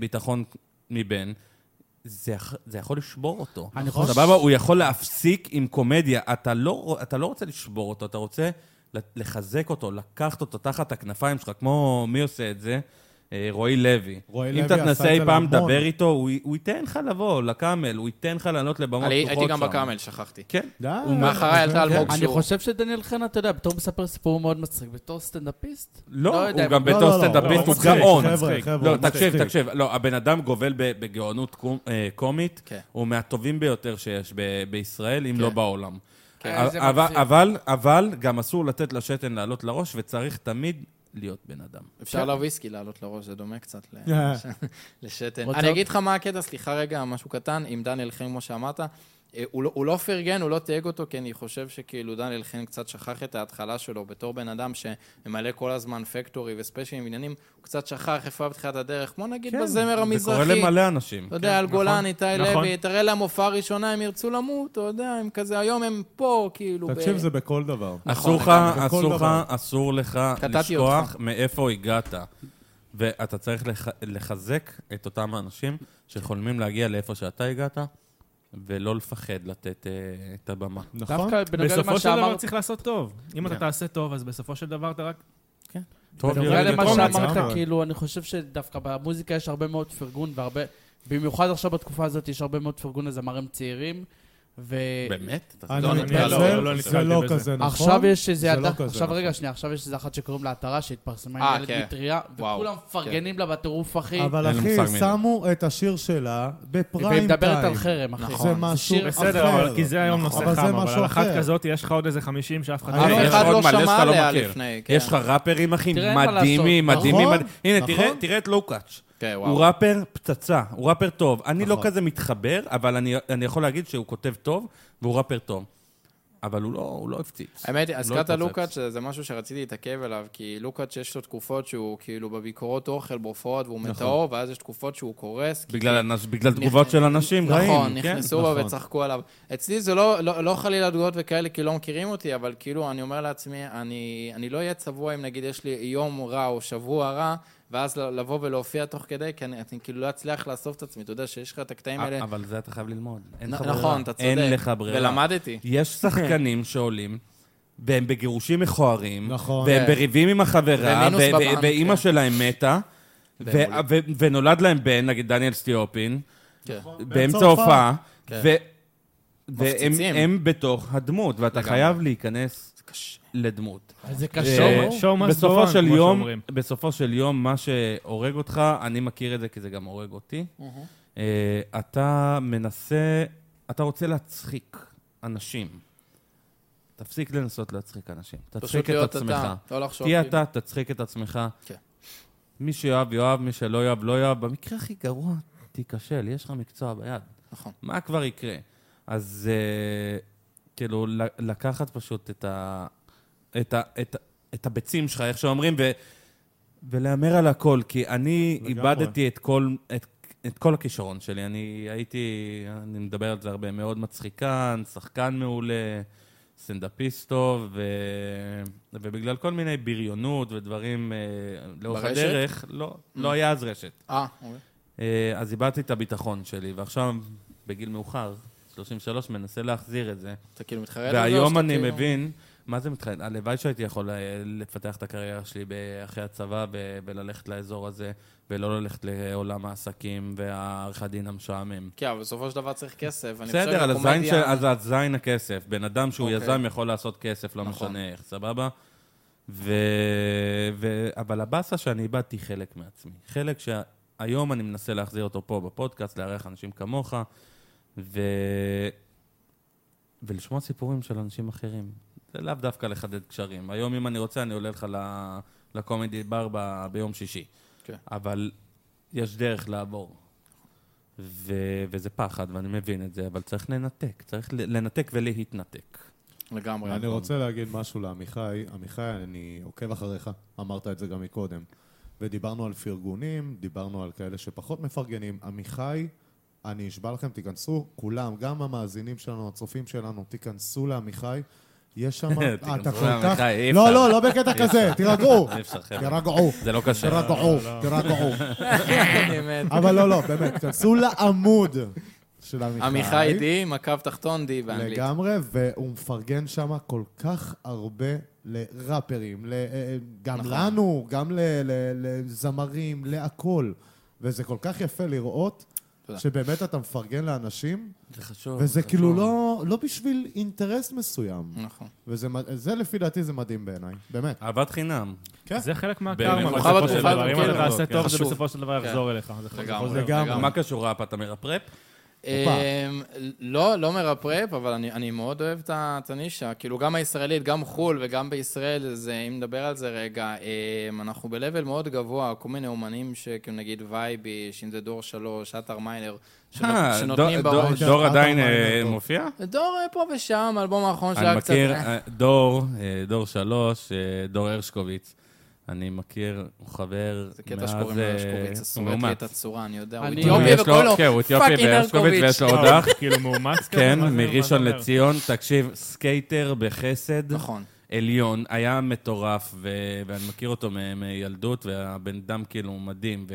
S1: ביטחון מבן, זה, יכ- זה יכול לשבור אותו.
S3: אני חושב-
S1: סבבה, הוא יכול להפסיק עם קומדיה. אתה לא, אתה לא רוצה לשבור אותו, אתה רוצה ל- לחזק אותו, לקחת אותו תחת הכנפיים שלך, כמו מי עושה את זה? אה, רועי לוי.
S2: רועי
S1: אם
S2: לוי
S1: אתה
S2: עשה את
S1: תנסה
S2: זה
S1: אי פעם
S2: להמון.
S1: לדבר איתו, הוא, י- הוא ייתן לך לבוא לקאמל, הוא ייתן לך לעלות לבמות
S5: אני-
S1: פתוחות שם.
S5: הייתי גם בקאמל, שכחתי.
S1: כן.
S2: די.
S5: מאחריי עלתה אלמוג
S3: אני
S5: שור.
S3: חושב שדניאל חן, אתה יודע, בתור מספר סיפור מאוד מצחיק, בתור סטנדאפיסט?
S1: לא,
S3: לא
S1: הוא
S3: יודע,
S1: גם
S2: לא,
S1: בתור
S2: לא, לא,
S1: סטנדאפיסט
S2: לא,
S1: הוא
S4: מצחיק,
S1: גאון.
S2: חבר'ה,
S4: מצחיק.
S2: חבר'ה,
S1: לא,
S2: הוא
S1: תקשיב,
S2: מצחיק.
S1: תקשיב. לא, הבן אדם גובל ב- בגאונות קום- אה, קומית.
S5: כן.
S1: הוא מהטובים ביותר שיש ב- בישראל, אם לא בעולם.
S3: כן, זה
S1: אבל-
S3: מצחיק.
S1: אבל- אבל גם אסור לתת לשתן לעלות לראש, וצריך תמיד להיות בן אדם.
S5: אפשר להביא סקי לעלות לראש, זה דומה קצת ל-
S1: כן.
S5: לשתן.
S3: רוצה
S5: אני
S3: עוד?
S5: אגיד לך מה הקטע, סליחה רגע, משהו קטן, עם דניאל חן, כמו שאמרת. אה, הוא לא- הוא לא פרגן, הוא לא תייג אותו, כי אני חושב שכאילו דניאל חן קצת שכח את ההתחלה שלו בתור בן אדם שממלא כל הזמן פקטורי וספיישלים ועניינים, הוא קצת שכח איפה היה בתחילת הדרך, כמו נגיד בזמר
S1: כן, זה קורה
S5: המזרחי.
S1: למלא אנשים.
S5: אתה יודע, על גולן, איתי
S4: נכון.
S5: לוי, תראה להם הופעה ראשונה, הם ירצו למות, אתה יודע, הם כזה, היום הם פה, כאילו. ב-
S2: תקשיב, זה בכל דבר.
S1: אסור לך,
S2: לגמרי.
S1: אסור
S2: בכל
S1: לך,
S2: דבר.
S1: אסור לך
S5: קטעתי
S1: לשכוח
S5: אותך.
S1: מאיפה הגעת. ואתה צריך לח- לחזק את אותם האנשים שחולמים להגיע לאיפה שאתה הגעת, ולא לפחד לתת אה, את הבמה.
S2: נכון?
S3: דווקא אה, בנוגע למה
S4: בסופו של דבר
S3: שאמרת,
S4: צריך לעשות טוב. אם אתה
S1: כן.
S4: תעשה טוב, אז בסופו של דבר אתה רק...
S1: טוב,
S3: בנוגע
S1: יורד
S3: למה
S1: לטוב.
S2: שאמר-
S3: שאמרת,
S2: לגמרי.
S3: כאילו, אני חושב שדווקא במוזיקה יש הרבה מאוד פרגון, והרבה... במיוחד עכשיו בתקופה הזאת יש הרבה מאוד פרגון לזמרים צעירים, ו...
S1: באמת? אתה-
S2: אני
S5: לא, אני לא-
S2: מתנצל,
S4: לא
S2: זה
S4: נתקלתי
S2: לא
S4: בזה.
S2: כזה נכון.
S3: עכשיו יש איזה...
S2: זה לא
S3: אתה-
S2: כזה
S3: עכשיו רגע,
S2: נכון.
S3: שנייה, עכשיו יש איזה אחת שקוראים לה עטרה, שהתפרסמה
S5: אה,
S3: עם ילד
S5: כן.
S3: מטריה,
S5: וואו,
S3: וכולם מפרגנים לה בטירוף, אחי.
S2: אבל
S1: אין לי
S2: אחי,
S1: מושג מי זה.
S2: שמו את השיר שלה בפריים טיים.
S3: והיא מדברת על חרם, אחי.
S5: נכון.
S2: זה
S5: זה
S2: משהו
S3: שיר-
S2: אחר.
S4: בסדר, אבל כי זה היום
S2: נכון.
S4: נושא
S2: אבל זה
S4: חם, אבל
S2: משהו
S4: על אחת
S2: אחר.
S4: כזאת יש לך עוד איזה 50 שאף אחד
S2: אה,
S5: אף
S1: יש לך
S5: אחד
S1: עוד מלא
S5: לא שמע
S1: שאתה לא
S5: עליה
S1: מכיר.
S5: לפני, כן.
S1: יש לך ראפרים, אחי,
S3: תראה מה
S1: מדהימים,
S3: לעשות.
S1: מדהימים.
S2: נכון,
S1: מד- הנה, תראה-
S2: נכון.
S1: תראה את לוקאץ'.
S5: כן, וואו.
S1: הוא ראפר פצצה, הוא ראפר טוב. אני לא
S2: נכון.
S1: כזה מתחבר, אבל אני- אני יכול להגיד שהוא כותב טוב, והוא ראפר טוב. אבל הוא לא- הוא לא הפציץ.
S5: האמת, היא, הזכרת
S1: התפוצץ.
S5: לוקאץ', זה זה משהו שרציתי להתעכב עליו, כי לוקאץ' יש לו תקופות שהוא כאילו בביקורות אוכל, בהופעות, והוא מטאור, ואז יש תקופות שהוא קורס. כי-
S1: בגלל, אנש, בגלל תגובות של אנשים, רעים.
S5: כן. נכון,
S1: כן?
S5: נכנסו
S2: נכון.
S5: בה וצחקו עליו. אצלי זה לא, לא, לא חלילה תגובות וכאלה, כי לא מכירים אותי, אבל כאילו, אני אומר לעצמי, אני, אני לא אהיה צבוע אם נגיד יש לי יום רע או שבוע רע, ואז ל- לבוא ולהופיע תוך כדי, כי אני, אני כאילו לא אצליח לאסוף את עצמי. אתה יודע שיש לך את הקטעים האלה.
S1: א- אה, כן? אבל זה אתה חייב ללמוד. אין
S5: נ-
S1: לך ברירה.
S5: נכון, אתה צודק.
S1: אין לך ברירה.
S5: ולמדתי.
S1: יש שחקנים שעולים, והם בגירושים מכוערים,
S2: נכון.
S1: והם
S5: כן.
S1: בריבים עם החברה,
S5: ומינוס
S1: ו- ו-
S5: בבנק,
S1: ואימא
S5: כן.
S1: שלהם מתה, ו-
S5: והם
S1: ו- ונולד להם בן, נגיד דניאל סטיופין,
S5: כן.
S1: באמצע ההופעה, ו- והם
S5: מפציצים.
S1: הם בתוך הדמות, ואתה
S5: לגמרי.
S1: חייב להיכנס
S5: קשה.
S1: לדמות.
S3: זה
S1: אה,
S3: קשה.
S4: show must
S1: בסופו
S4: go on,
S1: של
S4: כמו
S1: יום,
S4: שאומרים.
S1: בסופו של יום, מה שהורג אותך, אני מכיר את זה כי זה גם הורג אותי.
S5: מהמם.
S1: אה, אתה מנסה, אתה רוצה להצחיק אנשים. תפסיק לנסות להצחיק אנשים.
S5: פשוט
S1: תצחיק את
S5: להיות
S1: עצמך.
S5: אתה, לא לחשוב.
S1: תהיה
S5: כאילו.
S1: אתה, תצחיק את עצמך.
S5: כן.
S1: מי שיאהב, יאהב, מי שלא יאהב, לא יאהב. במקרה הכי גרוע, תיכשל, יש לך מקצוע ביד.
S5: נכון.
S1: מה כבר יקרה? אז אה, כאילו, ל- לקחת פשוט את, ה, את, ה, את, ה- את הביצים שלך, איך שאומרים, ו, ולהמר על הכל, כי אני
S2: לגמרי.
S1: איבדתי את כל, את, את כל הכישרון שלי. אני הייתי, אני מדבר על זה הרבה, מאוד מצחיקן, שחקן מעולה, סטנדאפיסט טוב, ו, ובגלל כל מיני בריונות ודברים אה, לאורך
S5: ברשת?
S1: הדרך, לא, לא היה אז רשת.
S5: אה, אוקיי.
S1: אה, אז איבדתי את הביטחון שלי, ועכשיו, בגיל מאוחר, 33, מנסה להחזיר את זה.
S5: אתה כאילו מתחרט על זה? או
S1: והיום
S5: שאתה
S1: אני
S5: כאילו-
S1: מבין, מה זה מתחיל? הלוואי שהייתי יכול אה, לפתח את הקריירה שלי ב- אחרי הצבא ו- וללכת לאזור הזה, ולא ללכת לעולם העסקים והעריך הדין המשעמם.
S5: כן, אבל בסופו של דבר צריך כסף. אני חושב
S1: בסדר, על הזין,
S5: שקומדיה-
S1: של, אז על זין הכסף. בן אדם שהוא
S5: אוקיי.
S1: יזם יכול לעשות כסף, לא
S5: נכון.
S1: משנה איך, סבבה? ו... ו... אבל הבאסה שאני איבדתי חלק מעצמי. חלק שה... היום אני מנסה להחזיר אותו פה בפודקאסט, לארח אנשים כמוך, ו... ולשמוע סיפורים של אנשים אחרים. זה לאו דווקא לחדד קשרים. היום, אם אני רוצה, אני עולה לך ל- לקומדי בר ב... ביום שישי.
S5: כן.
S1: אבל יש דרך לעבור. ו... וזה פחד, ואני מבין את זה, אבל צריך לנתק. צריך ל- לנתק ולהתנתק. אוקיי,
S5: לגמרי.
S2: אני
S5: נכון.
S2: רוצה להגיד משהו לעמיחי. עמיחי, אני עוקב אחריך, אמרת את זה גם מקודם. ודיברנו על פרגונים, דיברנו על כאלה שפחות מפרגנים. עמיחי, אני אשבע לכם, תיכנסו, כולם, גם המאזינים שלנו, הצופים שלנו, תיכנסו לעמיחי. יש
S1: <laughs>
S2: שם... אה,
S1: תיכנסו
S2: אתה כל
S1: לעמיחי,
S2: כך...
S1: אי
S2: לא,
S1: אפשר.
S2: לא, לא בקטע כזה,
S1: <laughs>
S2: תירגעו.
S1: אי אפשר, חבר'ה.
S2: תירגעו.
S1: זה לא קשה.
S2: תירגעו, תירגעו.
S5: <laughs> באמת.
S2: אבל לא, לא, באמת, כנסו לעמוד של עמיחי.
S5: עמיחי די, מקו תחתון די באנגלית.
S2: לגמרי, והוא מפרגן שם כל כך הרבה לראפרים, ל- אה, גם
S5: נכון.
S2: לנו, גם ל- ל- לזמרים, להכל. וזה כל כך יפה לראות
S5: תודה.
S2: שבאמת אתה מפרגן לאנשים,
S1: זה חשוב.
S2: וזה כאילו לא, לא בשביל אינטרס מסוים.
S5: נכון.
S2: וזה מד- זה לפי דעתי זה מדהים בעיניי, באמת.
S3: <laughs>
S1: אהבת חינם.
S4: זה חלק
S1: באמת.
S4: מהקרמה,
S1: מוחמד
S4: בסופו של
S1: מוחמד
S4: דבר. אם
S1: הוא
S4: אתה
S1: כאילו-
S4: תעשה
S1: כן,
S4: טוב, זה
S5: חשוב.
S4: בסופו של דבר
S5: כן.
S4: יחזור אליך. זה חוזר.
S5: נכון, לגמרי. אה,
S2: לגמרי.
S1: מה קשור ראפ? אתה מרפרפ?
S5: אמ, לא, לא מרפרפ, אבל אני, אני מאוד אוהב את ה- את הנישה. כאילו, גם הישראלית, גם חו"ל וגם בישראל, זה, אם נדבר על זה רגע, אמ, אנחנו ב-level מאוד גבוה, כל מיני אומנים שכאילו נגיד וייביש, אם זה דור שלוש, עטר מיילר, שנות-
S1: אה,
S5: שנותנים
S1: דור- דור-
S5: בראש.
S1: דור
S2: אתה
S1: עדיין
S2: מעניין
S1: אה,
S2: אותו.
S1: מופיע?
S5: דור אה, פה ושם, האלבום האחרון
S1: אני
S5: שהיה קצת...
S1: מכיר,
S5: אה,
S1: אה, דור, אה, דור שלוש, אה, דור הרשקוביץ. אני מכיר, הוא חבר
S5: זה קטע
S1: מאז...
S5: שקוראים לו
S1: אה,
S5: הרשקוביץ,
S1: הוא
S5: אסור להגיד
S1: מאומץ.
S5: את הצורה, אני יודע. הוא
S3: אני-
S5: אתיופי
S1: יש לו-
S5: וקוראים לו
S1: כן, הוא אתיופי
S5: פאקינג
S1: והרשקוביץ ויש
S5: הרשקוביץ.
S1: לו עוד
S4: וואו,
S1: אח.
S4: כאילו מאומץ כזה,
S1: כן,
S4: מה זה- מה זה
S1: מראשון
S4: אומר?
S1: לציון. תקשיב, סקייטר בחסד.
S5: נכון.
S1: עליון, היה מטורף, ו- ואני מכיר אותו מ- מילדות, והבן אדם כאילו מדהים,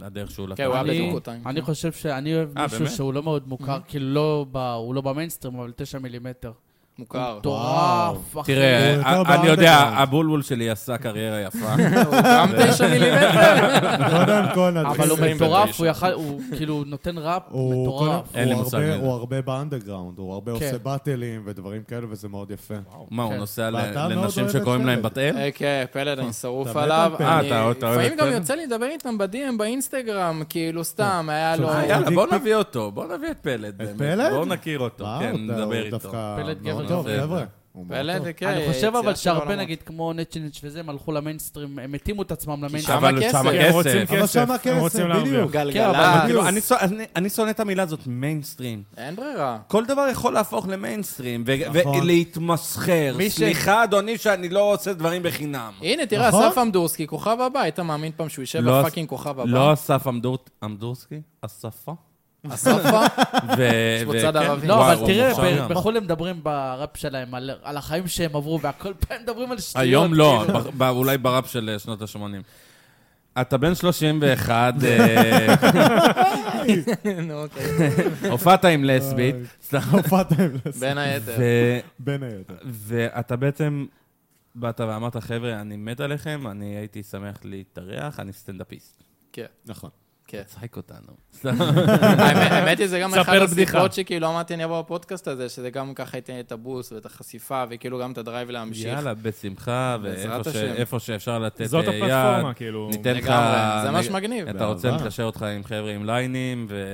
S1: והדרך שהוא לקח.
S5: כן, Mm-hmm. הוא היה
S1: אותו.
S3: אני-
S5: בדוקוטיים.
S3: אני חושב שאני אוהב
S1: אה,
S3: מישהו
S1: באמת?
S3: שהוא לא מאוד מוכר, כאילו לא ב- הוא לא במיינסטרים, אבל תשע מילימטר.
S5: מוכר.
S3: מטורף, אחי. <laughs>
S1: תראה, אה,
S2: הוא יותר
S1: אני יודע,
S2: באנדרגראונד.
S1: הבולבול שלי עשה קריירה
S5: <laughs>
S1: יפה.
S5: כן. גם תשע מילימטר. <laughs>
S2: קודם כל, נתחיל.
S3: אבל הוא
S1: עשרים
S3: מטורף,
S1: ותשע.
S3: הוא יכל, הוא כאילו נותן ראפ
S2: הוא
S3: מטורף.
S2: קודם-
S1: אין לי
S2: הוא
S1: מושג
S2: הרבה-
S1: מזה.
S2: הוא הרבה באנדרגראונד, הוא הרבה
S3: כן.
S2: עושה באטלים ודברים כאלה, וזה מאוד יפה.
S1: מה, הוא
S3: כן.
S1: נוסע ל-
S2: ואתה מאוד
S1: לנשים
S2: אוהב את
S1: שקוראים להם
S2: פלד.
S1: בת אל?
S5: אה, כן, פלד, אני שרוף
S2: אתה מת
S5: עליו.
S2: על פלד.
S1: אה,
S5: אני-
S1: אתה- אתה אוהב את
S5: לפעמים גם
S1: פלד?
S5: יוצא לי לדבר איתם בדי.אם, באינסטגרם, כאילו סתם, היה לו...
S1: אה,
S2: הוא
S1: יאללה,
S2: דיק
S1: בוא
S2: פיק?
S1: נביא אותו, בוא נביא את פלד. באמת.
S2: פלד?
S1: בואו נכיר אותו,
S2: מה,
S1: כן,
S2: הוא- הוא
S1: נדבר איתו.
S2: דווקא
S3: פלד גבר
S2: מאוד
S1: גבר.
S2: טוב, חבר'ה. הוא מאוד טוב.
S5: פלד, כן.
S3: אני חושב
S5: יציאה לא
S3: אבל
S5: של
S3: שהרבה
S5: עולמות.
S3: נגיד כמו נצ'ינץ' וזה, הם הלכו למיינסטרים, הם התאימו את עצמם
S5: שם
S3: למיינסטרים.
S1: אבל
S5: הכסף.
S1: שם
S4: כן, הם רוצים
S1: הכסף.
S2: אבל
S4: כסף,
S2: שם הכסף,
S4: הם רוצים
S2: בדיוק.
S1: כן.
S4: להרוויח.
S1: אבל
S5: גלגלצ.
S1: כאילו, אני שונא- אני- אני שונא את המילה הזאת, מיינסטרים.
S5: אין ברירה.
S1: כל דבר יכול להפוך למיינסטרים, ו-
S2: נכון.
S1: ולהתמסחר.
S5: מי ש-
S1: סליחה, אדוני, שאני לא עושה דברים בחינם.
S5: הנה, תראה,
S2: נכון?
S5: אסף עמדורסקי, כוכב הבא, היית מאמין פעם שהוא יושב
S1: לא-
S5: בפאקינג כוכב
S1: לא
S5: הבא?
S1: אסף עמדור- עמדורסקי,
S5: <laughs>
S1: אספה.
S5: אספה?
S1: <laughs> ו...
S5: יש בו
S1: ו-
S5: צד
S1: כן.
S5: ערבי.
S1: וואו,
S3: לא, אבל
S1: הוא
S3: תראה,
S1: מוכשר גם.
S3: ב- בחו"ל הם מדברים בראפ שלהם, על על החיים שהם עברו, והכל <laughs> פעם מדברים על שטויות.
S1: היום לא, <laughs>
S3: כאילו.
S1: ב- ב- אולי בראפ של אה, שנות ה-80. אתה בן
S5: <laughs>
S1: 31, אה,
S5: נו, אוקיי.
S1: הופעת עם לסבית, סתם,
S2: הופעתם
S5: בין היתר.
S1: ו-
S2: בין היתר.
S1: ואתה בעצם באת ואמרת, חבר'ה, אני מת עליכם, אני הייתי שמח להתארח, אני סטנדאפיסט.
S5: כן,
S2: נכון.
S5: כן.
S1: צחק אותנו.
S5: האמת האמת היא, זה גם
S4: תספר
S5: אחד
S4: בדיחה.
S5: הסיבות שכאילו אמרתי אני אבוא בפודקאסט הזה, שזה גם ככה ייתן לי את הבוסט ואת החשיפה, וכאילו גם את הדרייב להמשיך.
S1: <laughs> יאללה, בשמחה,
S5: בעזרת
S1: ואיפה ש-
S5: השם.
S1: איפה שאפשר לתת אה, יד.
S4: זאת הפלטפורמה, כאילו.
S1: ניתן לך... כן.
S5: לגמרי, זה ממש מגניב.
S1: אתה רוצה,
S2: באהבה.
S1: נקשר אותך עם חבר'ה עם ליינים, ו...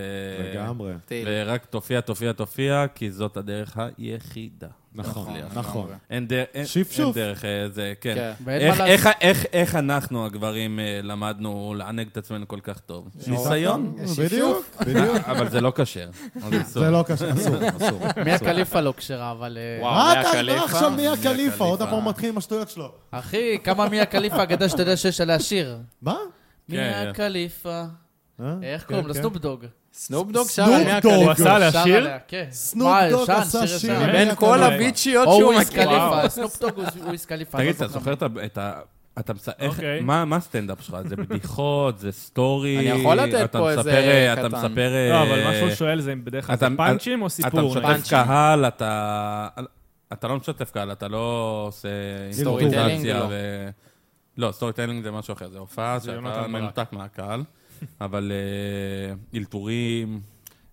S2: אה, לגמרי.
S5: תהיל.
S1: ורק תופיע, תופיע, תופיע, כי זאת הדרך היחידה.
S2: נכון,
S5: נכון,
S2: נכון.
S5: לגמרי.
S1: אין דרך, אין, אין
S2: שפשוף.
S1: דרך אה, זה,
S5: כן.
S1: כן.
S3: ואין מה
S1: איך,
S3: לעשות.
S1: איך, איך, איך אנחנו, הגברים, אה, למדנו לענג את עצמנו כל כך טוב? ניסיון,
S2: בדיוק, <laughs> בדיוק.
S1: אבל זה לא כשר. אז אסור.
S2: זה לא קשה, אסור, אסור.
S3: מיה קליפה לא כשרה, אבל... אה,
S5: וואו.
S2: מה
S5: מיה
S2: אתה אתה
S5: קליפה?
S2: עכשיו נהיה
S1: מיה
S2: קליפה? עוד
S1: קליפה.
S2: פעם הוא מתחיל עם השטויות שלו.
S3: אחי, כמה מיה קליפה אגדה שאתה יודע שיש עליה שיר.
S2: מה?
S1: כן.
S3: מיה קליפה.
S2: אה?
S3: איך
S2: כן,
S3: קוראים לה?
S2: כן.
S3: סנופ דוג.
S5: סנופ דוג שר
S2: סנופ
S5: על מי
S2: דוג.
S5: הקליפה.
S4: הוא
S1: אה,
S4: עשה לה
S3: שר
S4: שיר?
S3: עליה, כן.
S2: סנופ
S3: מה,
S2: דוג
S3: ישן,
S2: עשה
S3: שיר
S2: שיר.
S3: ישן.
S2: מיה
S5: בין כל
S2: קליפה.
S5: הביצ'יות
S3: או
S5: שהוא
S3: וויס
S5: מכיר.
S3: קליפה, סנופ דוג הוא וויס קליפה.
S1: תגיד,
S3: אני
S1: אתה
S3: לא זוכר.
S1: זוכר את ה... את ה... אתה מס... איך...
S4: אוקיי.
S1: מה, מה הסטנדאפ שלך? זה בדיחות, זה סטורי?
S5: אני יכול לתת
S1: אתה
S5: פה
S1: מספר,
S5: איזה
S1: אה, אתה
S5: קטן.
S1: מספר...
S4: לא,
S1: אה,
S4: אבל מה שהוא שואל זה אם בדרך כלל זה
S1: אתה-
S4: פאנצ'ים או
S1: אתה
S4: סיפור? נגיד?
S1: משתף קהל, אתה... אתה לא משתף קהל, אתה לא עושה...
S5: סטורי
S1: אימפרוביזציה
S5: טיילינג, לא.
S1: ו... לא, סטורי טיילינג זה משהו אחר, זה הופעה
S4: זה יונתן
S1: שאתה <laughs>
S4: ברק.
S1: מנותק מהקהל, אבל אה, אלתורים...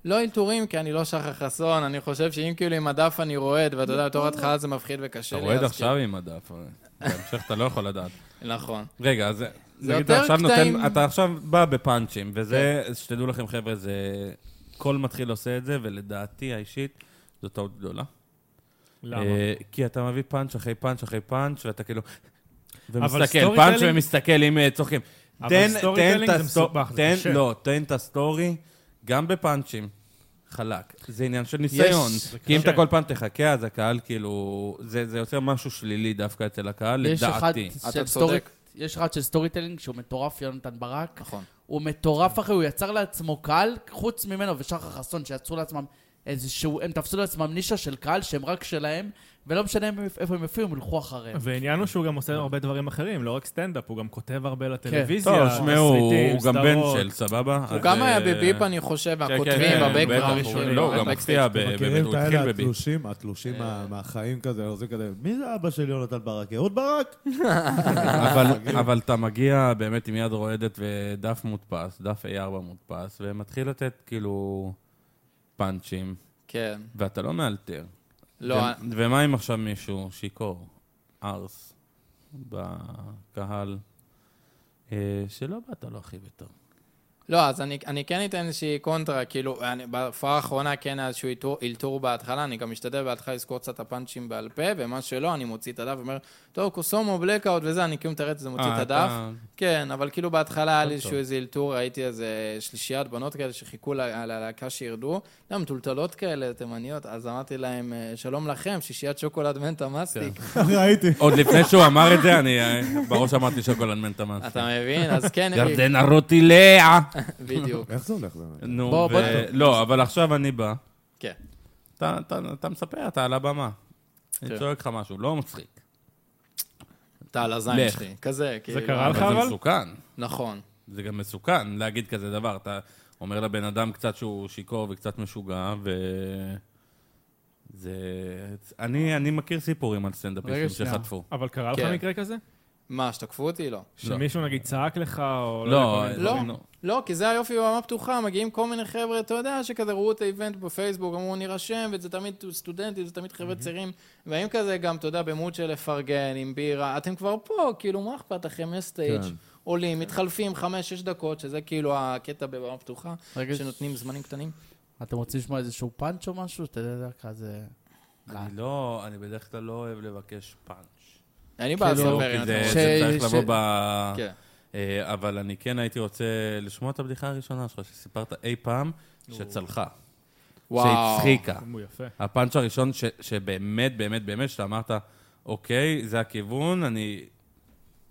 S5: לא אלתורים, כי אני לא שחר חסון, אני חושב שאם כאילו עם הדף אני רועד, ואתה יודע, בתור התחלה זה מפחיד וקשה
S1: אתה
S5: לי.
S1: רועד
S5: אז כן.
S1: עכשיו עם הדף, אבל בהמשך אתה לא יכול לדעת.
S5: כאילו- נכון.
S1: רגע, אז
S5: זה
S1: נגיד
S5: יותר
S1: אתה עכשיו
S5: קטעים. כן.
S1: נותן, אתה עכשיו בא בפאנצ'ים, וזה, שתדעו לכם חבר'ה, זה... כל מתחיל עושה את זה, ולדעתי האישית, זו טעות גדולה.
S4: למה?
S1: אה, כי אתה מביא פאנץ' אחרי פאנץ' אחרי פאנץ', ואתה כאילו... ומסתכל,
S4: סטורי
S1: פאנץ'
S4: טלינג-
S1: ומסתכל עם אה, צוחקים.
S4: אבל
S1: תן,
S4: סטורי
S1: תן
S4: טלינג
S1: את
S4: זה
S1: הסטו-
S4: מסובך, זה
S1: תן,
S4: קשה.
S1: לא, תן את הסטורי, גם בפאנצ'ים, חלק. זה עניין של ניסיון.
S5: זה
S1: כי אם
S4: קשה.
S1: אתה כל פעם תחכה, אז הקהל כאילו... זה זה יוצר משהו שלילי דווקא אצל הקהל,
S3: יש אחד
S1: לדעתי.
S3: של
S5: אתה צודק.
S3: סטורי... יש אחד של סטורי טלינג שהוא מטורף, יונתן ברק.
S5: נכון.
S3: הוא מטורף אחי, הוא יצר לעצמו קהל, חוץ ממנו ושחר חסון, שיצרו לעצמם איזשהו... הם תפסו לעצמם נישה של קהל שהם רק שלהם, ולא משנה איפה הם יופיעו, הם ילכו אחריהם.
S4: והעניין הוא שהוא גם עושה הרבה דברים אחרים, לא רק סטנדאפ, הוא גם כותב הרבה לטלוויזיה,
S1: כן. טוב, לא, שמעו,
S4: תסריטים,
S1: הוא גם בן
S4: סדרות.
S1: של, סבבה?
S5: הוא
S1: אז,
S5: גם היה
S1: אה,
S5: בביפ, אני חושב,
S1: כן,
S5: מהכותבים,
S1: כן, בטח,
S5: בבקגראונד.
S1: הוא- לא, הוא גם מופיע, ב- באמת,
S2: מכירים את
S1: הוא התחיל
S2: האלה
S1: בביפ.
S2: התלושים, התלושים מה- מהחיים כזה, עושים כזה, מי זה אבא של יונתן ברק? אהוד <laughs> ברק?
S5: <laughs>
S1: אבל, אבל אתה מגיע באמת עם יד רועדת ודף מודפס, דף A4 מודפס, ומתחיל לתת כאילו פאנצ'ים,
S5: כן.
S1: ואתה לא מאלתר.
S5: לא,
S1: ו- ומה אם עכשיו מישהו שיכור, ארס, בקהל, אה, שלא באת לו הכי בטוב.
S5: לא, אז אני, אני כן אתן איזושהי קונטרה, כאילו, אני, בהופעה האחרונה כן היה איזשהו אלתור- אלתור בהתחלה, אני גם משתדל בהתחלה לזכור קצת את הפאנצ'ים בעל פה, ומה שלא, אני מוציא את הדף ואומר, טוב, קוסומו, בלקאוט וזה, אני כאילו מתרץ את זה, מוציא
S1: אה,
S5: את
S1: אתה-
S5: הדף. כן, אבל כאילו בהתחלה היה לי איזשהו
S1: טוב.
S5: איזה אלתור, ראיתי איזה שלישיית בנות כאלה שחיכו ל- ללהקה שירדו, גם מטולטלות כאלה, תימניות, אז אמרתי להם, "אה, שלום לכם, שישיית שוקולד מנטה מסטיק.
S1: כן.
S2: ראיתי.
S1: עוד לפני שהוא אמר את זה, אני אה, בראש אמרתי שוקולד מנטמן.
S5: אתה מבין? אז כן, הם-
S1: ירדנה רותי לאה.
S5: בדיוק,
S2: איך זה הולך באמת?
S1: נו,
S3: בוא, בוא.
S1: ו- לא, אבל עכשיו אני בא.
S5: כן.
S1: אתה, אתה, אתה מספר, אתה על הבמה. אני
S5: כן.
S1: צועק לך משהו, לא מצחיק.
S5: אתה על הזין
S1: לך.
S5: שלי, כזה, כאילו.
S4: קרה לך?
S1: אבל זה
S4: אבל?
S1: מסוכן.
S5: נכון.
S1: זה גם מסוכן להגיד כזה דבר. אתה אומר לבן אדם קצת שהוא שיכור וקצת משוגע, ו... זה... אני, אני מכיר סיפורים על סטנדאפיסטים
S3: רגע, שנייה.
S1: שחטפו.
S4: כן.
S1: לא.
S4: אבל קרה לך
S5: כן.
S4: מקרה כזה?
S5: מה, שתקפו אותי? לא.
S4: שמישהו נגיד צעק לך, או יודע, כל
S1: לא,
S4: מיני
S5: לא,
S4: דברים.
S1: לא.
S5: לא, כי זה היופי בבמה פתוחה, מגיעים כל מיני חבר'ה, אתה יודע, שכזה ראו את האיבנט בפייסבוק, אמרו נירשם, וזה תמיד סטודנטים, זה תמיד חבר'ה צעירים, והאם כזה גם, אתה יודע, במוד של לפרגן, עם בירה, אתם כבר פה, כאילו, מה אכפת לכם, יש סטייג',
S2: כן.
S5: עולים, מתחלפים חמש, שש דקות, שזה כאילו הקטע בבמה פתוחה,
S3: רגע,
S5: שנותנים זמנים קטנים.
S3: אתם רוצים לשמוע איזשהו פאנץ' או משהו? אתה יודע, כזה...
S1: אני לא, אני בדרך כלל לא אוהב לבקש פאנץ'.
S5: אין לי בעיה
S1: כאילו,
S5: לספר,
S1: כי
S5: אין
S1: זה
S5: לך-
S3: ש-
S1: זה צריך
S3: ש-
S1: לבוא ב...
S5: כן.
S1: אה, אבל אני כן הייתי רוצה לשמוע את הבדיחה הראשונה שלך, שסיפרת אי פעם, שצלחה.
S5: וואו.
S1: שהצחיקה.
S4: הוא יפה.
S1: הפאנץ' הראשון ש, שבאמת, באמת, באמת, שאתה אמרת, אוקיי, זה הכיוון, אני,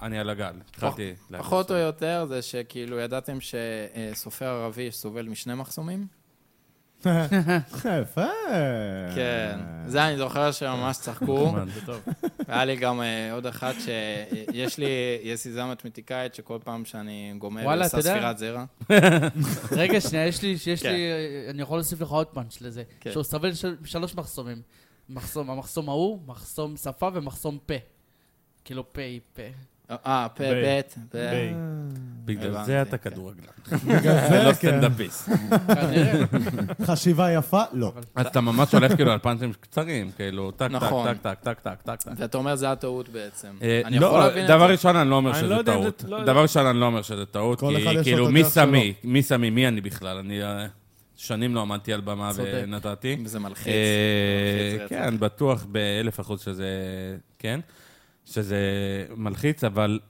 S1: אני על הגל. התחלתי להגיד
S5: פחות או
S1: את
S5: יותר זה שכאילו ידעתם שסופר ערבי סובל משני מחסומים?
S2: יפה.
S5: כן. זה אני זוכר שממש
S1: זה.
S5: צחקו.
S1: נחמד.
S5: היה לי גם אה, עוד אחת שיש לי, יש לי זמת מתמטיקאית שכל פעם שאני גומר,
S3: וואלה,
S5: היא
S3: אתה
S5: עושה
S3: יודע?
S5: ספירת זרע.
S3: רגע, שנייה, יש לי, יש
S5: כן.
S3: לי, אני יכול להוסיף לך עוד פאנץ' לזה.
S5: כן.
S3: שהוא סובל של- משלוש מחסומים. מחסום, המחסום ההוא, מחסום שפה ומחסום פה. כאילו פה היא פה.
S5: אה, פה,
S4: ביי.
S5: בית. ביי.
S4: ביי.
S1: בגלל
S5: הבנתי,
S1: זה אתה
S5: כן. <laughs>
S1: כדורגלן. <laughs>
S2: בגלל
S1: זה לא
S2: זה, כן.
S1: סטנדאפיסט.
S3: כנראה.
S2: חשיבה יפה? לא.
S1: אז אתה ממש הולך כאילו על פאנצ'ים קצרים, כאילו, טק,
S5: נכון.
S1: טק, טק, טק, טק, טק, טק.
S5: ואתה אומר, זה הטעות בעצם.
S1: אה,
S5: אני
S1: לא,
S5: יכול להבין את
S1: דבר
S5: זה.
S1: ראשון, אני לא אומר
S4: אני
S1: שזה
S4: לא יודע אם זה-
S1: טעות.
S4: לא יודע.
S1: דבר ראשון, אני לא אומר שזה טעות,
S2: כל אחד יש
S1: כי
S2: לו
S1: כאילו,
S2: את
S1: מי
S2: הדרך שלו.
S1: שמי? מי שמי? מי אני בכלל? אני אה, שנים לא עמדתי על במה
S3: צודק.
S1: ונתתי.
S5: זה מלחיץ.
S1: אה,
S5: מלחיץ רצח.
S1: כן, בטוח באלף אחוז שזה, כן, שזה מלחיץ, אבל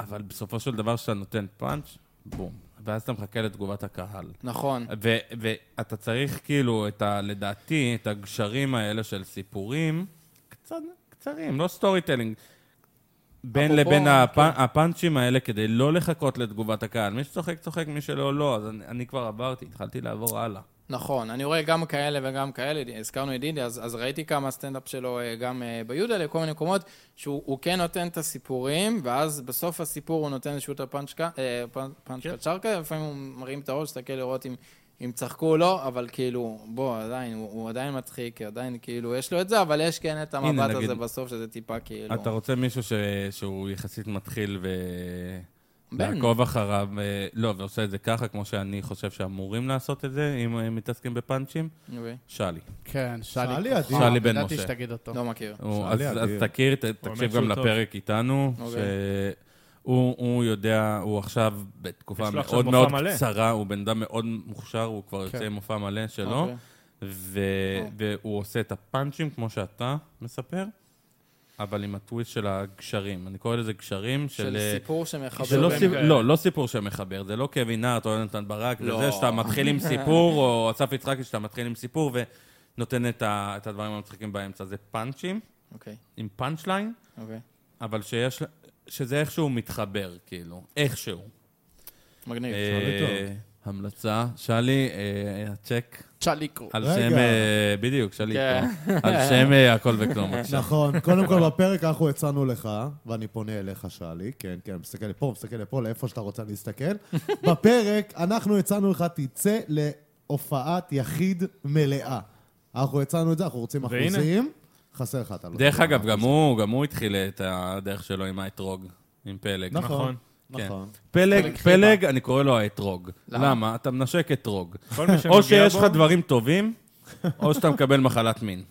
S1: אבל בסופו של דבר כשאתה נותן פאנץ', בום. ואז אתה מחכה לתגובת הקהל.
S5: נכון.
S1: ו- ואתה צריך כאילו, את ה, לדעתי, את הגשרים האלה של סיפורים קצת קצרים, לא סטורי טלינג. בין
S5: אפרופו, כן.
S1: לבין הפ... הפאנצ'ים האלה, כדי לא לחכות לתגובת הקהל. מי שצוחק, צוחק, מי שלא, לא. אז אני, אני כבר עברתי, התחלתי לעבור הלאה.
S5: נכון, אני רואה גם כאלה וגם כאלה, הזכרנו את דידי, אז, אז ראיתי כמה סטנדאפ שלו אה, גם אה, ביודלה, כל מיני מקומות, שהוא הוא כן נותן את הסיפורים, ואז בסוף הסיפור הוא נותן איזשהו את הפאנצ'קה, אה, פאנ-
S1: כן.
S5: פאנצ'קה צ'רקה, לפעמים הוא מרים את הראש, תסתכל לראות אם, אם צחקו או לא, אבל כאילו, בוא, עדיין, הוא, הוא עדיין מצחיק, עדיין כאילו, יש לו את זה, אבל יש כן את
S1: הנה,
S5: המבט
S1: נגיד-
S5: הזה בסוף, שזה טיפה כאילו...
S1: אתה רוצה מישהו ש... שהוא יחסית מתחיל ו...
S5: בן.
S1: לעקוב אחריו, אה, לא, ועושה את זה ככה, כמו שאני חושב שאמורים לעשות את זה, אם הם מתעסקים בפאנצ'ים,
S5: אוקיי.
S1: שלי.
S3: כן, שאלי.
S2: שאלי
S3: כוכב.
S2: עדיף.
S1: שאלי בן
S3: ידעתי
S1: משה.
S3: שתגיד אותו.
S5: לא מכיר.
S1: הוא-
S2: שאלי
S1: אז אז
S2: אדיר.
S1: תכיר, ת-
S4: אומר
S1: תקשיב
S4: שהוא
S1: גם
S4: טוב.
S1: לפרק איתנו,
S5: אוקיי.
S1: שהוא הוא יודע, הוא עכשיו בתקופה
S4: יש לו עכשיו
S1: מאוד
S4: מופע
S1: מאוד
S4: מלא.
S1: קצרה, הוא בן אדם מאוד מוכשר, הוא כבר
S3: כן.
S1: יוצא עם מופע מלא שלו,
S5: אוקיי.
S1: ו- והוא עושה את הפאנצ'ים, כמו שאתה מספר, אבל עם הטוויסט של הגשרים. אני קורא לזה גשרים של...
S5: של
S1: אה,
S5: סיפור שמחבר.
S1: זה לא,
S5: בין-
S1: סיפ...
S4: כאלה.
S1: לא, לא סיפור שמחבר, זה לא קווין הארט או יונתן ברק,
S5: לא.
S1: וזה שאתה מתחיל עם סיפור, או אסף יצחקי שאתה מתחיל עם סיפור ונותן את, ה... את הדברים המצחיקים באמצע. זה פאנצ'ים,
S5: אוקיי,
S1: עם פאנצ' ליין,
S5: אוקיי.
S1: אבל שיש... שזה איכשהו מתחבר, כאילו. איכשהו.
S5: מגניב.
S1: אה,
S2: אה, טוב.
S1: המלצה, שלי, אה, הצ'ק
S3: צ'ליקו.
S1: על
S2: רגע.
S1: שם, אה, בדיוק, שלי,
S5: כן.
S1: פה.
S5: <laughs>
S1: על שם אה, הכל וכלום. עכשיו.
S2: נכון, קודם כל בפרק אנחנו הצענו לך, ואני פונה אליך, שאלי, כן, כן, מסתכל לפה, מסתכל לפה, לאיפה שאתה רוצה
S1: <laughs>
S2: להסתכל. בפרק אנחנו הצענו לך, תצא להופעת יחיד מלאה. אנחנו הצענו את זה, אנחנו רוצים
S4: והנה.
S2: אחוזים. חסר לך, אתה לא...
S1: דרך אגב, גם הוא, גם הוא התחיל את הדרך שלו עם האתרוג, עם פלג.
S2: נכון,
S4: נכון.
S2: נכון.
S1: פלג,
S5: פלג חיבה.
S1: פלג, אני קורא לו האתרוג.
S5: למה?
S1: למה? אתה מנשק אתרוג.
S4: כל מי
S1: או
S4: שנוגע
S1: שיש
S4: בו,
S1: לך דברים טובים, או שאתה מקבל מחלת
S2: <laughs>
S1: מין.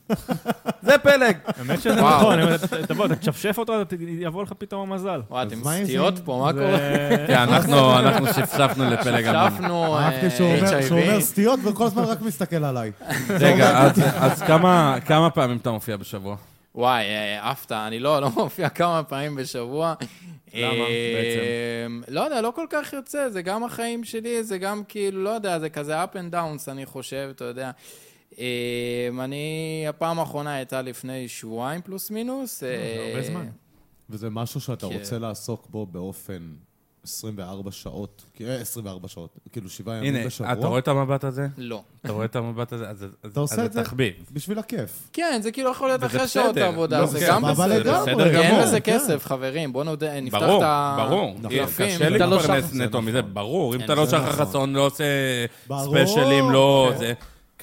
S1: זה פלג.
S4: האמת שזה
S5: וואו.
S4: נכון, אם- תבוא, תשפשף אותו, ת- יבוא לך פתאום המזל.
S5: וואי, אתם
S2: מה אם
S5: סטיות
S2: זה-
S5: פה, מה קורה?
S4: זה- אה,
S1: כן, אנחנו אנחנו שפשפנו לפלג המון.
S5: שפנו
S2: אהבתי שהוא אומר-
S1: אה,
S2: שהוא אומר
S5: אה, HIV.
S2: סטיות וכל הזמן רק מסתכל
S1: <laughs>
S2: עליי.
S1: רגע, אז- אז כמה- כמה פעמים אתה מופיע בשבוע?
S5: וואי, אה, עפת, אני לא, לא מופיע כמה פעמים בשבוע.
S4: למה,
S5: בעצם? לא יודע, לא כל כך יוצא, זה גם החיים שלי, זה גם כאילו, לא יודע, זה כזה up and downs, אני חושב, אתה יודע. אה, אני, הפעם האחרונה הייתה לפני שבועיים פלוס מינוס.
S4: זה הרבה
S5: אה,
S4: זמן.
S2: וזה משהו שאתה
S5: כן.
S2: רוצה לעסוק בו באופן 24 שעות, כי- אה, 24 שעות, כאילו שבעה
S1: הנה,
S2: ימים בשבוע.
S1: אתה רואה את המבט הזה?
S5: לא.
S1: אתה רואה את המבט הזה? אז אז-
S2: אתה עושה
S1: אז
S2: את זה?
S1: תחביב.
S2: בשביל הכיף.
S5: כן, זה כאילו יכול להיות
S1: וזה
S5: אחרי שעות
S1: בסדר.
S5: העבודה,
S1: לא,
S5: זה
S1: כן,
S5: גם
S2: אבל
S5: בסדר.
S2: לגמרי.
S1: בסדר
S5: כי אין
S1: גמור.
S5: לזה
S2: כן.
S5: כסף, חברים, בואו נודה, נפתח את ה...
S1: ברור, ברור.
S5: יפים.
S1: קשה
S5: אתה לא
S1: להתפרנס
S5: שם.
S1: נטו מזה, ברור. אם
S5: אין
S1: אתה לא
S5: כן, זה
S1: שחר
S2: נכון.
S1: חסון, לא עושה
S2: ברור.
S1: ספיישלים, לא... זה...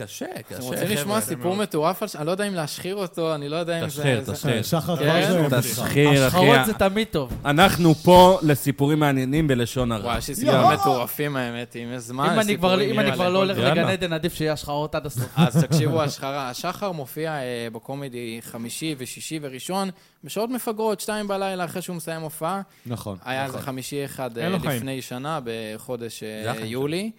S1: קשה,
S5: אתם
S1: קשה.
S5: רוצים לשמוע סיפור מטורף? על ש- אני לא יודע אם להשחיר אותו, אני לא יודע אם זה...
S1: תשחיר,
S5: זה-
S1: תשחיר. כן.
S2: שחר כבר לא
S5: כן.
S2: שואל אותך.
S1: תשחיר,
S3: השחרות
S1: אחי.
S3: זה תמיד טוב.
S1: אנחנו פה לסיפורים מעניינים בלשון הרע.
S5: וואי, יש לי סיפורים מטורפים האמת, אם יש זמן,
S3: לא. אם
S5: יש
S3: אני כבר-
S5: סיפורים
S3: אם אני
S5: כאלה.
S3: כבר לא הולך
S1: יאללה.
S3: לגן עדן, עדיף שיהיה השחרות עד הסוף.
S5: אז תקשיבו, השחרה. השחר מופיע אה, בקומדי חמישי ושישי וראשון, בשעות מפגרות, שתיים בלילה, אחרי שהוא מסיים הופעה.
S2: נכון.
S5: היה איזה
S2: נכון.
S5: חמישי אחד
S4: אין
S5: אה,
S4: לו חיים.
S5: לפני שנה, בחודש אה,
S1: זה החיים שלו.
S5: יולי.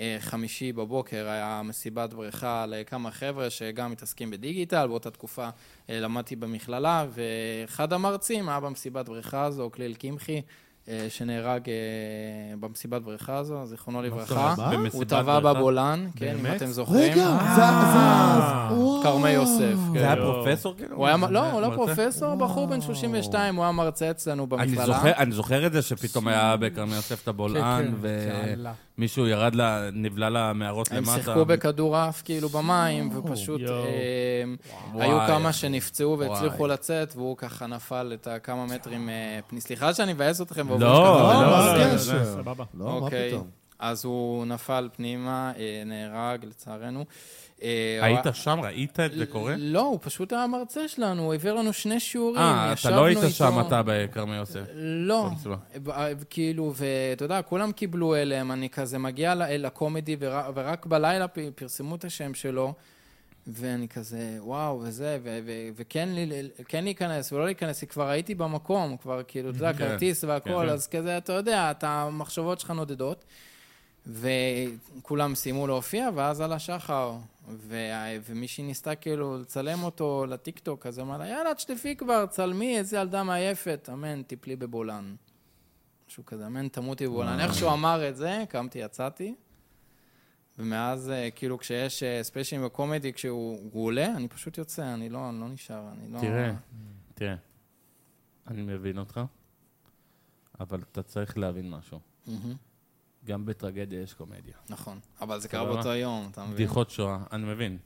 S5: אה, חמישי בבוקר היה מסיבת בריכה לכמה חבר'ה שגם מתעסקים בדיגיטל, באותה תקופה אה, למדתי במכללה, ואחד המרצים היה במסיבת בריכה הזו, כליל קמחי, אה, שנהרג אה, במסיבת בריכה הזו, זיכרונו
S1: אה,
S5: לברכה.
S2: מה?
S1: במסיבת
S5: הוא טבע
S1: בריכה?
S5: בבולען, כן, אם
S4: באמת?
S5: אתם זוכרים.
S2: רגע, זה... זה-
S1: אה.
S2: וואו.
S5: כרמי יוסף. כן.
S1: זה היה
S4: לא.
S1: פרופסור כאילו?
S5: הוא היה, לא, הוא לא
S1: מרצה?
S5: פרופסור, בחור בן 32, הוא היה מרצה אצלנו
S1: אה. אני
S5: במכללה.
S1: זוכר, אני זוכר את זה שפתאום היה בכרמי יוסף את
S5: כן,
S1: הבולען,
S3: כן, יאללה.
S1: ומישהו ירד ל... נבלע למערות
S5: הם
S1: למטה.
S5: שיחקו בכדור עף כאילו במים, ופשוט
S4: יואו.
S5: אמ,
S1: וואי.
S5: היו כמה שנפצעו והצליחו
S1: וואי.
S5: לצאת, והוא ככה נפל את הכמה מטרים אה, פני. סליחה שאני מבאס אתכם.
S1: לא,
S5: ועובר שככה.
S2: לא,
S1: לא,
S2: מה
S1: לא,
S2: הקשר?
S4: זה סבבה.
S2: לא, מה
S5: אוקיי.
S2: פתאום.
S5: אז הוא נפל פנימה, אה, נהרג לצערנו. אה,
S1: היית
S5: הוא-
S1: שם? ראית את זה קורה?
S5: לא, הוא פשוט היה מרצה שלנו, הוא העביר לנו שני שיעורים,
S1: אה, אתה
S5: ישבנו
S1: לא היית
S5: איתו.
S1: שם אתה בכרמי יוסף.
S5: לא,
S1: במסיבה.
S5: ב- אה, כאילו, ואתה יודע, כולם קיבלו אליהם, אני כזה מגיע ל- אל הקומדי, ור- ורק בלילה פ- פרסמו את השם שלו, ואני כזה, וואו, וזה, ו- ו- וכן לי- כן להיכנס ולא להיכנס, כי כבר הייתי במקום, כבר כאילו, אתה יודע,
S1: כן,
S5: כרטיס והכול,
S1: כן.
S5: אז כזה, אתה יודע, אתה, המחשבות שלך נודדות. וכולם סיימו להופיע, ואז עלה שחר. וה- ומישהי ניסתה כאילו לצלם אותו לטיקטוק, אז אמרה לה, יאללה, תשטפי כבר, צלמי, איזה ילדה מעייפת. אמן, תיפלי בבולען. משהו כזה, אמן, תמותי בבולען. איך שהוא אמר את זה, קמתי, יצאתי. ומאז, אה, כאילו, כשיש אה, ספיישלים בקומדי, כשהוא הוא עולה, אני פשוט יוצא, אני לא, אני לא נשאר, אני לא...
S1: תראה, תראה, אני מבין אותך, אבל אתה צריך להבין משהו.
S5: מהמם,
S1: גם בטרגדיה יש קומדיה.
S5: נכון. אבל זה קרה
S1: סבבה.
S5: באותו יום, אתה מבין?
S1: בדיחות שואה, אני מבין.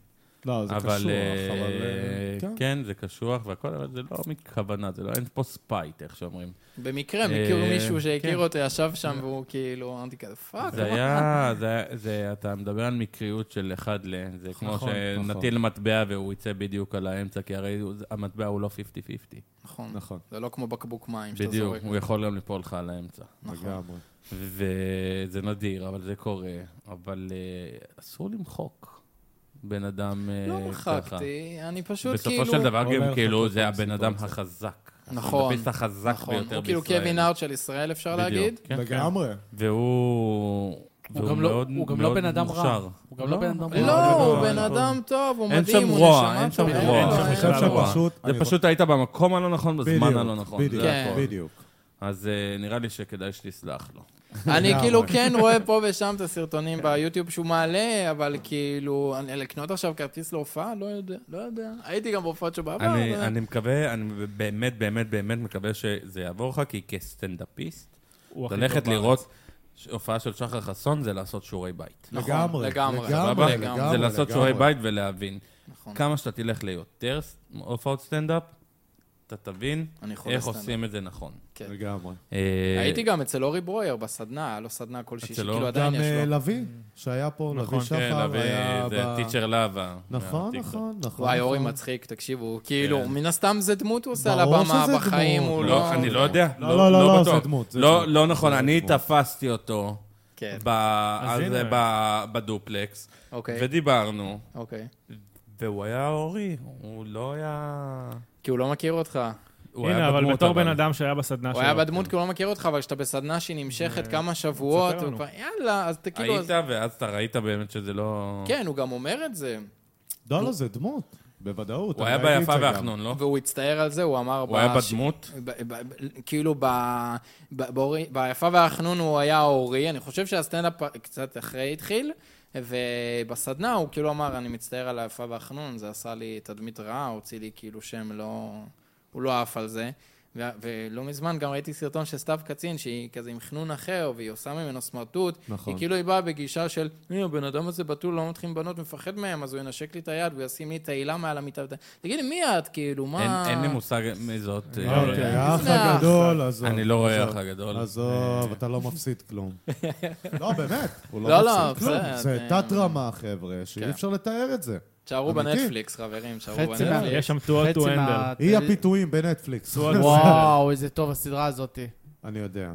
S2: לא, זה
S1: אבל,
S2: קשוח,
S1: אה,
S2: אבל... אה, כן.
S1: כן, זה קשוח והכל, אבל זה לא מכוונה, זה לא, אין פה ספייט, איך שאומרים.
S5: במקרה,
S1: אה,
S5: הם הכירו מישהו שהכיר
S1: כן.
S5: אותו, ישב שם, והוא כאילו, אמרתי כזה, פאק.
S1: זה היה, זה היה- זה, אתה מדבר על מקריות של אחד ל... זה כמו
S2: נכון,
S1: שנטיל מטבע והוא יצא בדיוק על האמצע, כי הרי הוא- המטבע הוא לא 50-50.
S5: נכון.
S2: נכון,
S5: זה לא כמו בקבוק מים שאתה
S1: בדיוק,
S5: זורק.
S1: הוא יכול גם ליפול לך על האמצע.
S5: נכון.
S2: לגמרי.
S1: וזה נדיר, אבל זה קורה. אבל אה, אסור למחוק בן אדם אה, ככה.
S5: לא מחקתי, אני פשוט כאילו...
S1: בסופו של דבר
S2: אומר
S1: גם
S2: לך
S1: כאילו
S2: כל
S1: זה
S2: פעם
S1: הבן
S2: סיפור
S1: אדם
S2: זה.
S1: החזק.
S5: נכון.
S1: המדפיס החזק
S5: נכון.
S1: ביותר בישראל.
S5: הוא כאילו קווין הארט של ישראל, אפשר
S1: בדיוק,
S5: להגיד.
S1: כן, כן.
S2: לגמרי.
S1: והוא...
S3: הוא
S1: והוא
S3: גם לא-
S1: מאוד-
S3: הוא גם לא
S1: מאוד
S3: בן אדם רע.
S1: מוכשר.
S3: הוא גם לא בן אדם רע.
S5: לא,
S1: לא,
S5: הוא
S1: לא,
S5: בן
S1: לא.
S5: אדם טוב, הוא
S1: אין
S5: מדהים,
S1: שם
S5: הוא
S1: רוע,
S5: נשמה
S1: אין שם
S5: טובה. אה,
S1: רוע.
S5: אין לו,
S4: שם
S5: אין
S2: אני
S4: בכלל
S5: לו.
S2: חושב
S1: רוע.
S2: שפשוט...
S1: זה
S2: אני-
S1: פשוט היית במקום הלא נכון, בזמן
S2: בדיוק,
S1: הלא נכון.
S2: בדיוק,
S1: זה הכל.
S2: בדיוק.
S1: אז אה, נראה לי שכדאי שתסלח לו.
S5: אני
S2: לגמרי.
S5: כאילו כן רואה פה ושם את הסרטונים
S1: כן.
S5: ביוטיוב שהוא מעלה, אבל כאילו, אני- לקנות עכשיו כרטיס להופעה? לא יודע, לא יודע. הייתי גם בהופעות שבעבר.
S1: אני,
S5: אבל- אה,
S1: אני מקווה, אני באמת, באמת, באמת מקווה שזה יעבור לך, כי כסטנדאפיסט,
S4: הוא הכי
S1: ללכת
S4: טוב
S1: לראות ש- הופעה של שחר חסון זה לעשות שיעורי בית.
S5: נכון,
S2: לגמרי,
S5: לגמרי,
S2: לגמרי,
S1: סבבה?
S5: לגמרי.
S1: זה לעשות
S2: לגמרי.
S1: שיעורי בית ולהבין.
S5: נכון.
S1: כמה שאתה תלך ליותר ס- הופעות סטנדאפ, אתה תבין
S5: אני חולה
S1: איך
S5: סטנדאפ.
S1: עושים את זה נכון.
S5: כן.
S2: לגמרי.
S1: אה,
S5: הייתי גם אצל אורי ברויר בסדנה, היה לו סדנה כלשהי,
S1: אצל
S5: שכאילו
S1: אורי?
S5: עדיין
S2: גם
S5: יש
S2: אה,
S1: לא-
S5: לו.
S2: לביא, שהיה פה, לביא
S4: נכון, כן,
S1: כן,
S2: שחר,
S1: להביא-
S2: היה
S1: זה כן,
S2: ב...
S1: טיצ'ר לאווה.
S2: נכון,
S1: מהטיקטוק.
S2: נכון, נכון.
S5: וואי, אורי
S2: נכון.
S5: מצחיק, תקשיבו,
S1: כן.
S5: כאילו, מן הסתם זה דמות הוא עושה על
S2: ברור
S5: הבמה,
S2: שזה
S5: בחיים
S2: דמות.
S5: הוא
S1: לא,
S5: לא...
S1: אני לא יודע.
S2: לא, לא, לא, לא,
S1: בטוח.
S2: זה דמות, זה
S1: לא,
S2: דמות.
S1: לא נכון,
S2: זה
S1: אני
S2: דמות.
S1: תפסתי אותו
S5: כן,
S1: ב- אז
S4: הנה.
S1: זה ב- בדופלקס,
S5: אוקיי,
S1: ודיברנו,
S5: אוקיי.
S1: והוא היה אורי, הוא לא היה...
S5: כי הוא לא מכיר אותך.
S1: הוא
S4: הנה,
S1: היה
S4: אבל
S1: בדמות,
S4: בתור בן אדם שהיה בסדנה
S5: הוא
S4: שלו.
S5: היה
S1: כן.
S5: בדמות, כי הוא לא מכיר אותך, אבל כשאתה בסדנה שהיא נמשכת כמה שבועות,
S4: תספר
S5: הוא
S4: לנו.
S5: כבר, יאללה, אז אתה כאילו...
S1: היית,
S5: אז-
S1: ואז אתה ראית באמת שזה לא...
S5: כן, הוא גם אומר את זה,
S2: לא, לא, זה דמות, בוודאות.
S1: הוא
S2: אני
S1: היה
S2: ראיתי את
S1: ביפה
S2: זה גם.
S1: והחנון, לא?
S5: והוא הצטער על זה, הוא אמר...
S1: הוא היה
S5: בש-
S1: בדמות?
S5: ב- ב- ב- כאילו, ב, ב, באורי, ביפה והחנון הוא היה אורי, אני חושב שהסטנדאפ קצת אחרי התחיל, ובסדנה הוא כאילו אמר, אני מצטער על היפה והחנון, זה עשה לי תדמית רעה, הוציא לי כאילו שם לא... הוא לא עף על זה. ו- ולא מזמן גם ראיתי סרטון של סתיו קצין, שהיא כזה עם חנון אחר, והיא עושה ממנו סמרטוט.
S2: נכון.
S5: היא כאילו היא באה בגישה של, הנה, הבן אדם הזה בתול, לא מתחיל עם בנות, מפחד מהם, אז הוא ינשק לי את היד, הוא ישים לי תהילה מעל המיטה. תגידי, מי את? כאילו, מה...
S1: אין- אין לי מושג מי זאת.
S2: לא,
S1: אה,
S2: אוקיי, האח
S5: זה האח.
S2: הגדול, עזוב.
S1: אני לא רואה
S2: עזוב.
S1: אח הגדול.
S2: עזוב, אתה לא מפסיד כלום. לא, באמת, הוא
S5: לא,
S2: לא
S5: לא,
S2: מפסיד כלום.
S5: בסדר,
S2: זה
S5: אה,
S2: תת-רמה, חבר'ה, שאי
S5: כן.
S2: אפשר לתאר את זה.
S5: תשארו
S2: אמיתי?
S5: בנטפליקס, חברים, תשארו
S3: חצי
S5: בנטפליקס.
S3: מה-
S4: כן, יש שם טו טו
S3: חצי
S4: הנדל.
S3: מה-
S2: אי הפיתויים בנטפליקס.
S4: צורה
S3: אה, וואו, איזה טוב הסדרה הזאתי.
S2: אני יודע.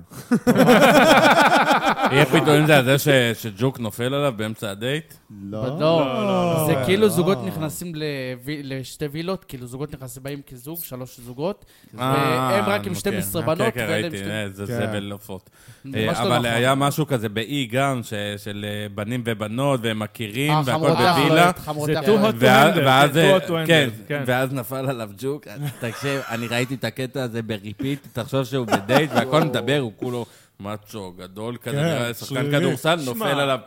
S1: יהיה פתאום זה על זה ש- שג'וק נופל עליו באמצע הדייט?
S2: לא.
S3: לא,
S4: לא,
S3: זה
S2: לא.
S3: כאילו
S2: לא.
S3: זוגות נכנסים לוי- לשתי וילות, כאילו זוגות נכנסים, באים כזוג, שלוש זוגות, והם
S1: אה,
S3: רק עם
S1: אוקיי.
S3: 12
S1: אה,
S3: בנות,
S1: כן, כן,
S3: ואלה עם
S1: ראיתי,
S3: שתי-
S1: אה, זה
S2: כן.
S1: זבל עופות.
S3: ממש
S1: אה,
S3: לא
S1: אבל
S3: נכון.
S1: היה משהו כזה באי גם, ש- של אה, בנים ובנות, והם מכירים,
S3: אה,
S1: והכל
S3: חמורות אחלה,
S1: בווילה.
S3: חמורות
S4: זה
S3: אחלה.
S4: טו hot to
S1: ואז-
S4: handle,
S1: ואז-
S4: זה too hot to
S1: כן,
S4: handle, כן.
S1: ואז נפל עליו ג'וק, תקשיב, אני ראיתי את הקטע הזה בריפיט, תחשוב שהוא בדייט והכל מדבר, הוא כולו מאצ'ו גדול כזה,
S2: כן,
S1: נראה לי שחקן
S2: שרירי.
S1: כדורסל,
S4: שמע.
S1: נופל עליו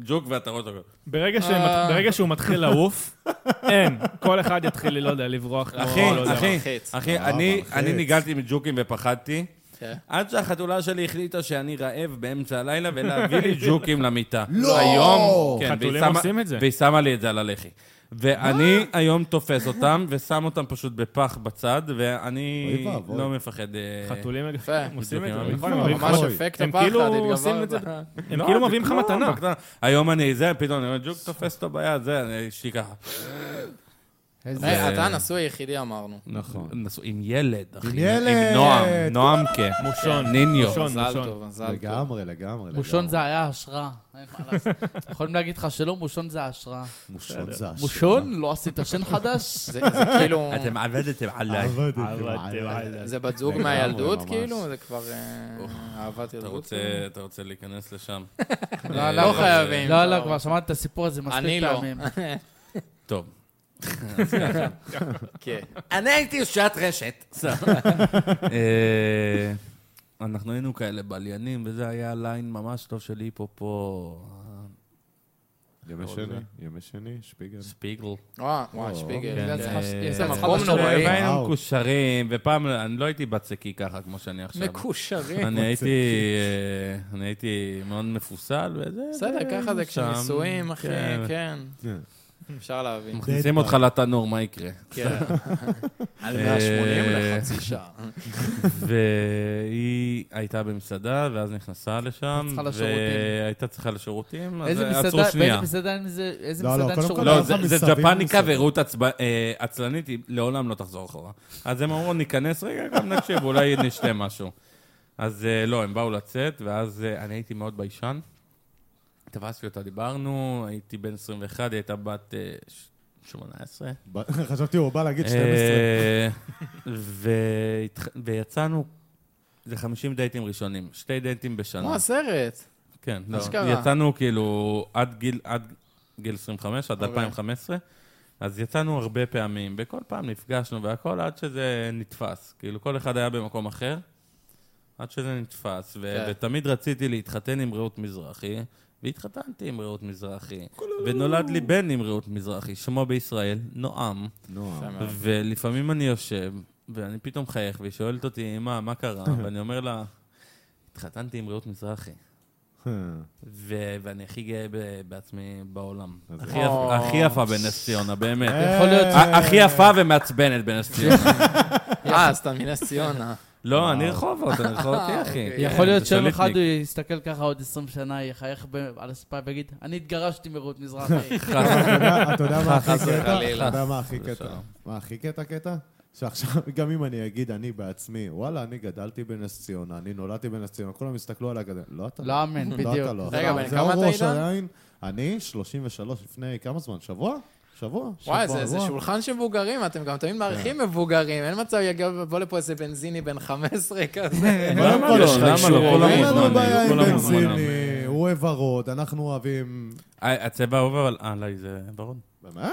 S1: ג'וק ואתה רואה אותו.
S4: ברגע
S1: אה.
S4: שהם- ברגע שהוא מתחיל לעוף, אין. כל אחד יתחיל, לא יודע, לברוח. כמו- לא יודע
S1: אחי,
S4: מה.
S1: אחי,
S5: מלחיץ.
S1: אחי,
S2: אה,
S1: אני-
S2: מלחיץ.
S1: אני ניגלתי מג'וקים ופחדתי.
S5: כן.
S1: עד שהחתולה שלי החליטה שאני רעב באמצע הלילה ולהביא
S4: <laughs>
S1: לי ג'וקים למיטה. לא! היום, כן, והיא
S4: חתולים
S1: שמה-
S4: עושים את זה.
S1: והיא שמה לי את זה על הלחי. ואני היום תופס אותם ושם אותם פשוט בפח בצד, ואני
S2: אוי ואבוי.
S1: לא מפחד... אה,
S4: חתולים
S5: יפה.
S4: הם עושים את
S1: בדיוק,
S4: זה.
S1: הם
S4: נכון, הם מביאים לך
S5: ממש
S2: אוי,
S5: אפקט
S4: הם
S5: הפחד,
S4: כאילו
S5: התגברת.
S4: עושים את זה- הם
S1: לא,
S4: כאילו
S1: זה
S4: מביאים לך
S1: כלום,
S4: מתנה.
S1: בקטנה. היום אני זה, פתאום אני אומר, ג'וק תופס אותו ביד, זה, אני- אשתי ככה.
S3: איזה-
S5: היי, אתה הנשוי היחידי אמרנו.
S2: נכון.
S1: נשוא- עם ילד, אחי. עם
S2: ילד! כן.
S1: נועם, נועמקה.
S4: מושון.
S1: ניניו.
S4: מושון,
S5: מזל
S4: מושון.
S5: טוב, מזל טוב.
S2: לגמרי, לגמרי.
S3: מושון
S2: לגמרי.
S3: זה היה השראה, אין מה לעשות. יכולים להגיד לך שלא, מושון זה השראה.
S2: מושון זה השם.
S3: מושון? לא עשית שן
S5: <laughs>
S3: חדש?
S5: זה זה כאילו...
S1: אתם עבדתם עליי.
S2: עבדתם
S4: עבדתם
S2: עליי.
S4: עליי.
S5: זה בת זוג
S2: לגמרי,
S5: מהילדות,
S2: ממש.
S5: כאילו? זה כבר אה, אהבת
S1: אתה
S5: ילדות?
S1: רוצה- אתה רוצה להיכנס <laughs> לשם.
S5: לא, לא חייבים.
S3: לא, לא, כבר שמעתי את הסיפור הזה
S5: אני
S3: מספיק
S5: לא.
S3: פעמים.
S1: טוב.
S5: כן.
S1: אני הייתי שעת <laughs> רשת. אה, אנחנו היינו כאלה בליינים, וזה היה ליין ממש טוב של היפופו,
S2: ימי שני, ימי שני, שפיגל. <laughs>
S1: שפיגל.
S5: וואו, וואו, שפיגל.
S1: כן,
S5: כן.
S3: זה הצלחה-
S1: אה,
S3: זה הצלחה
S5: מקום
S3: בשבילי.
S5: נוראי.
S1: והיינו
S2: וואו.
S1: מקושרים, ופעם, אני לא הייתי בצקי ככה כמו שאני עכשיו.
S5: מקושרים.
S1: אני הייתי, אה, אני הייתי מאוד מפוסל, וזה...
S5: בסדר, ככה זה
S1: כן, שם.
S5: כשנישואים, אחי,
S1: כן.
S5: כן. אפשר להבין.
S1: מכניסים אותך לתנור, מה יקרה?
S5: כן. על
S1: אה,
S5: 180 לחצי שעה.
S1: <laughs> והיא הייתה במסעדה, ואז נכנסה לשם,
S3: צריכה לשירותים.
S1: והייתה צריכה לשירותים, אז
S3: איזה
S1: עצרו
S3: מסעדה,
S1: שנייה.
S3: באיזה מסעדה, אין זה- איזה
S2: לא, לא,
S3: מסעדה
S2: קודם כל-
S1: לא,
S3: שורדת?
S1: זה- זה
S2: מסביב
S1: ג'פניקה
S2: מסביב.
S1: ורעות עצב- אה, עצלנית, היא לעולם לא תחזור אחורה. אז הם אמרו, ניכנס רגע, גם נקשיב, אולי נשתה משהו. אז אה, לא, הם באו לצאת, ואז אה, אני הייתי מאוד ביישן. תפסתי אותה, דיברנו, הייתי בן 21, היא הייתה בת אה, ש- 18.
S2: ב- חשבתי, הוא בא להגיד 12.
S1: אה, <laughs> והתח- ויצאנו, זה 50 דייטים ראשונים, שתי דייטים בשנה.
S5: כמו הסרט.
S1: כן, לא.
S5: אשכרה.
S1: יצאנו כאילו עד גיל, עד גיל 25, עד
S5: אוקיי.
S1: 2015, אז יצאנו הרבה פעמים, וכל פעם נפגשנו והכל עד שזה נתפס. כאילו, כל אחד היה במקום אחר, עד שזה נתפס. ו-
S5: כן.
S1: ותמיד רציתי להתחתן עם רעות מזרחי, והתחתנתי עם רעות מזרחי. ונולד לי בן עם רעות מזרחי, שמו בישראל, נועם.
S2: נועם.
S5: יפה מאוד.
S1: ולפעמים אני יושב, ואני פתאום מחייך, והיא שואלת אותי, אמא, מה קרה? ואני אומר לה, התחתנתי עם רעות מזרחי.
S2: אה.
S1: ו- ואני הכי גאה ב- בעצמי בעולם.
S2: אז-
S1: הכי יפ- הכי יפה בנס ציונה, באמת.
S3: יכול להיות
S1: ה- הכי יפה ומעצבנת בנס ציונה.
S5: אה, אז אתה מנס ציונה.
S1: לא, אני רחובות, אני רחובותי, אחי.
S5: אוקיי.
S1: כן,
S3: יכול להיות
S1: זה
S3: שיום
S1: שליטניק.
S3: אחד הוא יסתכל ככה עוד 20 שנה, יחייך ב- על הספה ויגיד, אני התגרשתי
S2: <laughs>
S3: מרות מזרחי.
S2: לא,
S1: חס- <laughs>
S2: אתה יודע מה הכי
S1: חס
S2: קטע? אתה
S5: וחלילה.
S2: יודע מה הכי קטע?
S1: ושלום.
S2: מה הכי קטע קטע? שעכשיו, גם אם אני אגיד אני בעצמי, וואלה, אני גדלתי בנס ציונה, אני נולדתי בנס ציונה, כולם יסתכלו על הגדל. לא אתה לא.
S3: לא אמן,
S2: לא
S3: בדיוק.
S2: אתה לא.
S5: רגע, בן
S2: זה
S5: כמה אתה,
S2: הראש
S5: עידן?
S2: עדיין. אני 33 לפני כמה זמן? שבוע? שבוע?
S5: וואי,
S2: שבוע,
S5: זה- זה
S2: שבוע.
S5: שולחן של מבוגרים, אתם גם
S4: כן.
S5: תמיד מארחים מבוגרים. אין מצב, יבוא לפה איזה בנזיני בן 15 כזה.
S4: <laughs>
S1: למה לא?
S2: יש לך
S1: למה
S2: אישור?
S1: לא? כולם
S2: אין לנו
S1: מוזמנים,
S2: בעיה עם
S1: כולם
S2: בנזיני, הוא אוהב ורוד, אנחנו אוהבים...
S1: ה- אה, הצבע האהוב על- עליי לא, זה ורוד.
S2: באמת?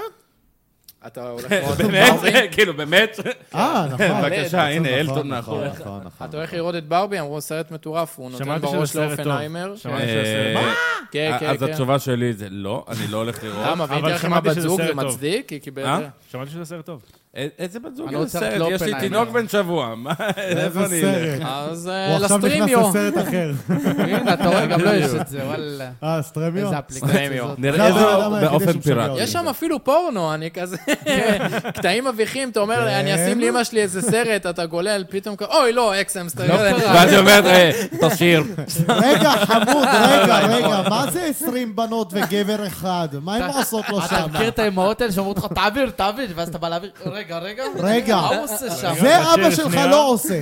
S5: אתה הולך
S4: כן,
S5: לראות את ברבי?
S1: באמת? כאילו, באמת?
S5: כן.
S2: אה, נכון.
S1: בבקשה, הנה,
S2: נכון,
S1: אלטון
S2: נכון,
S1: מאחוריך.
S2: נכון, נכון.
S5: אתה הולך לראות את ברבי, אמרו סרט מטורף, הוא נותן
S4: שמעתי שזה
S5: בראש
S4: סרט טוב.
S5: לאופנהיימר.
S4: שמעתי שזה
S1: אה,
S4: סרט.
S5: כן, כן,
S1: אז
S5: כן.
S1: התשובה שלי זה לא, אני לא הולך לראות.
S5: למה, והיא
S4: אבל
S5: דרך עם
S4: שמעתי
S5: הבת
S4: שזה
S5: זוג, זה
S4: סרט טוב.
S5: מצדיק? היא קיבלה
S1: אה?
S5: את זה.
S4: שמעתי שזה סרט טוב.
S1: א- איזה בת זוג
S3: אני
S1: איזה
S3: רוצה רק
S1: סרט?
S3: לא
S1: יש לי
S3: אופנהיימר.
S1: תינוק בן שבוע, מה, איפה
S2: איזה
S1: אני אלך?
S2: סרט.
S5: אז אה,
S2: הוא עכשיו נכנס
S5: לסטרימיו.
S2: לסרט
S5: <laughs>
S2: אחר.
S3: הנה, אתה רואה, גם לו יש את זה, וואלה.
S2: אה, סטרמיו?
S3: איזה אפליקציה
S5: סטרימיו.
S3: זאת.
S1: נראה
S2: זה הבן אדם
S1: איזה
S2: היחידי
S1: באופן
S2: שמשגע
S1: פיראטי.
S2: אותי.
S5: יש שם אפילו פורנו, אני כזה...
S4: כן.
S5: קטעים מביכים, אתה אומר, אני אשים לאמא שלי איזה סרט, אתה גולל, פתאום כזה, אוי, לא, אקסאמס, אתה יודע.
S1: ואז היא אומרת, "אה, תשאיר.
S2: רגע, חמוד, רגע, רגע, מה זה 20 בנות וגבר אחד? מה הן עושות לו
S3: אתה
S2: שם?
S3: מכיר את האמהות האלה שאומרות לך, תעביר, תעביר, ואז אתה בא להעביר, רגע, רגע.
S2: רגע.
S3: מה הוא עושה שם?
S2: זה
S4: בשיר
S2: אבא שלך
S4: שנייה.
S2: לא עושה.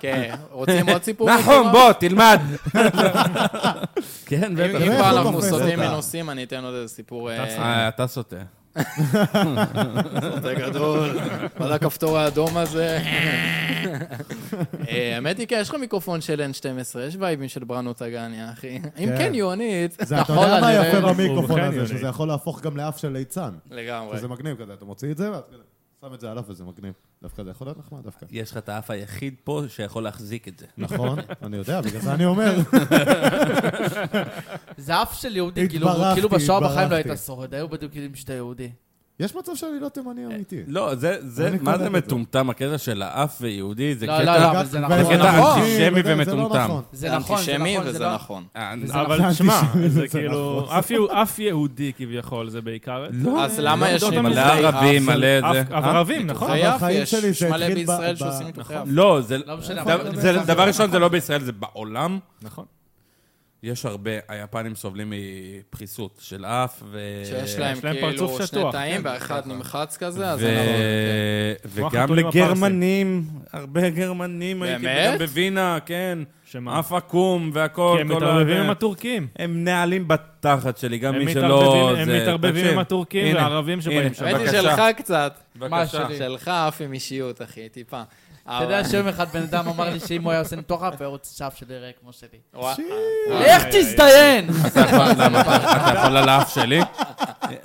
S5: כן, רוצים עוד סיפור?
S4: נכון,
S1: נחום, "נכון, בוא, תלמד. כן,
S5: אם אם
S1: בטח.
S5: כבר
S2: הוא
S5: אנחנו
S2: תופס
S5: סוטים
S2: לא אותה?
S5: מנושאים, אני אתן עוד איזה סיפור אה,
S1: אה, אתה סוטה.
S5: יותר גדול. <laughs> על הכפתור האדום הזה. אה, האמת היא, כן, יש לך מיקרופון של N12, יש וייבים של בראנו טגניה, אחי. אם
S2: כן.
S5: כן, יוהנית.
S2: זה, אתה
S3: נכון,
S2: יודע מה
S3: אני-
S2: יפה
S4: הוא
S2: במיקרופון
S4: בחן
S2: הזה,
S4: יוני.
S2: שזה יכול להפוך גם לאף של ליצן.
S5: לגמרי.
S2: שזה מגניב כזה, אתה מוציא את זה, ואז כזה, שם את זה עליו וזה מגניב. דווקא זה יכול להיות נחמד דווקא.
S1: יש לך את האף היחיד פה שיכול להחזיק את זה.
S2: נכון, אני יודע, בגלל זה אני אומר.
S3: זה אף של יהודי, כאילו,
S2: התברכתי,
S3: כאילו בשואה בחיים לא
S2: התברכתי.
S3: היית שורד, היו בדיוק עם שאתה יהודי.
S2: יש מצב שאני לא תימני אמיתי.
S1: לא, זה- זה,
S2: אני
S1: מה
S2: קולט
S1: זה
S2: את
S1: מטומטם? הקטע של האף ויהודי זה
S3: לא, לא,
S1: קטע...
S3: לא, אבל זה
S2: ואני-
S3: נכון.
S1: זה קטע
S5: נכון.
S1: אנטישמי
S2: זה לא
S1: ומטומטם.
S2: נכון.
S3: זה נכון, זה
S5: אנטישמי
S3: נכון, זה
S5: וזה
S3: לא...
S5: נכון.
S1: אה,
S3: וזה נכון.
S4: אבל שמע,
S2: זה
S4: זה
S2: נכון.
S4: כאילו, אף יהו- אף יהודי כביכול, זה בעיקר...
S1: לא,
S5: אז למה יש
S4: עובדות
S1: מלא
S5: ניתוחי אף?
S1: ערבים, מלא זה. אה?
S4: אף- ערבים, נכון?
S5: ניתוחי
S2: אבל
S5: אף
S2: חיים
S5: יש.
S2: שלי
S5: יש
S2: זה
S5: מלא
S2: התחיל ב-
S5: בישראל
S2: ב- נכון.
S5: שעושים ניתוחי אף.
S1: לא, זה...
S3: לא משנה,
S1: דבר-
S3: אבל-
S1: זה- דבר ראשון, זה לא בישראל, זה בעולם.
S4: נכון.
S1: יש הרבה, היפנים סובלים מפחיסות של אף ו...
S3: אה,
S5: שיש להם
S4: יש להם
S5: כאילו
S4: פרצוף
S5: שני
S4: שטוח.
S5: תאים
S3: כן,
S5: ואחד נמחץ כזה, אז
S1: ו...
S5: זה נכון.
S4: כמו
S1: וגם
S4: החתולים
S1: לגרמנים, הרבה גרמנים הייתי,
S5: באמת?
S1: וגם בווינה, כן.
S4: שמה?
S1: אף עקום והכל,
S4: כי הם
S1: כל
S4: מתערבבים
S1: ה-
S4: עם הטורקים.
S1: הם נעלים בתחת שלי, גם
S4: הם
S1: מי שלא...
S4: מתערבבים- הם
S1: זה-
S4: מתערבבים
S1: תקשיב,
S4: עם הטורקים
S1: הנה,
S4: והערבים שבאים
S1: הנה,
S4: שם.
S5: האמת היא
S1: בבקשה,
S5: שלך קצת,
S3: מה
S1: בבקשה.
S3: שלי?
S5: שלך אף עם אישיות, אחי, טיפה.
S3: אתה יודע שיום אחד בן אדם אמר לי שאם הוא היה עושה ניתוח אף, הוא היה רוצה שאף שלי יראה כמו שלי.
S5: <laughs>
S3: לך תזדיין!
S5: אה,
S1: אתה יכול- למה? אתה יכול על האף שלי?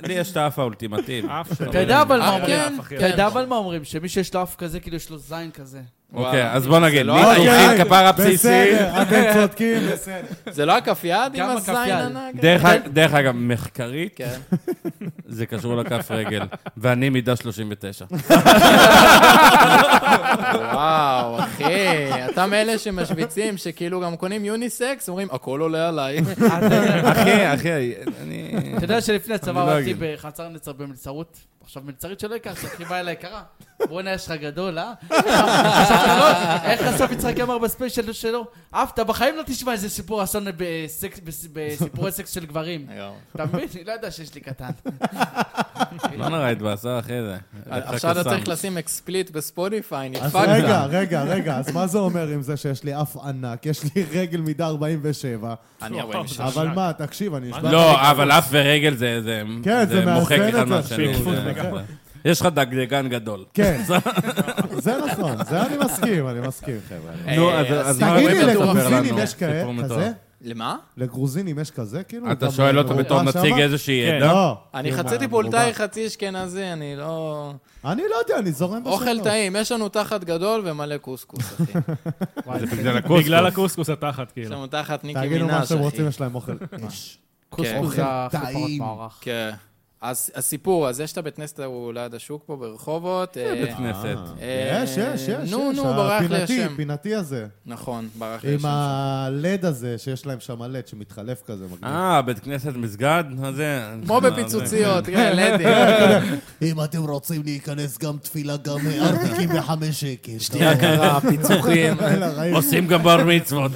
S1: לי יש את האף האולטימטיבי.
S4: אף
S3: אתה יודע אבל מה
S5: אה,
S3: אומרים?
S5: כן,
S3: אתה יודע אבל מה אומרים? שמי שיש לו אף כזה, כאילו יש לו זין כזה.
S1: אוקיי, אז בוא נגיד,
S5: לא
S1: מי
S5: היה.
S1: תומכים כפרה בסיסית?
S2: בסדר, אתם צודקים, בסדר.
S5: זה לא הכף יד עם
S3: גם הכף
S5: הזין
S3: יד.
S5: ענק?
S1: דרך
S4: כן.
S1: אג- דרך אגב, מחקרית,
S5: כן.
S1: זה קשור לכף רגל, ואני מידה 39.
S5: וואו, אחי, אתה מאלה
S2: <laughs>
S5: שמשוויצים, שכאילו גם קונים יוניסקס, אומרים, הכל עולה עליי.
S1: אחי, אחי, אני...
S3: אתה יודע שלפני הצבא
S1: אני לא
S3: עבדתי
S1: אגיד.
S3: בחצר נצר במלצרות? עכשיו, מלצרית שלא ייקח, זאת חיבה אליי יקרה. בואנה, יש לך גדול, אה? <laughs> עכשיו, אתה לא- איך אסף יצחק אמר בספיישל שלו? אף, אתה בחיים לא תשמע איזה סיפור אסון בסקס- בס- בסיפורי סקס של
S5: <laughs>
S3: גברים.
S5: יואו.
S3: אתה מבין? אני לא יודע שיש לי קטן.
S1: לא נורא התבאסה אחרי זה.
S5: עכשיו אתה
S1: קסאם.
S5: צריך לשים אקספליט בספוטיפיי,
S2: אז
S5: נדפקת.
S2: רגע, רגע, רגע, אז מה זה אומר עם זה שיש לי אף ענק, יש לי רגל מידה 47,
S5: אני 46.
S4: זה
S2: אבל
S4: ענק.
S2: מה, תקשיב, אני נשבע...
S1: לא, אבל אף ורגל זה- זה
S2: כן, זה
S1: זה מוחק
S2: מאזן
S1: אחד
S2: את
S1: מהשני.
S2: השילוב,
S1: זה-
S2: נכון.
S1: זה- יש לך דגדגן גדול.
S2: כן,
S1: <laughs>
S2: זה נכון, זה אני מסכים, אני מסכים, חבר'ה.
S5: אה,
S1: נו, אז-
S5: אז
S1: אז מה
S2: תגיד
S1: באמת
S2: לי,
S1: תספר
S2: לגרוזינים
S1: לנו?
S2: יש כאלה-
S1: סיפור
S2: כזה?
S1: מתואר.
S5: למה?
S2: לגרוזינים יש כזה, כאילו?
S1: אתה
S2: גם
S1: שואל אותו
S2: מרובע
S1: בתור נציג
S2: שמה?
S1: איזושהי
S4: כן.
S1: עדה?
S2: לא.
S5: אני
S2: כאילו,
S5: חצי
S2: מה,
S5: טיפולטאי,
S2: מרובע.
S5: חצי אשכנזי, אני לא...
S2: אני לא יודע, אני זורם בשלטון.
S5: אוכל טעים, יש לנו תחת גדול ומלא קוסקוס,
S2: <laughs>
S5: אחי.
S1: זה בגלל הקוסקוס.
S4: בגלל הקוסקוס התחת,
S5: יש
S4: כאילו.
S5: לנו תחת ניקי
S2: תגידו מה
S5: מינש,
S2: שאתם
S5: אחי.
S2: רוצים, יש
S5: <laughs>
S2: להם אוכל אש.
S3: קוסקוס
S2: אוכל
S3: זה הכי פחות
S2: טעים.
S3: מערך.
S5: כן. אז הסיפור, אז יש את הבית כנסת ההוא ליד השוק פה ברחובות. אה,
S1: בית כנסת.
S2: אה, יש, יש, יש.
S5: נו,
S2: יש,
S5: נו, ברח לי
S2: הפינתי,
S5: השם.
S2: פינתי הזה.
S5: נכון, ברח לי
S2: עם
S5: השם.
S2: <laughs> הלד הזה, שיש להם שם הלד שמתחלף כזה, מגניב.
S1: אה, בית כנסת מסגד? אז זה...
S5: כמו
S1: זה-
S5: בפיצוציות, כן, לדי.
S2: אם אתם רוצים להיכנס גם תפילה, גם ארטיקים בחמש שקל. לא,
S5: שתייה קרה,
S2: <laughs>
S5: פיצוחים.
S1: עושים <laughs> גם בר מצוות.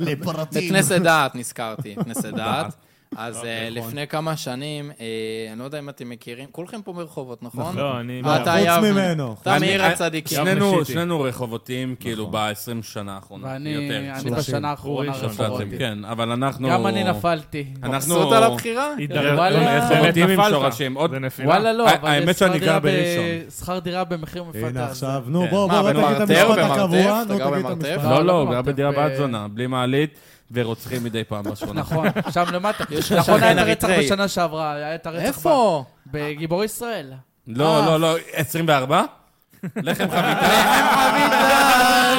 S2: לפרטים.
S5: בכנסת דעת נזכרתי, כנסת דעת. אז אה, לפני כמה שנים, אה, אני לא יודע אם אתם מכירים, כולכם פה מרחובות, נכון?
S4: לא, אני...
S5: אה, אתה
S2: חוץ
S5: יבנה.
S2: ממנו.
S5: אתה
S1: אני-
S5: מעיר
S1: אני-
S5: הצדיקים.
S1: שנינו,
S4: משיטי.
S1: שנינו רחובותיים, כאילו, ב-20 שנה האחרונה.
S3: ואני אני
S1: יותר.
S2: שלושים.
S3: בשנה האחרונה
S4: ראשון,
S3: רחובות.
S1: שלושים, כן, אבל אנחנו...
S3: גם אני נפלתי.
S1: אנחנו...
S5: מבסוט על הבחירה?
S4: הידרדר-
S3: וואלה.
S1: רחובותים עם
S4: לא, נפלת.
S1: שורשים. עוד-
S4: זה נפילה.
S3: וואלה לא,
S1: ה-
S3: אבל
S1: האמת
S3: זה שכר
S1: שאני
S3: דירה
S1: גר
S3: ב-
S1: בראשון.
S3: שכר דירה במחיר מפתח.
S2: הנה
S3: זה-
S2: עכשיו, נו, בוא,
S5: מה,
S2: בוא,
S5: בנווארטר,
S2: תגיד את המשפט
S5: במרתף?
S2: הקבוע,
S5: אתה
S2: נו,
S5: גר
S2: תגיד את
S5: במרתף?
S2: המשפט.
S1: לא, לא,
S3: לא,
S1: גר בדירה
S3: ב-
S4: אה,
S1: בת זונה, בלי מעלית, ורוצחים מדי פעם בשכונה.
S3: נכון, שם למטה.
S5: יש לך
S3: נכון, היה את
S5: שכן
S3: הרצח
S5: אריתראי.
S3: בשנה שעברה, היה את הרצח...
S5: <laughs> איפה?
S3: ב- בגיבור ישראל.
S4: אה.
S1: לא, לא, לא, 24?
S4: <laughs>
S1: לחם חביתה? כן,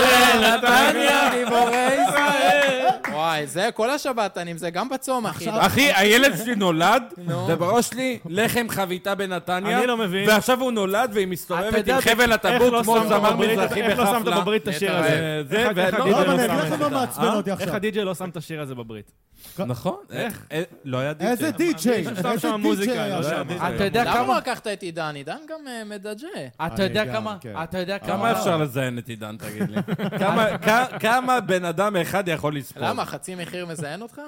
S4: אה,
S5: נתניה, גיבורי ישראל. וואי, זה כל השבת אני עם זה, גם בצום, אחי.
S1: אחי, הילד שלי נולד, ובראש שלי לחם חביתה בנתניה.
S4: אני לא מבין.
S1: ועכשיו הוא נולד והיא
S3: אתה
S1: מסתובבת
S3: יודע,
S1: עם חבל
S4: איך
S1: הטבור
S4: לא
S1: כמו
S4: שמת
S1: זמר
S4: בברית-
S1: מזרחי
S4: איך לא שמת
S1: בחפלה.
S4: בברית את השיר
S5: נטע
S4: הזה?
S1: אה,
S4: איך-
S1: זה,
S4: איך
S1: ולא,
S4: הדיג'יי
S2: לא,
S1: אבל
S2: אבל
S4: לא
S2: אני
S4: שם
S2: אגיד לך
S4: את
S2: מה
S4: זה?
S2: מעצבן
S4: אה?
S2: אותי
S4: איך
S2: עכשיו.
S4: הדיג'יי לא שם את השיר הזה בברית?
S1: נכון, איך? אה, לא היה דיג'יי.
S2: איזה די-ג'יי,
S4: מישהו שם
S2: איזה
S4: שם
S2: די-ג'יי
S4: מוזיקה,
S2: היה
S4: לא
S2: שם.
S4: יודע.
S3: אתה יודע
S5: למה לא
S3: כמה...
S5: לקחת את עידן? עידן גם אה, מדג'ה.
S3: אתה יודע
S2: גם,
S3: כמה...
S2: כן.
S3: אתה יודע
S1: כמה
S3: כמה...
S1: אפשר לזיין את עידן, תגיד <laughs> לי? כמה- כ- כמה בן אדם אחד יכול לספור?
S5: למה, לא- חצי מחיר מזיין אותך?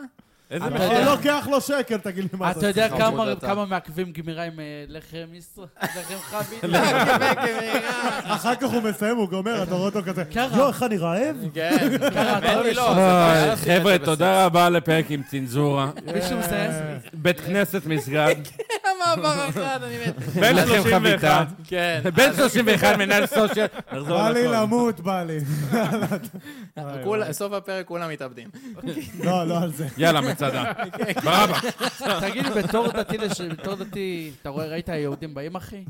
S1: איזה
S3: אתה
S1: מחיר?
S3: יודע-
S2: אני לא לוקח לו שקל, תגיד לי מה
S3: אתה
S2: זה.
S3: יודע
S5: חמוד
S3: כמה-
S5: אתה.
S3: כמה מעכבים גמירה עם אה, לחם ישראל? לחם חביתה?
S2: אחר כך הוא מסיים, הוא גומר, אתה רואה אותו כזה.
S3: ככה.
S2: לא, איך אני רעב?
S5: <laughs> כן. האמת היא לא, זה בעיה
S1: אוי,
S5: לשים את זה
S1: חבר'ה,
S5: בסוף.
S1: תודה רבה על הפרק עם צנזורה.
S3: <laughs> מישהו מסיים?
S1: בית כנסת <laughs> מסגד.
S5: מעבר אחד, אני מת.
S4: בן
S1: לחם
S4: 31.
S1: לא חביתה.
S5: <laughs> כן.
S1: בן 31 מנהל סושיאל. <laughs> נחזור
S2: בא לי
S1: לכל.
S2: למות, בא לי.
S5: כול- סוף הפרק כולם מתאבדים.
S2: לא, לא על זה.
S1: יאללה, מצדה. <laughs>
S5: כן,
S1: ברבא.
S3: תגיד לי, בתור דתי, לש- בתור דתי, אתה רואה, ראית היהודים באים, אחי?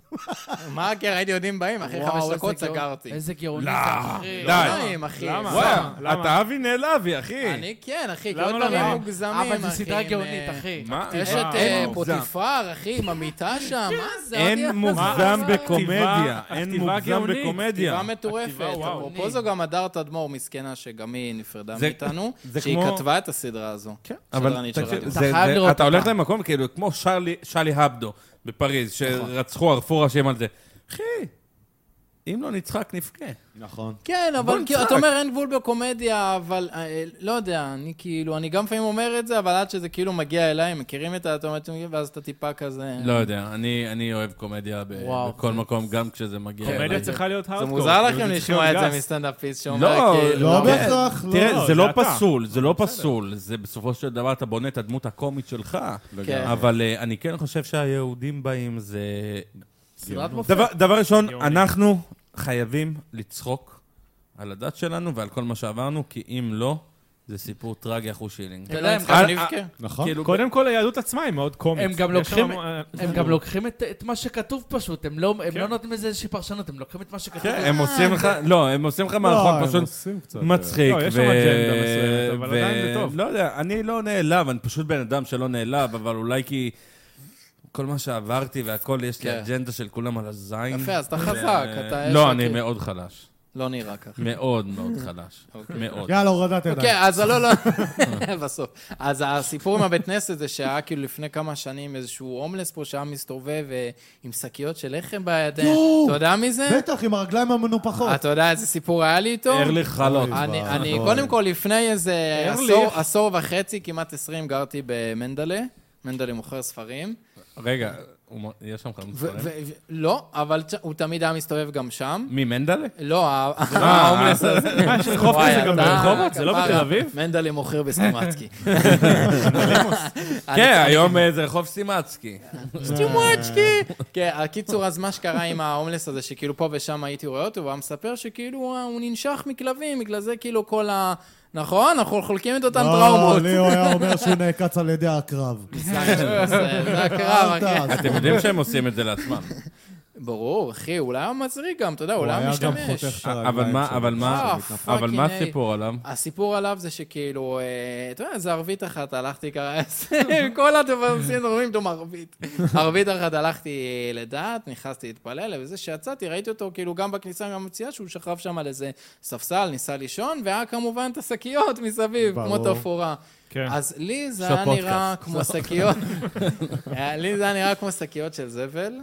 S5: מה, כן, ראיתי יהודים באים, אחרי
S3: וואו,
S5: חמש
S3: איזה
S5: דקות
S3: גאון-
S5: סגרתי.
S3: איזה גאוני
S1: לא,
S3: זה, אחי.
S1: די.
S5: לא נעים, אחי.
S4: למה?
S5: וואו.
S1: וואו, אתה אבי נעל אבי, אחי.
S5: אני כן, אחי,
S4: למה
S5: כל
S4: לא
S5: דברים
S4: נעים?
S5: מוגזמים, אחי.
S3: אבל זו סדרה
S5: עם,
S3: גאונית,
S5: אה,
S3: אחי.
S1: מה?
S5: יש
S1: אין-
S5: את
S1: אין
S5: אה,
S1: מוגזם.
S5: פוטיפר, אחי, עם המיטה שם, מה זה?
S1: אין
S5: אודי?
S3: אה,
S1: מוגזם
S5: מה?
S1: בקומדיה.
S4: הכתיבה-
S1: אין
S4: הכתיבה
S1: מוגזם
S4: גאונית.
S1: בקומדיה.
S5: כתיבה מטורפת.
S4: הכתיבה, וואו.
S5: אפרופו זו גם הדר תדמור, מסכנה, שגם היא נפרדה
S1: זה-
S5: מאיתנו,
S1: זה
S5: שהיא
S1: כמו-
S5: כתבה את הסדרה הזו.
S1: כן, אבל
S5: שדרנית של
S1: תקשיב,
S5: רדיו.
S1: זה-
S3: אתה חייב
S1: זה-
S3: לראות
S1: אתה הולך
S3: אותה.
S1: למקום כאילו, כמו שרלי- שלי הבדו בפריז, שרצחו, ערפו ראשים על זה. אחי, אם לא נצחק, נבכה.
S2: נכון.
S5: כן, אבל
S1: בוא
S5: כאילו,
S1: נצעק.
S5: אתה אומר אין גבול בקומדיה, אבל אה, לא יודע, אני כאילו, אני גם לפעמים אומר את זה, אבל עד שזה כאילו מגיע אליי, מכירים את ה... אתה אומר, "תראי", ואז אתה טיפה כזה...
S1: לא יודע, אני אני אוהב קומדיה ב-
S3: וואו,
S1: בכל מקום, גם כשזה מגיע. אליי.
S4: קומדיה צריכה להיות
S5: זה
S4: הארדקור.
S5: מוזר לכם
S4: כאילו, זה צריך
S5: לשמוע את
S4: להיות
S5: זה
S4: גס.
S5: מסטנדאפיסט
S1: לא,
S5: שאומר, כאילו...
S2: לא
S1: לא, כן.
S2: בהכרח, לא.
S1: תראה, זה
S4: זה
S1: לא
S4: אתה.
S1: פסול, זה לא פסול. זה בסופו של דבר, אתה בונה את הדמות הקומית שלך.
S5: כן.
S1: אבל אה, אני כן חושב שהיהודים באים זה...
S3: סדרת מופת.
S1: דבר דבר ראשון,
S4: גאוני.
S1: אנחנו חייבים לצחוק על הדת שלנו ועל כל מה שעברנו, כי אם לא, זה סיפור טרגי אחוז שילינג.
S5: אתה יודע, הם
S1: אה,
S5: גם נבכה.
S2: נכון.
S1: כאילו,
S4: קודם כל, היהדות עצמה היא מאוד קומית.
S3: הם גם
S4: יש
S3: לוקחים-
S4: שם, אה,
S3: הם גם לוקחים את, את מה שכתוב פשוט, הם לא, הם
S4: כן.
S3: לא נותנים לזה איזושהי פרשנות, הם לוקחים את מה שכתוב.
S1: כן, הם עושים לך, לא, הם עושים לך
S2: לא,
S1: מערכון
S2: הם
S1: פשוט
S2: עושים קצת, אה,
S1: מצחיק.
S4: לא, יש
S1: ו-
S4: שם אג'נדה מסוימת, אבל
S1: ו-
S4: עדיין זה טוב.
S1: לא יודע, אני לא נעלב, אני פשוט בן אדם שלא נעלב, אבל אולי כי כל מה שעברתי והכל, יש לי
S5: כן.
S1: אג'נדה של כולם על הזין.
S5: יפה, אז אתה
S1: ו-
S5: חזק, אתה... יש לך
S1: אה, לא, אני
S5: כאילו-
S1: מאוד חלש.
S5: לא נראה ככה.
S1: מאוד מאוד חלש.
S5: אוקיי.
S1: מאוד.
S2: יאללה, הורדת ידיים.
S5: אוקיי, אז לא, <laughs> לא, בסוף. אז הסיפור עם הבית כנסת זה שהיה כאילו לפני כמה שנים איזשהו הומלס פה שהיה מסתובב אה, עם שקיות של לחם בידיים.
S2: יואו!
S5: אתה יודע מי זה?
S2: בטח, עם הרגליים המנופחות.
S5: אתה יודע איזה סיפור היה לי איתו?
S1: ארליך חלות.
S5: אני,
S2: כבר,
S5: אני
S2: נכון.
S5: קודם כל, לפני איזה
S4: ארליך.
S5: עשור, עשור וחצי, כמעט 20, גרתי במנדלה. מנדלה מוכר ספרים.
S1: רגע, הוא מ- יש שם חנות
S5: ו-
S1: ספרים?
S5: ו- ו- לא, אבל צ- הוא תמיד היה מסתובב גם שם.
S1: מי, מנדלה?
S5: לא, ה- <laughs> ההומלס הזה.
S4: רחוב
S5: וואי,
S4: כזה גם
S5: אתה-
S4: ברחובות? זה לא
S5: כפרה.
S4: בתל אביב?
S5: מנדלה מוכר בסטימצקי.
S1: כן, היום אה, זה רחוב סימצקי.
S5: סטימצקי! כן, הקיצור, אז מה שקרה עם ההומלס הזה, שכאילו פה ושם הייתי רואה אותו, והוא היה מספר שכאילו אה, הוא ננשך מכלבים, בגלל זה כאילו כל ה... נכון, אנחנו חולקים את אותן
S2: לא,
S5: טראומות.
S2: לי הוא היה אומר שהוא נעקץ על ידי
S5: <laughs>
S2: הקרב. <laughs>
S5: זה זה הקרב, אחי.
S2: אל
S1: אתם
S2: תעז.
S1: יודעים שהם עושים את זה לעצמם.
S5: ברור, אחי, אולי הוא מזריק גם, אתה יודע,
S2: הוא
S5: אולי הוא
S2: היה גם
S5: משתמש.
S2: חותך את
S1: אבל
S2: הרגליים
S1: מה,
S2: שלו.
S1: אבל מה,
S5: אה,
S1: אבל מה
S5: fucking
S1: הסיפור עליו?
S5: הסיפור עליו זה שכאילו, אה, אתה יודע, זה ערבית אחת, הלכתי ככה, <laughs> כל הדברים רואים אותו מערבית. ערבית אחת הלכתי לדעת, נכנסתי להתפלל, וזה שיצאתי, ראיתי אותו כאילו גם בכניסה מהמציאה, שהוא שכב שם על איזה ספסל, ניסה לישון, והיה כמובן את השקיות מסביב, כמו
S2: ברור.
S5: תפאורה.
S4: כן.
S5: אז לי זה
S2: של
S5: היה
S2: הפודקאסט.
S5: נראה כמו שקיות, אה, לי זה היה נראה כמו שקיות של זבל.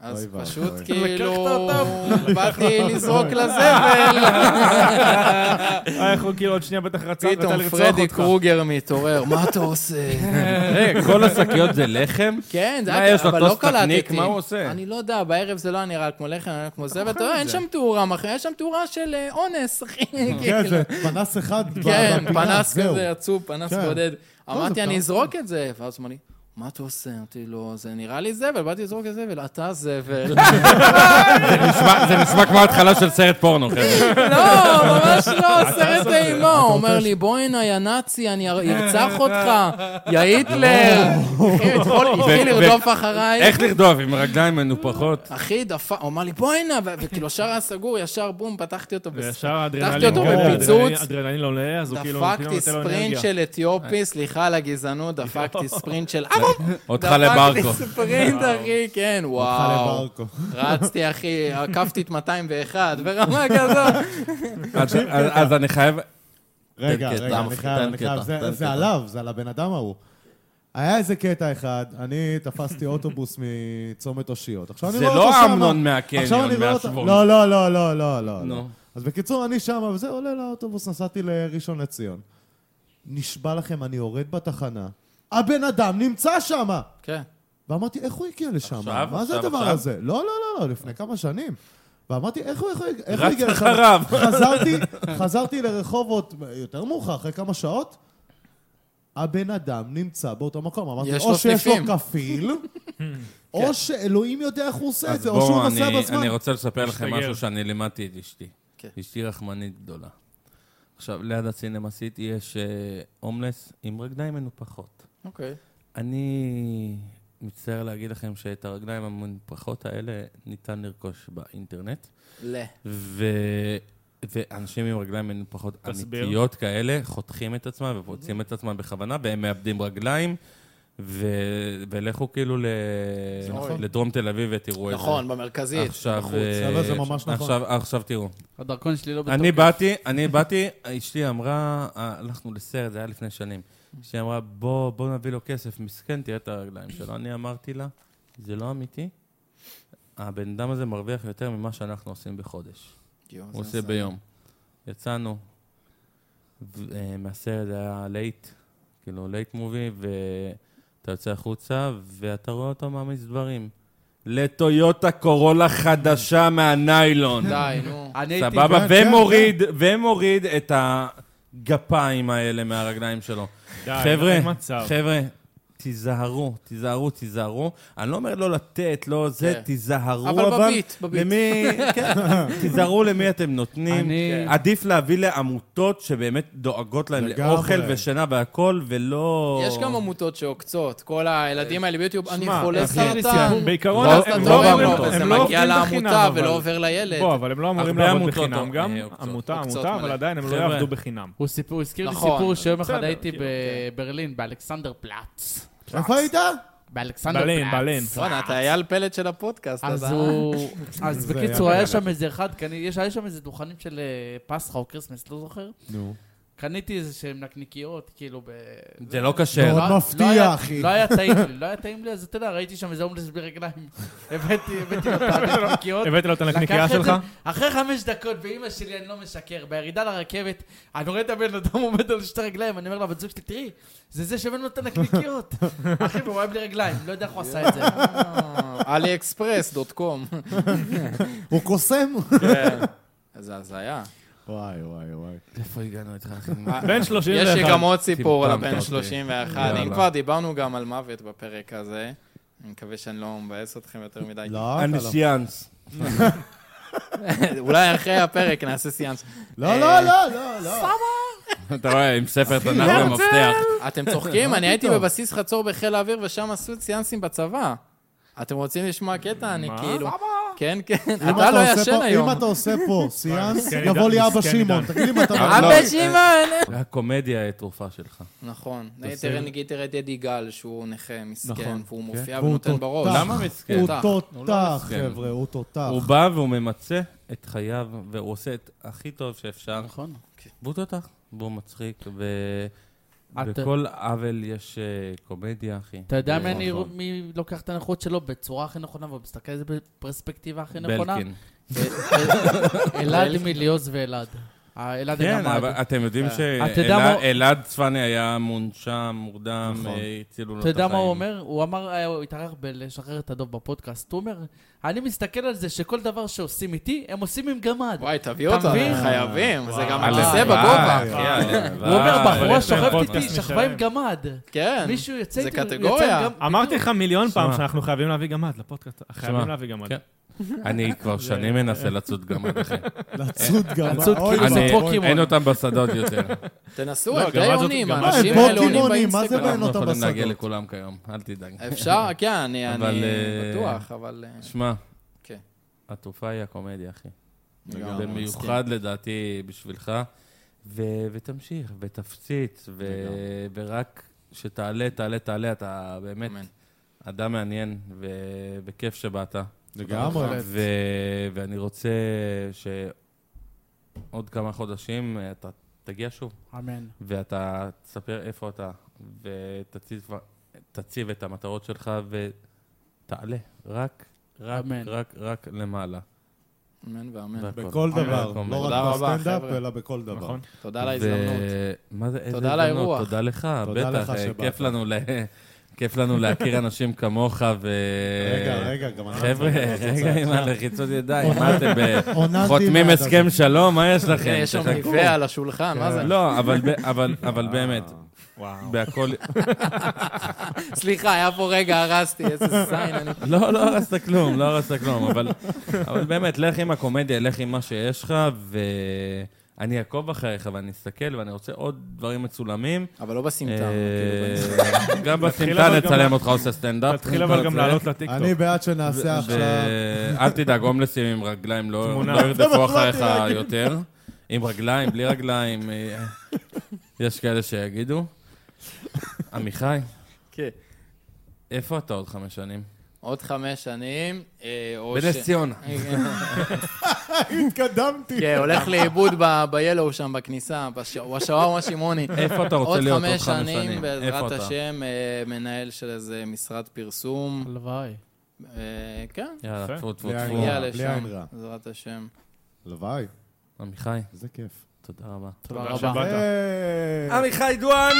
S5: אז
S2: אוי ואבוי.
S5: פשוט
S2: לקחת
S5: כאילו, באתי לזרוק לזבל.
S4: אה, איך הוא כאילו עוד שנייה בטח רצה רצה
S5: פתאום
S4: לרצוח
S5: פרדי
S4: אותך.
S5: קרוגר מתעורר, מה אתה עושה?
S1: רגע, כל השקיות זה לחם?
S5: כן, זה
S1: מה,
S5: היה-
S1: יש לו
S5: אבל לא
S1: טוסטניק,
S5: קלטתי.
S1: מה הוא עושה?
S5: אני לא יודע, בערב זה לא היה נראה כמו לחם, היה כמו זה, ואתה
S4: אוכל
S5: רואה,
S4: את
S5: אין
S4: זה.
S5: שם תאורה, אחי, יש שם תאורה של אה, אונס, אחי.
S2: כן,
S5: כאילו.
S2: זה פנס אחד ב-
S5: כן,
S2: בפינה,
S5: פנס
S2: זהו.
S5: כזה עצוב, פנס
S2: כן.
S5: בודד. אמרתי,
S2: זה
S5: אני
S2: טוב.
S5: אזרוק את זה. ואז הוא אמר לי, מה אתה עושה? אמרתי לו, זה נראה לי זבל, באתי לזרוק את זבל, אתה
S2: <laughs>
S5: זבל.
S1: <laughs> נשמע- זה נשמע כמו התחלה של סרט פורנו,
S5: <laughs>
S1: חבר'ה.
S5: לא, ממש לא, סרט אימה. הוא אומר לי, בואי הנה, יא נאצי, אני ארצח אותך, יא היטלר.
S2: <laughs>
S5: אחי, הוא התחיל- התחיל
S1: ו-
S5: לרדוף אחריי.
S1: איך לרדוף עם רגליים מנופחות?
S5: אחי, דפק, הוא אמר לי, בואי הנה, ו- וכאילו, השער היה סגור, ישר בום, פתחתי אותו. בס-
S4: וישר האדרנלין
S5: אותו
S4: עולה,
S5: בפיצוץ.
S4: האדרנלין- האדרנלין עולה, אז הוא כאילו פתאום
S5: דפקתי
S4: נותן לו
S5: ספרינט
S4: אנרגיה.
S5: של אתיופי, סליחה על
S4: <laughs>
S5: הגזענות, דפקתי ספרינט של...
S2: לא,
S5: אה,
S1: אותך לברקו.
S5: דפקתי ספרינט, אחי, כן, וואו.
S2: לברקו.
S5: רצתי, אחי, עקפתי את 201, ברמה כזאת.
S1: אז- אז אז אני חייב...
S2: רגע,
S1: תן קטע,
S2: רגע, אני
S1: מפחיד,
S2: חייב,
S1: תן
S2: אני חייב,
S1: קטע,
S2: זה-
S1: תן
S2: זה
S1: קטע.
S2: עליו, זה על הבן אדם ההוא. היה איזה קטע אחד, אני תפסתי אוטובוס מצומת אושיות. עכשיו אני
S1: זה
S2: רואה אותו
S1: לא
S2: שמה.
S1: אמנון מהקניון,
S2: עכשיו אני רואה אותו-
S1: מהשוורון.
S2: לא, לא, לא, לא, לא, לא.
S1: נו.
S2: לא. אז בקיצור, אני שם, וזה עולה לאוטובוס, נסעתי לראשון לציון. נשבע לכם, אני יורד בתחנה, הבן אדם נמצא שם!
S5: כן.
S2: ואמרתי, איך הוא הגיע לשם?
S1: עכשיו,
S2: מה זה
S1: עכשיו,
S2: הדבר
S1: עכשיו?
S2: הזה? לא, לא, לא, לא, לפני כמה שנים. ואמרתי, איך הוא, איך הוא, איך הוא
S1: רץ
S2: הגיע לשם?
S1: אחריו.
S2: חזרתי, חזרתי לרחובות יותר מאוחר, אחרי כמה שעות, הבן אדם נמצא באותו מקום. אמרתי,
S5: יש
S2: או
S5: לו
S2: שיש לו
S5: סניפים."
S1: <laughs>
S2: כפיל, או שאלוהים יודע איך הוא עושה את
S1: כן. אז
S2: זה, או שהוא
S1: בואו,
S2: נוסע
S1: אני-
S2: בזמן.
S1: אני רוצה לספר לכם
S4: משתגר.
S1: משהו שאני לימדתי את אשתי.
S5: כן.
S1: אשתי רחמנית גדולה. עכשיו, ליד הסינמה סיטי יש אה, הומלס עם רגליים מנופחות.
S5: אוקיי.
S1: אני מצטער להגיד לכם שאת הרגליים המנופחות האלה ניתן לרכוש באינטרנט,
S5: ל...
S1: ו... ואנשים עם רגליים מנופחות
S4: תסביר.
S1: אמיתיות כאלה חותכים את עצמם ופוצעים את עצמם בכוונה, והם מאבדים רגליים, ו... ולכו כאילו ל...
S5: נכון.
S1: לדרום תל אביב ותראו את זה.
S5: נכון, במרכזית.
S1: עכשיו,
S5: בחוץ.
S1: אה,
S2: אבל זה ממש נכון.
S1: עכשיו, עכשיו תראו,
S3: הדרכון שלי לא בתוקף.
S1: אני באתי, אני באתי, אשתי אמרה, אה, הלכנו לסרט, זה היה לפני שנים. אשתי אמרה, בוא, בוא נביא לו כסף, מסכן, תראה את הרגליים שלו. אני אמרתי לה, זה לא אמיתי, הבן אדם הזה מרוויח יותר ממה שאנחנו עושים בחודש.
S5: יואו,
S1: הוא
S5: זה
S1: עושה
S5: מזעזע.
S1: ביום. יצאנו, ו- אה, מהסרט זה היה לייט, כאילו לייט מובי, ואתה יוצא החוצה, ואתה רואה אותו מעמיס דברים. לטויוטה קורולה חדשה מהניילון.
S5: די, נו.
S3: אני הייתי...
S1: סבבה,
S2: כן, כן,
S1: ומוריד, ומוריד את הגפיים האלה מהרגליים שלו.
S4: די, לא
S1: חבר'ה,
S4: אין מצב.
S1: חבר'ה, תיזהרו, תיזהרו, תיזהרו. אני לא אומר לא לתת, לא זה,
S5: כן.
S1: תיזהרו, אבל...
S5: אבל בביט, בביט.
S1: למי... כן, תיזהרו למי אתם נותנים.
S3: אני-
S1: עדיף להביא לעמותות שבאמת דואגות להם
S2: לגמרי.
S1: לאוכל ושינה והכול, ולא...
S5: יש גם עמותות שעוקצות, כל הילדים האלה ביוטיוב, אני
S4: שמע,
S5: חולה
S4: אחי,
S5: סרטן.
S4: בעיקרון
S1: רוב-
S4: הם
S1: רוב
S4: לא
S1: העמותות.
S4: אמורים-
S5: זה
S4: הם לא
S5: מגיע
S4: עובדים
S5: לעמותה
S4: בחינם, אבל-
S5: ולא עובר לילד.
S4: בוא, אבל הם לא אמורים
S1: הרבה
S4: לעבוד
S1: עמותות
S4: בחינם
S1: או-
S4: גם.
S1: אה, עוקצות.
S4: עמותה,
S5: עוקצות
S4: עמותה, אבל
S5: מלא.
S4: עדיין הם לא
S1: חבר'ה.
S4: יעבדו בחינם.
S3: הוא סיפור, הוא הזכיר לי
S5: נכון.
S1: אוקיי,
S3: סיפור שיום אחד
S4: בסדר,
S3: הייתי
S4: כאילו,
S3: בברלין, באלכסנדר פלאץ.
S2: איפה היית?
S3: באלכסנדר
S4: בלן,
S3: פלץ.
S4: בלן.
S5: בואנה, אתה אייל פלט של הפודקאסט, אה,
S3: אז
S5: אתה...
S3: הוא... <laughs> אז
S2: זה
S3: בקיצור,
S2: היה
S3: היה שם איזה אחד, קני- יש- היה שם איזה דוכנים של אה, פסחא או כריסמס, לא זוכר.
S2: נו.
S3: קניתי איזה שהם נקניקיות, כאילו ב...
S1: זה לא כשר.
S2: מאוד
S3: לא-
S2: מפתיע,
S3: לא היה-
S2: אחי.
S3: לא היה טעים לי, לא היה טעים לי, אז אתה יודע, ראיתי שם איזה הומלס ברגליים. <laughs> הבאתי, הבאתי לו את הנקניקיות.
S4: הבאת לו את הנקניקייה
S3: לקח את
S4: שלך?
S3: זה, אחרי חמש דקות, באימא שלי, אני לא משקר, בירידה לרכבת, אני רואה את הבן אדם עומד על שתי רגליים, אני אומר לבת זוג שלי, תראי, זה זה שהבאנו לו את הנקניקיות. אחי, והוא היה בלי רגליים, לא יודע איך הוא עשה את זה.
S5: עלי אקספרס דוט קום.
S2: הוא קוסם.
S5: <laughs>
S1: כן.
S5: זה הזיה.
S2: וואי, וואי, וואי.
S1: איפה הגענו <laughs> איתך, אחי?
S4: בן 31.
S5: יש לי גם עוד סיפור על
S1: טיפמת
S5: הבן
S1: אותי.
S5: 31. אם
S1: יאללה.
S5: כבר דיברנו גם על מוות בפרק הזה, אני מקווה שאני לא מבאס אתכם יותר מדי.
S2: לא, אתה
S1: אני
S2: לא.
S1: סיאנס.
S5: <laughs> אולי אחרי הפרק נעשה סיאנס.
S2: לא, לא, לא, לא, לא.
S1: אתה רואה, עם <laughs> ספר תנ"ך במפתח.
S5: אתם
S2: לא,
S5: צוחקים? אני הייתי בבסיס חצור בחיל האוויר, ושם עשו סיאנסים בצבא. אתם רוצים לשמוע קטע? אני
S4: מה?
S5: כאילו... כן, כן.
S2: אם
S5: אתה לא
S2: עושה
S5: ישן
S2: פה-
S5: היום.
S2: אם אתה עושה
S1: <laughs>
S2: פה סיאנס,
S1: כן,
S4: מסכן
S2: יבוא לי
S4: עידן,
S2: אבא
S4: מסכן
S2: שמעון.
S4: עידן.
S2: תגיד לי אם אתה...
S1: אבא
S2: לא.
S5: שמעון!
S1: הקומדיה היא התרופה שלך.
S5: נכון. תראה, נגיד, תראה את ידי גל, שהוא נכה, מסכן,
S2: נכון,
S5: והוא מופיע
S2: והוא
S5: ונותן
S2: תותח.
S5: בראש.
S1: למה מסכן?
S2: הוא
S5: תותח. הוא לא
S2: תותח,
S1: מסכן.
S2: חבר'ה, הוא תותח.
S1: הוא בא והוא ממצה את חייו, והוא עושה את הכי טוב שאפשר.
S3: נכון.
S1: והוא תותח, והוא מצחיק, ו...
S3: אתה-
S1: בכל עוול יש אה, קומדיה, אחי.
S3: אתה יודע מי
S1: נכון.
S3: אני- מי לוקח את הנכות שלו בצורה הכי נכונה ומסתכל על זה בפרספקטיבה הכי נכונה? אה,
S1: בלקין.
S3: אלעד מליוז ואלעד. אה, אלעד
S1: כן, אבל
S3: אלעמד.
S1: אתם יודעים
S3: אתה יודע מה-
S1: שאלעד צפני היה מונשם, מורדם,
S2: נכון.
S1: אה,
S4: לא,
S1: הצילו לו את החיים.
S3: אתה יודע מה הוא אומר? הוא אמר, אה, הוא התארח בלשחרר את הדוב בפודקאסט. הוא אומר, אני מסתכל על זה שכל דבר שעושים איתי, הם עושים עם גמד.
S5: וואי, תביא אותו,
S3: אתה מבין?
S5: אנחנו חייבים. אה, זה גם
S1: הלוואי,
S5: הכיסא בגובה.
S1: אחי, הלוואי.
S3: הוא אומר, בחורה
S4: לפני
S3: שוכבת
S4: פודקאסט
S3: איתי, שכבה עם
S4: משלם."
S3: גמד.
S5: כן.
S3: מישהו יוצא
S5: זה
S3: איתי, הוא יצא עם
S5: קטגוריה.
S3: גמ-
S4: אמרתי לך מיליון פעם
S1: שמע.
S4: שאנחנו חייבים להביא גמד לפודקאסט. חייבים
S1: שמע.
S4: להביא גמד.
S1: כן. אני כבר שנים מנסה לצוד גמד, אחי.
S2: לצוד גם.
S3: לצוד
S2: אוי,
S3: כאילו
S2: זה
S1: אני-
S3: זה פוקימון.
S1: אין אותם בשדות יותר.
S5: תנסו,
S4: לא,
S5: הם
S4: גם
S5: די
S4: אז זאת-
S5: עונים,
S4: גם אז
S5: האנשים
S2: הם
S5: האלה עונים
S2: פוקימונים, מה זה
S5: באינסטגרם.
S2: בעיניי?
S1: אנחנו לא
S2: אותם
S1: יכולים להגיע
S2: בשדות.
S1: לכולם כיום, אל תדאג.
S5: אפשר, כן, אני
S1: אבל,
S5: אני
S1: אה,
S5: בטוח, אבל... אה,
S1: שמע,
S5: כן.
S1: התעופה היא הקומדיה, אחי.
S5: לגמרי, מסכים.
S1: במיוחד לדעתי בשבילך, ו- ותמשיך, ותפציץ, ו- ורק שתעלה, תעלה, תעלה, אתה באמת
S5: אמן.
S1: אדם מעניין, ו- וכיף שבאת.
S2: לגמרי.
S1: ו- ואני רוצה שעוד כמה חודשים אה, אתה תגיע שוב,
S3: אמן.
S1: ואתה תספר איפה אתה, ותציב תציב את המטרות שלך, ותעלה. רק, רק,
S3: אמן.
S1: רק, רק למעלה.
S5: אמן ואמן.
S1: והכל.
S2: בכל דבר.
S1: והכל.
S2: לא
S5: תודה
S2: רק
S5: רבה,
S2: בסטנדאפ,
S5: חבר'ה.
S2: אלא בכל דבר.
S4: נכון?
S5: תודה על ההזדמנות.
S1: מה זה, איזה
S5: תודה על
S1: הזדמנות?
S5: האירוח.
S1: תודה לך,
S2: תודה
S1: בטח.
S2: לך
S1: אה,
S2: שבאת.
S1: כיף לנו ל- <laughs> כיף לנו להכיר אנשים כמוך, ו...
S2: רגע, רגע, גם אנחנו...
S1: אה, חבר'ה, רגע עם הלחיצות ידיים, מה אתם ב-
S2: עוננתי
S1: חותמים
S2: מהדבר.
S1: הסכם שלום? מה יש לכם?
S5: הנה, יש שם
S1: תחכו.
S5: ריבה על השולחן, מה זה?
S1: כן, לא, אבל ב- אבל- אבל באמת, בהכל...
S5: סליחה, היה פה רגע, הרסתי, איזה זין אני...
S1: לא, לא הרסת כלום, לא הרסת כלום, אבל אבל באמת, לך עם הקומדיה, לך עם מה שיש לך, ואני אעקוב אחריך ואני אסתכל, ואני רוצה עוד דברים מצולמים.
S5: אבל לא בסמטה.
S1: אה,
S5: כאילו,
S1: גם
S4: תתחיל
S1: בסמטה
S4: אבל גם
S1: נצלם
S4: לה-
S1: אותך עושה סטנדאפ.
S4: תתחיל אבל גם
S1: זה.
S4: לעלות לטיקטוק.
S2: אני בעד שנעשה עכשיו...
S1: ו- אל תדאג, הומלסים עם רגליים לא
S4: תמונה.
S1: לא ירדפו
S2: זה מה
S1: אחריך
S2: באתי להגיד.
S1: יותר. עם רגליים, בלי רגליים, אה, יש כאלה שיגידו. עמיחי,
S5: כן.
S1: איפה אתה עוד חמש שנים?
S5: עוד חמש שנים, אה, או ש...
S1: בנס ציונה.
S2: התקדמתי.
S5: <laughs> כן, הולך לאיבוד ב- ב-Yellow שם בכניסה, בש- בשווארמה שמעוני.
S1: איפה אתה רוצה
S5: עוד
S1: להיות עוד
S5: חמש שנים,
S1: איפה
S5: בעזרת
S1: אתה?
S5: השם, אה, מנהל של איזה משרד פרסום.
S3: הלוואי.
S5: אה, כן,
S1: יאללה,
S4: יפה.
S1: טפו טפו
S2: לאן
S1: טפו.
S5: נגיע
S2: בלי
S5: לשם,
S2: עין רע.
S5: בעזרת השם.
S2: הלוואי,
S1: עמיחי,
S2: איזה כיף. אה,
S1: תודה רבה.
S3: תודה
S4: תודה
S3: רבה.
S4: שבאת.
S2: היי.
S1: עמיחי דואני!